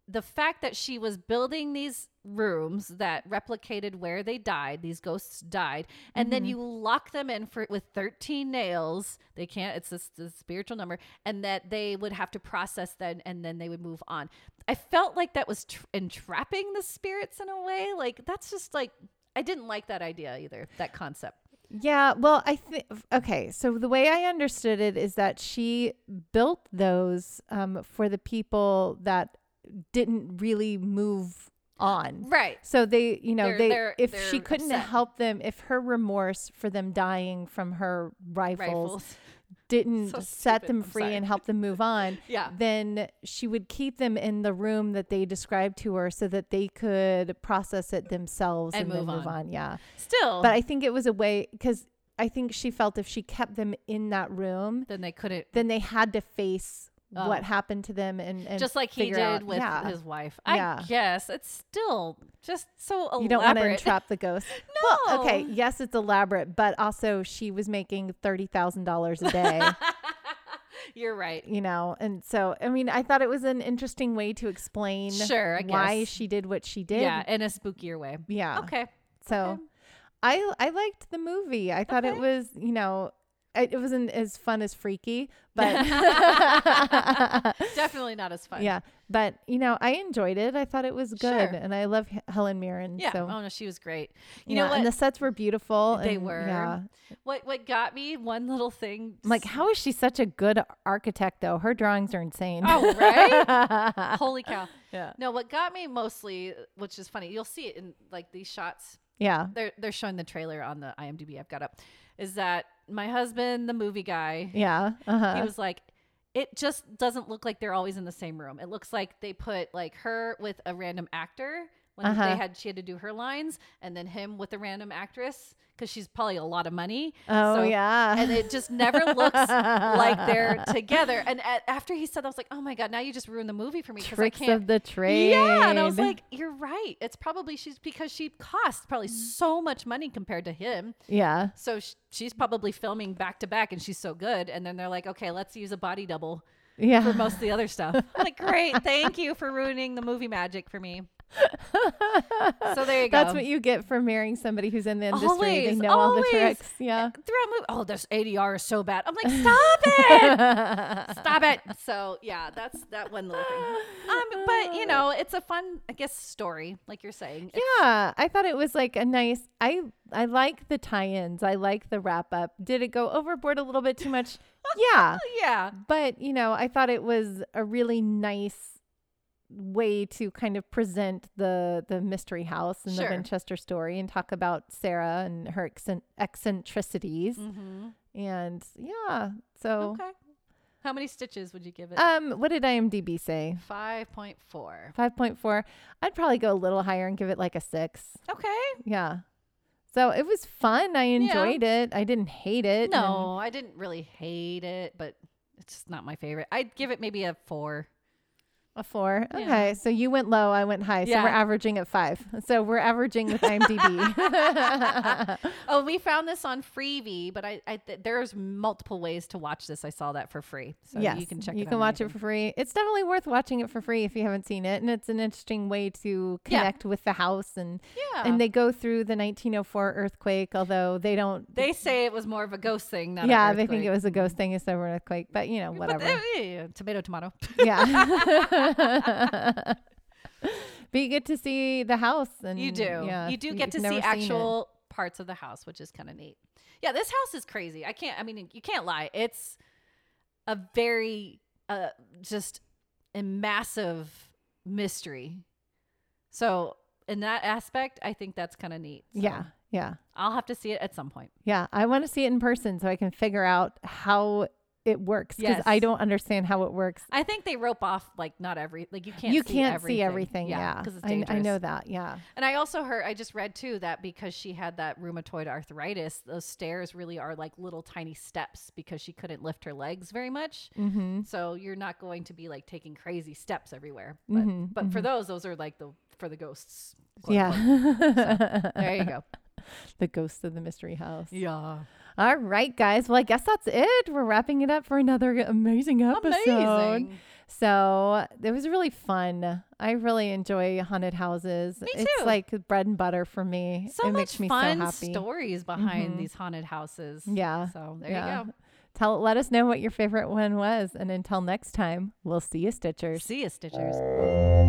[SPEAKER 2] the fact that she was building these rooms that replicated where they died these ghosts died and
[SPEAKER 1] Mm-hmm.
[SPEAKER 2] then you lock them in for with 13 nails they can't it's this, this spiritual number and that they would have to process then and then they would move on i felt like that was tr- entrapping the spirits in a way like that's just like i didn't like that idea either that concept
[SPEAKER 1] Yeah, well, I think okay. So the way I understood it is that she built those um, for the people that didn't really move on.
[SPEAKER 2] right
[SPEAKER 1] So they, you know,
[SPEAKER 2] They're-
[SPEAKER 1] they
[SPEAKER 2] they're-
[SPEAKER 1] if
[SPEAKER 2] they're
[SPEAKER 1] she couldn't
[SPEAKER 2] upset.
[SPEAKER 1] help them, if her remorse for them dying from her rifles,
[SPEAKER 2] rifles
[SPEAKER 1] didn't
[SPEAKER 2] So
[SPEAKER 1] set
[SPEAKER 2] stupid.
[SPEAKER 1] them
[SPEAKER 2] I'm
[SPEAKER 1] free
[SPEAKER 2] sorry.
[SPEAKER 1] and help them move on,
[SPEAKER 2] yeah
[SPEAKER 1] then she would keep them in the room that they described to her so that they could process it themselves
[SPEAKER 2] And
[SPEAKER 1] and, then
[SPEAKER 2] move
[SPEAKER 1] move
[SPEAKER 2] on.
[SPEAKER 1] on. Yeah.
[SPEAKER 2] still
[SPEAKER 1] But I think it was a way because I think she felt if she kept them in that room,
[SPEAKER 2] then they couldn't
[SPEAKER 1] then they had to face
[SPEAKER 2] Oh.
[SPEAKER 1] what happened to them and, and
[SPEAKER 2] just like he
[SPEAKER 1] figure
[SPEAKER 2] did
[SPEAKER 1] out-
[SPEAKER 2] with
[SPEAKER 1] yeah.
[SPEAKER 2] his wife. I
[SPEAKER 1] Yeah.
[SPEAKER 2] guess it's still just so elaborate.
[SPEAKER 1] you don't want to entrap the ghost. Well, okay,
[SPEAKER 2] No.
[SPEAKER 1] yes, it's elaborate, but also she was making thirty thousand dollars a day,
[SPEAKER 2] You're right.
[SPEAKER 1] you know, and so I mean, I thought it was an interesting way to explain
[SPEAKER 2] Sure, I
[SPEAKER 1] why
[SPEAKER 2] guess.
[SPEAKER 1] she did what she did.
[SPEAKER 2] Yeah, in a spookier way.
[SPEAKER 1] Yeah.
[SPEAKER 2] Okay.
[SPEAKER 1] So
[SPEAKER 2] okay.
[SPEAKER 1] I I liked the movie. I thought it
[SPEAKER 2] Okay.
[SPEAKER 1] was, you know, it, it wasn't as fun as Freaky, but
[SPEAKER 2] Definitely not as fun.
[SPEAKER 1] yeah, but you know, I enjoyed it. I thought it was good,
[SPEAKER 2] Sure.
[SPEAKER 1] and I love H- Helen Mirren.
[SPEAKER 2] Yeah.
[SPEAKER 1] So
[SPEAKER 2] Oh no, she was great. You
[SPEAKER 1] yeah,
[SPEAKER 2] know what?
[SPEAKER 1] And the sets were beautiful.
[SPEAKER 2] they
[SPEAKER 1] and,
[SPEAKER 2] were.
[SPEAKER 1] Yeah.
[SPEAKER 2] What what got me? One little thing.
[SPEAKER 1] I'm like, how is she such a good architect though? Her drawings are insane.
[SPEAKER 2] Oh right. Holy cow.
[SPEAKER 1] Yeah.
[SPEAKER 2] No, what got me mostly, which is funny, you'll see it in like these shots
[SPEAKER 1] Yeah.
[SPEAKER 2] they're they're showing the trailer on the IMDb I've got up. Is that my husband, the movie guy?
[SPEAKER 1] Yeah. Uh-huh.
[SPEAKER 2] He was like, it just doesn't look like they're always in the same room. It looks like they put like her with a random actor when
[SPEAKER 1] Uh-huh.
[SPEAKER 2] they had she had to do her lines, and then him with a random actress because she's probably a lot of money.
[SPEAKER 1] oh
[SPEAKER 2] So-
[SPEAKER 1] yeah.
[SPEAKER 2] And it just never looks like they're together. And a- after he said that, I was like, oh my God, now you just ruined the movie for me because I
[SPEAKER 1] Tricks
[SPEAKER 2] can't
[SPEAKER 1] of the trade.
[SPEAKER 2] yeah, and I was like, "You're right. It's probably she's because she costs
[SPEAKER 1] Mm.
[SPEAKER 2] probably so much money compared to him.
[SPEAKER 1] yeah.
[SPEAKER 2] So sh- she's probably filming back to back, and she's so good. And then they're like, "Okay, let's use a body double
[SPEAKER 1] Yeah.
[SPEAKER 2] for most of the other stuff." I'm like, "Great, thank you for ruining the movie magic for me." so there you go.
[SPEAKER 1] That's what you get for marrying somebody who's in the industry. they
[SPEAKER 2] Always,
[SPEAKER 1] know all the
[SPEAKER 2] always.
[SPEAKER 1] tricks. Yeah.
[SPEAKER 2] throughout movie. Oh, this ADR is so bad. I'm like, stop it, stop it. So yeah, that's that one little thing. Um, but you know, it's a fun, I guess, story. Like you're saying,
[SPEAKER 1] Yeah, I thought it was like a nice. I I like the tie-ins. I like the wrap up. Did it go overboard a little bit too much? yeah,
[SPEAKER 2] yeah.
[SPEAKER 1] but you know, I thought it was a really nice way to kind of present the the mystery house and
[SPEAKER 2] Sure.
[SPEAKER 1] the Winchester story and talk about Sarah and her eccen- eccentricities.
[SPEAKER 2] Mm-hmm.
[SPEAKER 1] And yeah, so
[SPEAKER 2] Okay. Uh, How many stitches would you give it?
[SPEAKER 1] um, what did IMDb say?
[SPEAKER 2] 5.4.
[SPEAKER 1] Five point four. I'd probably go a little higher and give it like a six.
[SPEAKER 2] Okay.
[SPEAKER 1] Yeah. So it was fun. I enjoyed it. I didn't hate it.
[SPEAKER 2] No, I didn't really hate it, but it's just not my favorite. I'd give it maybe a four.
[SPEAKER 1] A four.
[SPEAKER 2] Yeah.
[SPEAKER 1] Okay. So you went low, I went high. So
[SPEAKER 2] Yeah.
[SPEAKER 1] we're averaging at five. So we're averaging with IMDb.
[SPEAKER 2] Oh, we found this on Freebie, but I, I th- there's multiple ways to watch this. I saw that for free, so
[SPEAKER 1] yes.
[SPEAKER 2] you can check.
[SPEAKER 1] You
[SPEAKER 2] it
[SPEAKER 1] can watch it for free. It's definitely worth watching it for free if you haven't seen it. And it's an interesting way to
[SPEAKER 2] Yeah.
[SPEAKER 1] connect with the house. And,
[SPEAKER 2] yeah,
[SPEAKER 1] and they go through the 1904 earthquake, although they don't.
[SPEAKER 2] they say it was more of a ghost thing. Not
[SPEAKER 1] yeah, they think it was a ghost thing instead of an earthquake, but you know, whatever.
[SPEAKER 2] tomato, tomato.
[SPEAKER 1] yeah. but you get to see the house and
[SPEAKER 2] You do.
[SPEAKER 1] yeah,
[SPEAKER 2] you do get to
[SPEAKER 1] you've
[SPEAKER 2] see
[SPEAKER 1] never seen it.
[SPEAKER 2] actual parts of the house, which is kind of neat. Yeah, this house is crazy. I can't. I mean, you can't lie. It's a very uh, just a massive mystery. So in that aspect, I think that's kind of neat. So
[SPEAKER 1] Yeah. Yeah.
[SPEAKER 2] I'll have to see it at some point.
[SPEAKER 1] Yeah, I want to see it in person so I can figure out how it works because
[SPEAKER 2] Yes.
[SPEAKER 1] I don't understand how it works.
[SPEAKER 2] I think they rope off like not every like you can't
[SPEAKER 1] you
[SPEAKER 2] see
[SPEAKER 1] can't
[SPEAKER 2] everything.
[SPEAKER 1] see everything. Yeah,
[SPEAKER 2] because it's
[SPEAKER 1] I,
[SPEAKER 2] dangerous.
[SPEAKER 1] I know that. Yeah,
[SPEAKER 2] And I also heard, I just read too that because she had that rheumatoid arthritis, those stairs really are like little tiny steps because she couldn't lift her legs very much.
[SPEAKER 1] mm-hmm.
[SPEAKER 2] So you're not going to be like taking crazy steps everywhere. But,
[SPEAKER 1] Mhm,
[SPEAKER 2] but for those, those are like the for the ghosts. quote unquote.
[SPEAKER 1] yeah.
[SPEAKER 2] There you go.
[SPEAKER 1] the ghost of the mystery house.
[SPEAKER 2] yeah.
[SPEAKER 1] All right, guys. Well, I guess that's it. We're wrapping it up for another amazing episode.
[SPEAKER 2] Amazing.
[SPEAKER 1] So it was really fun. I really enjoy haunted houses.
[SPEAKER 2] Me
[SPEAKER 1] It's
[SPEAKER 2] too.
[SPEAKER 1] like bread and butter for me.
[SPEAKER 2] So
[SPEAKER 1] it
[SPEAKER 2] much
[SPEAKER 1] makes me
[SPEAKER 2] fun
[SPEAKER 1] so happy.
[SPEAKER 2] stories behind
[SPEAKER 1] Mhm.
[SPEAKER 2] these haunted houses.
[SPEAKER 1] Yeah.
[SPEAKER 2] So there
[SPEAKER 1] yeah.
[SPEAKER 2] you go.
[SPEAKER 1] Tell let us know what your favorite one was and until next time, we'll see you stitchers.
[SPEAKER 2] See you, Stitchers.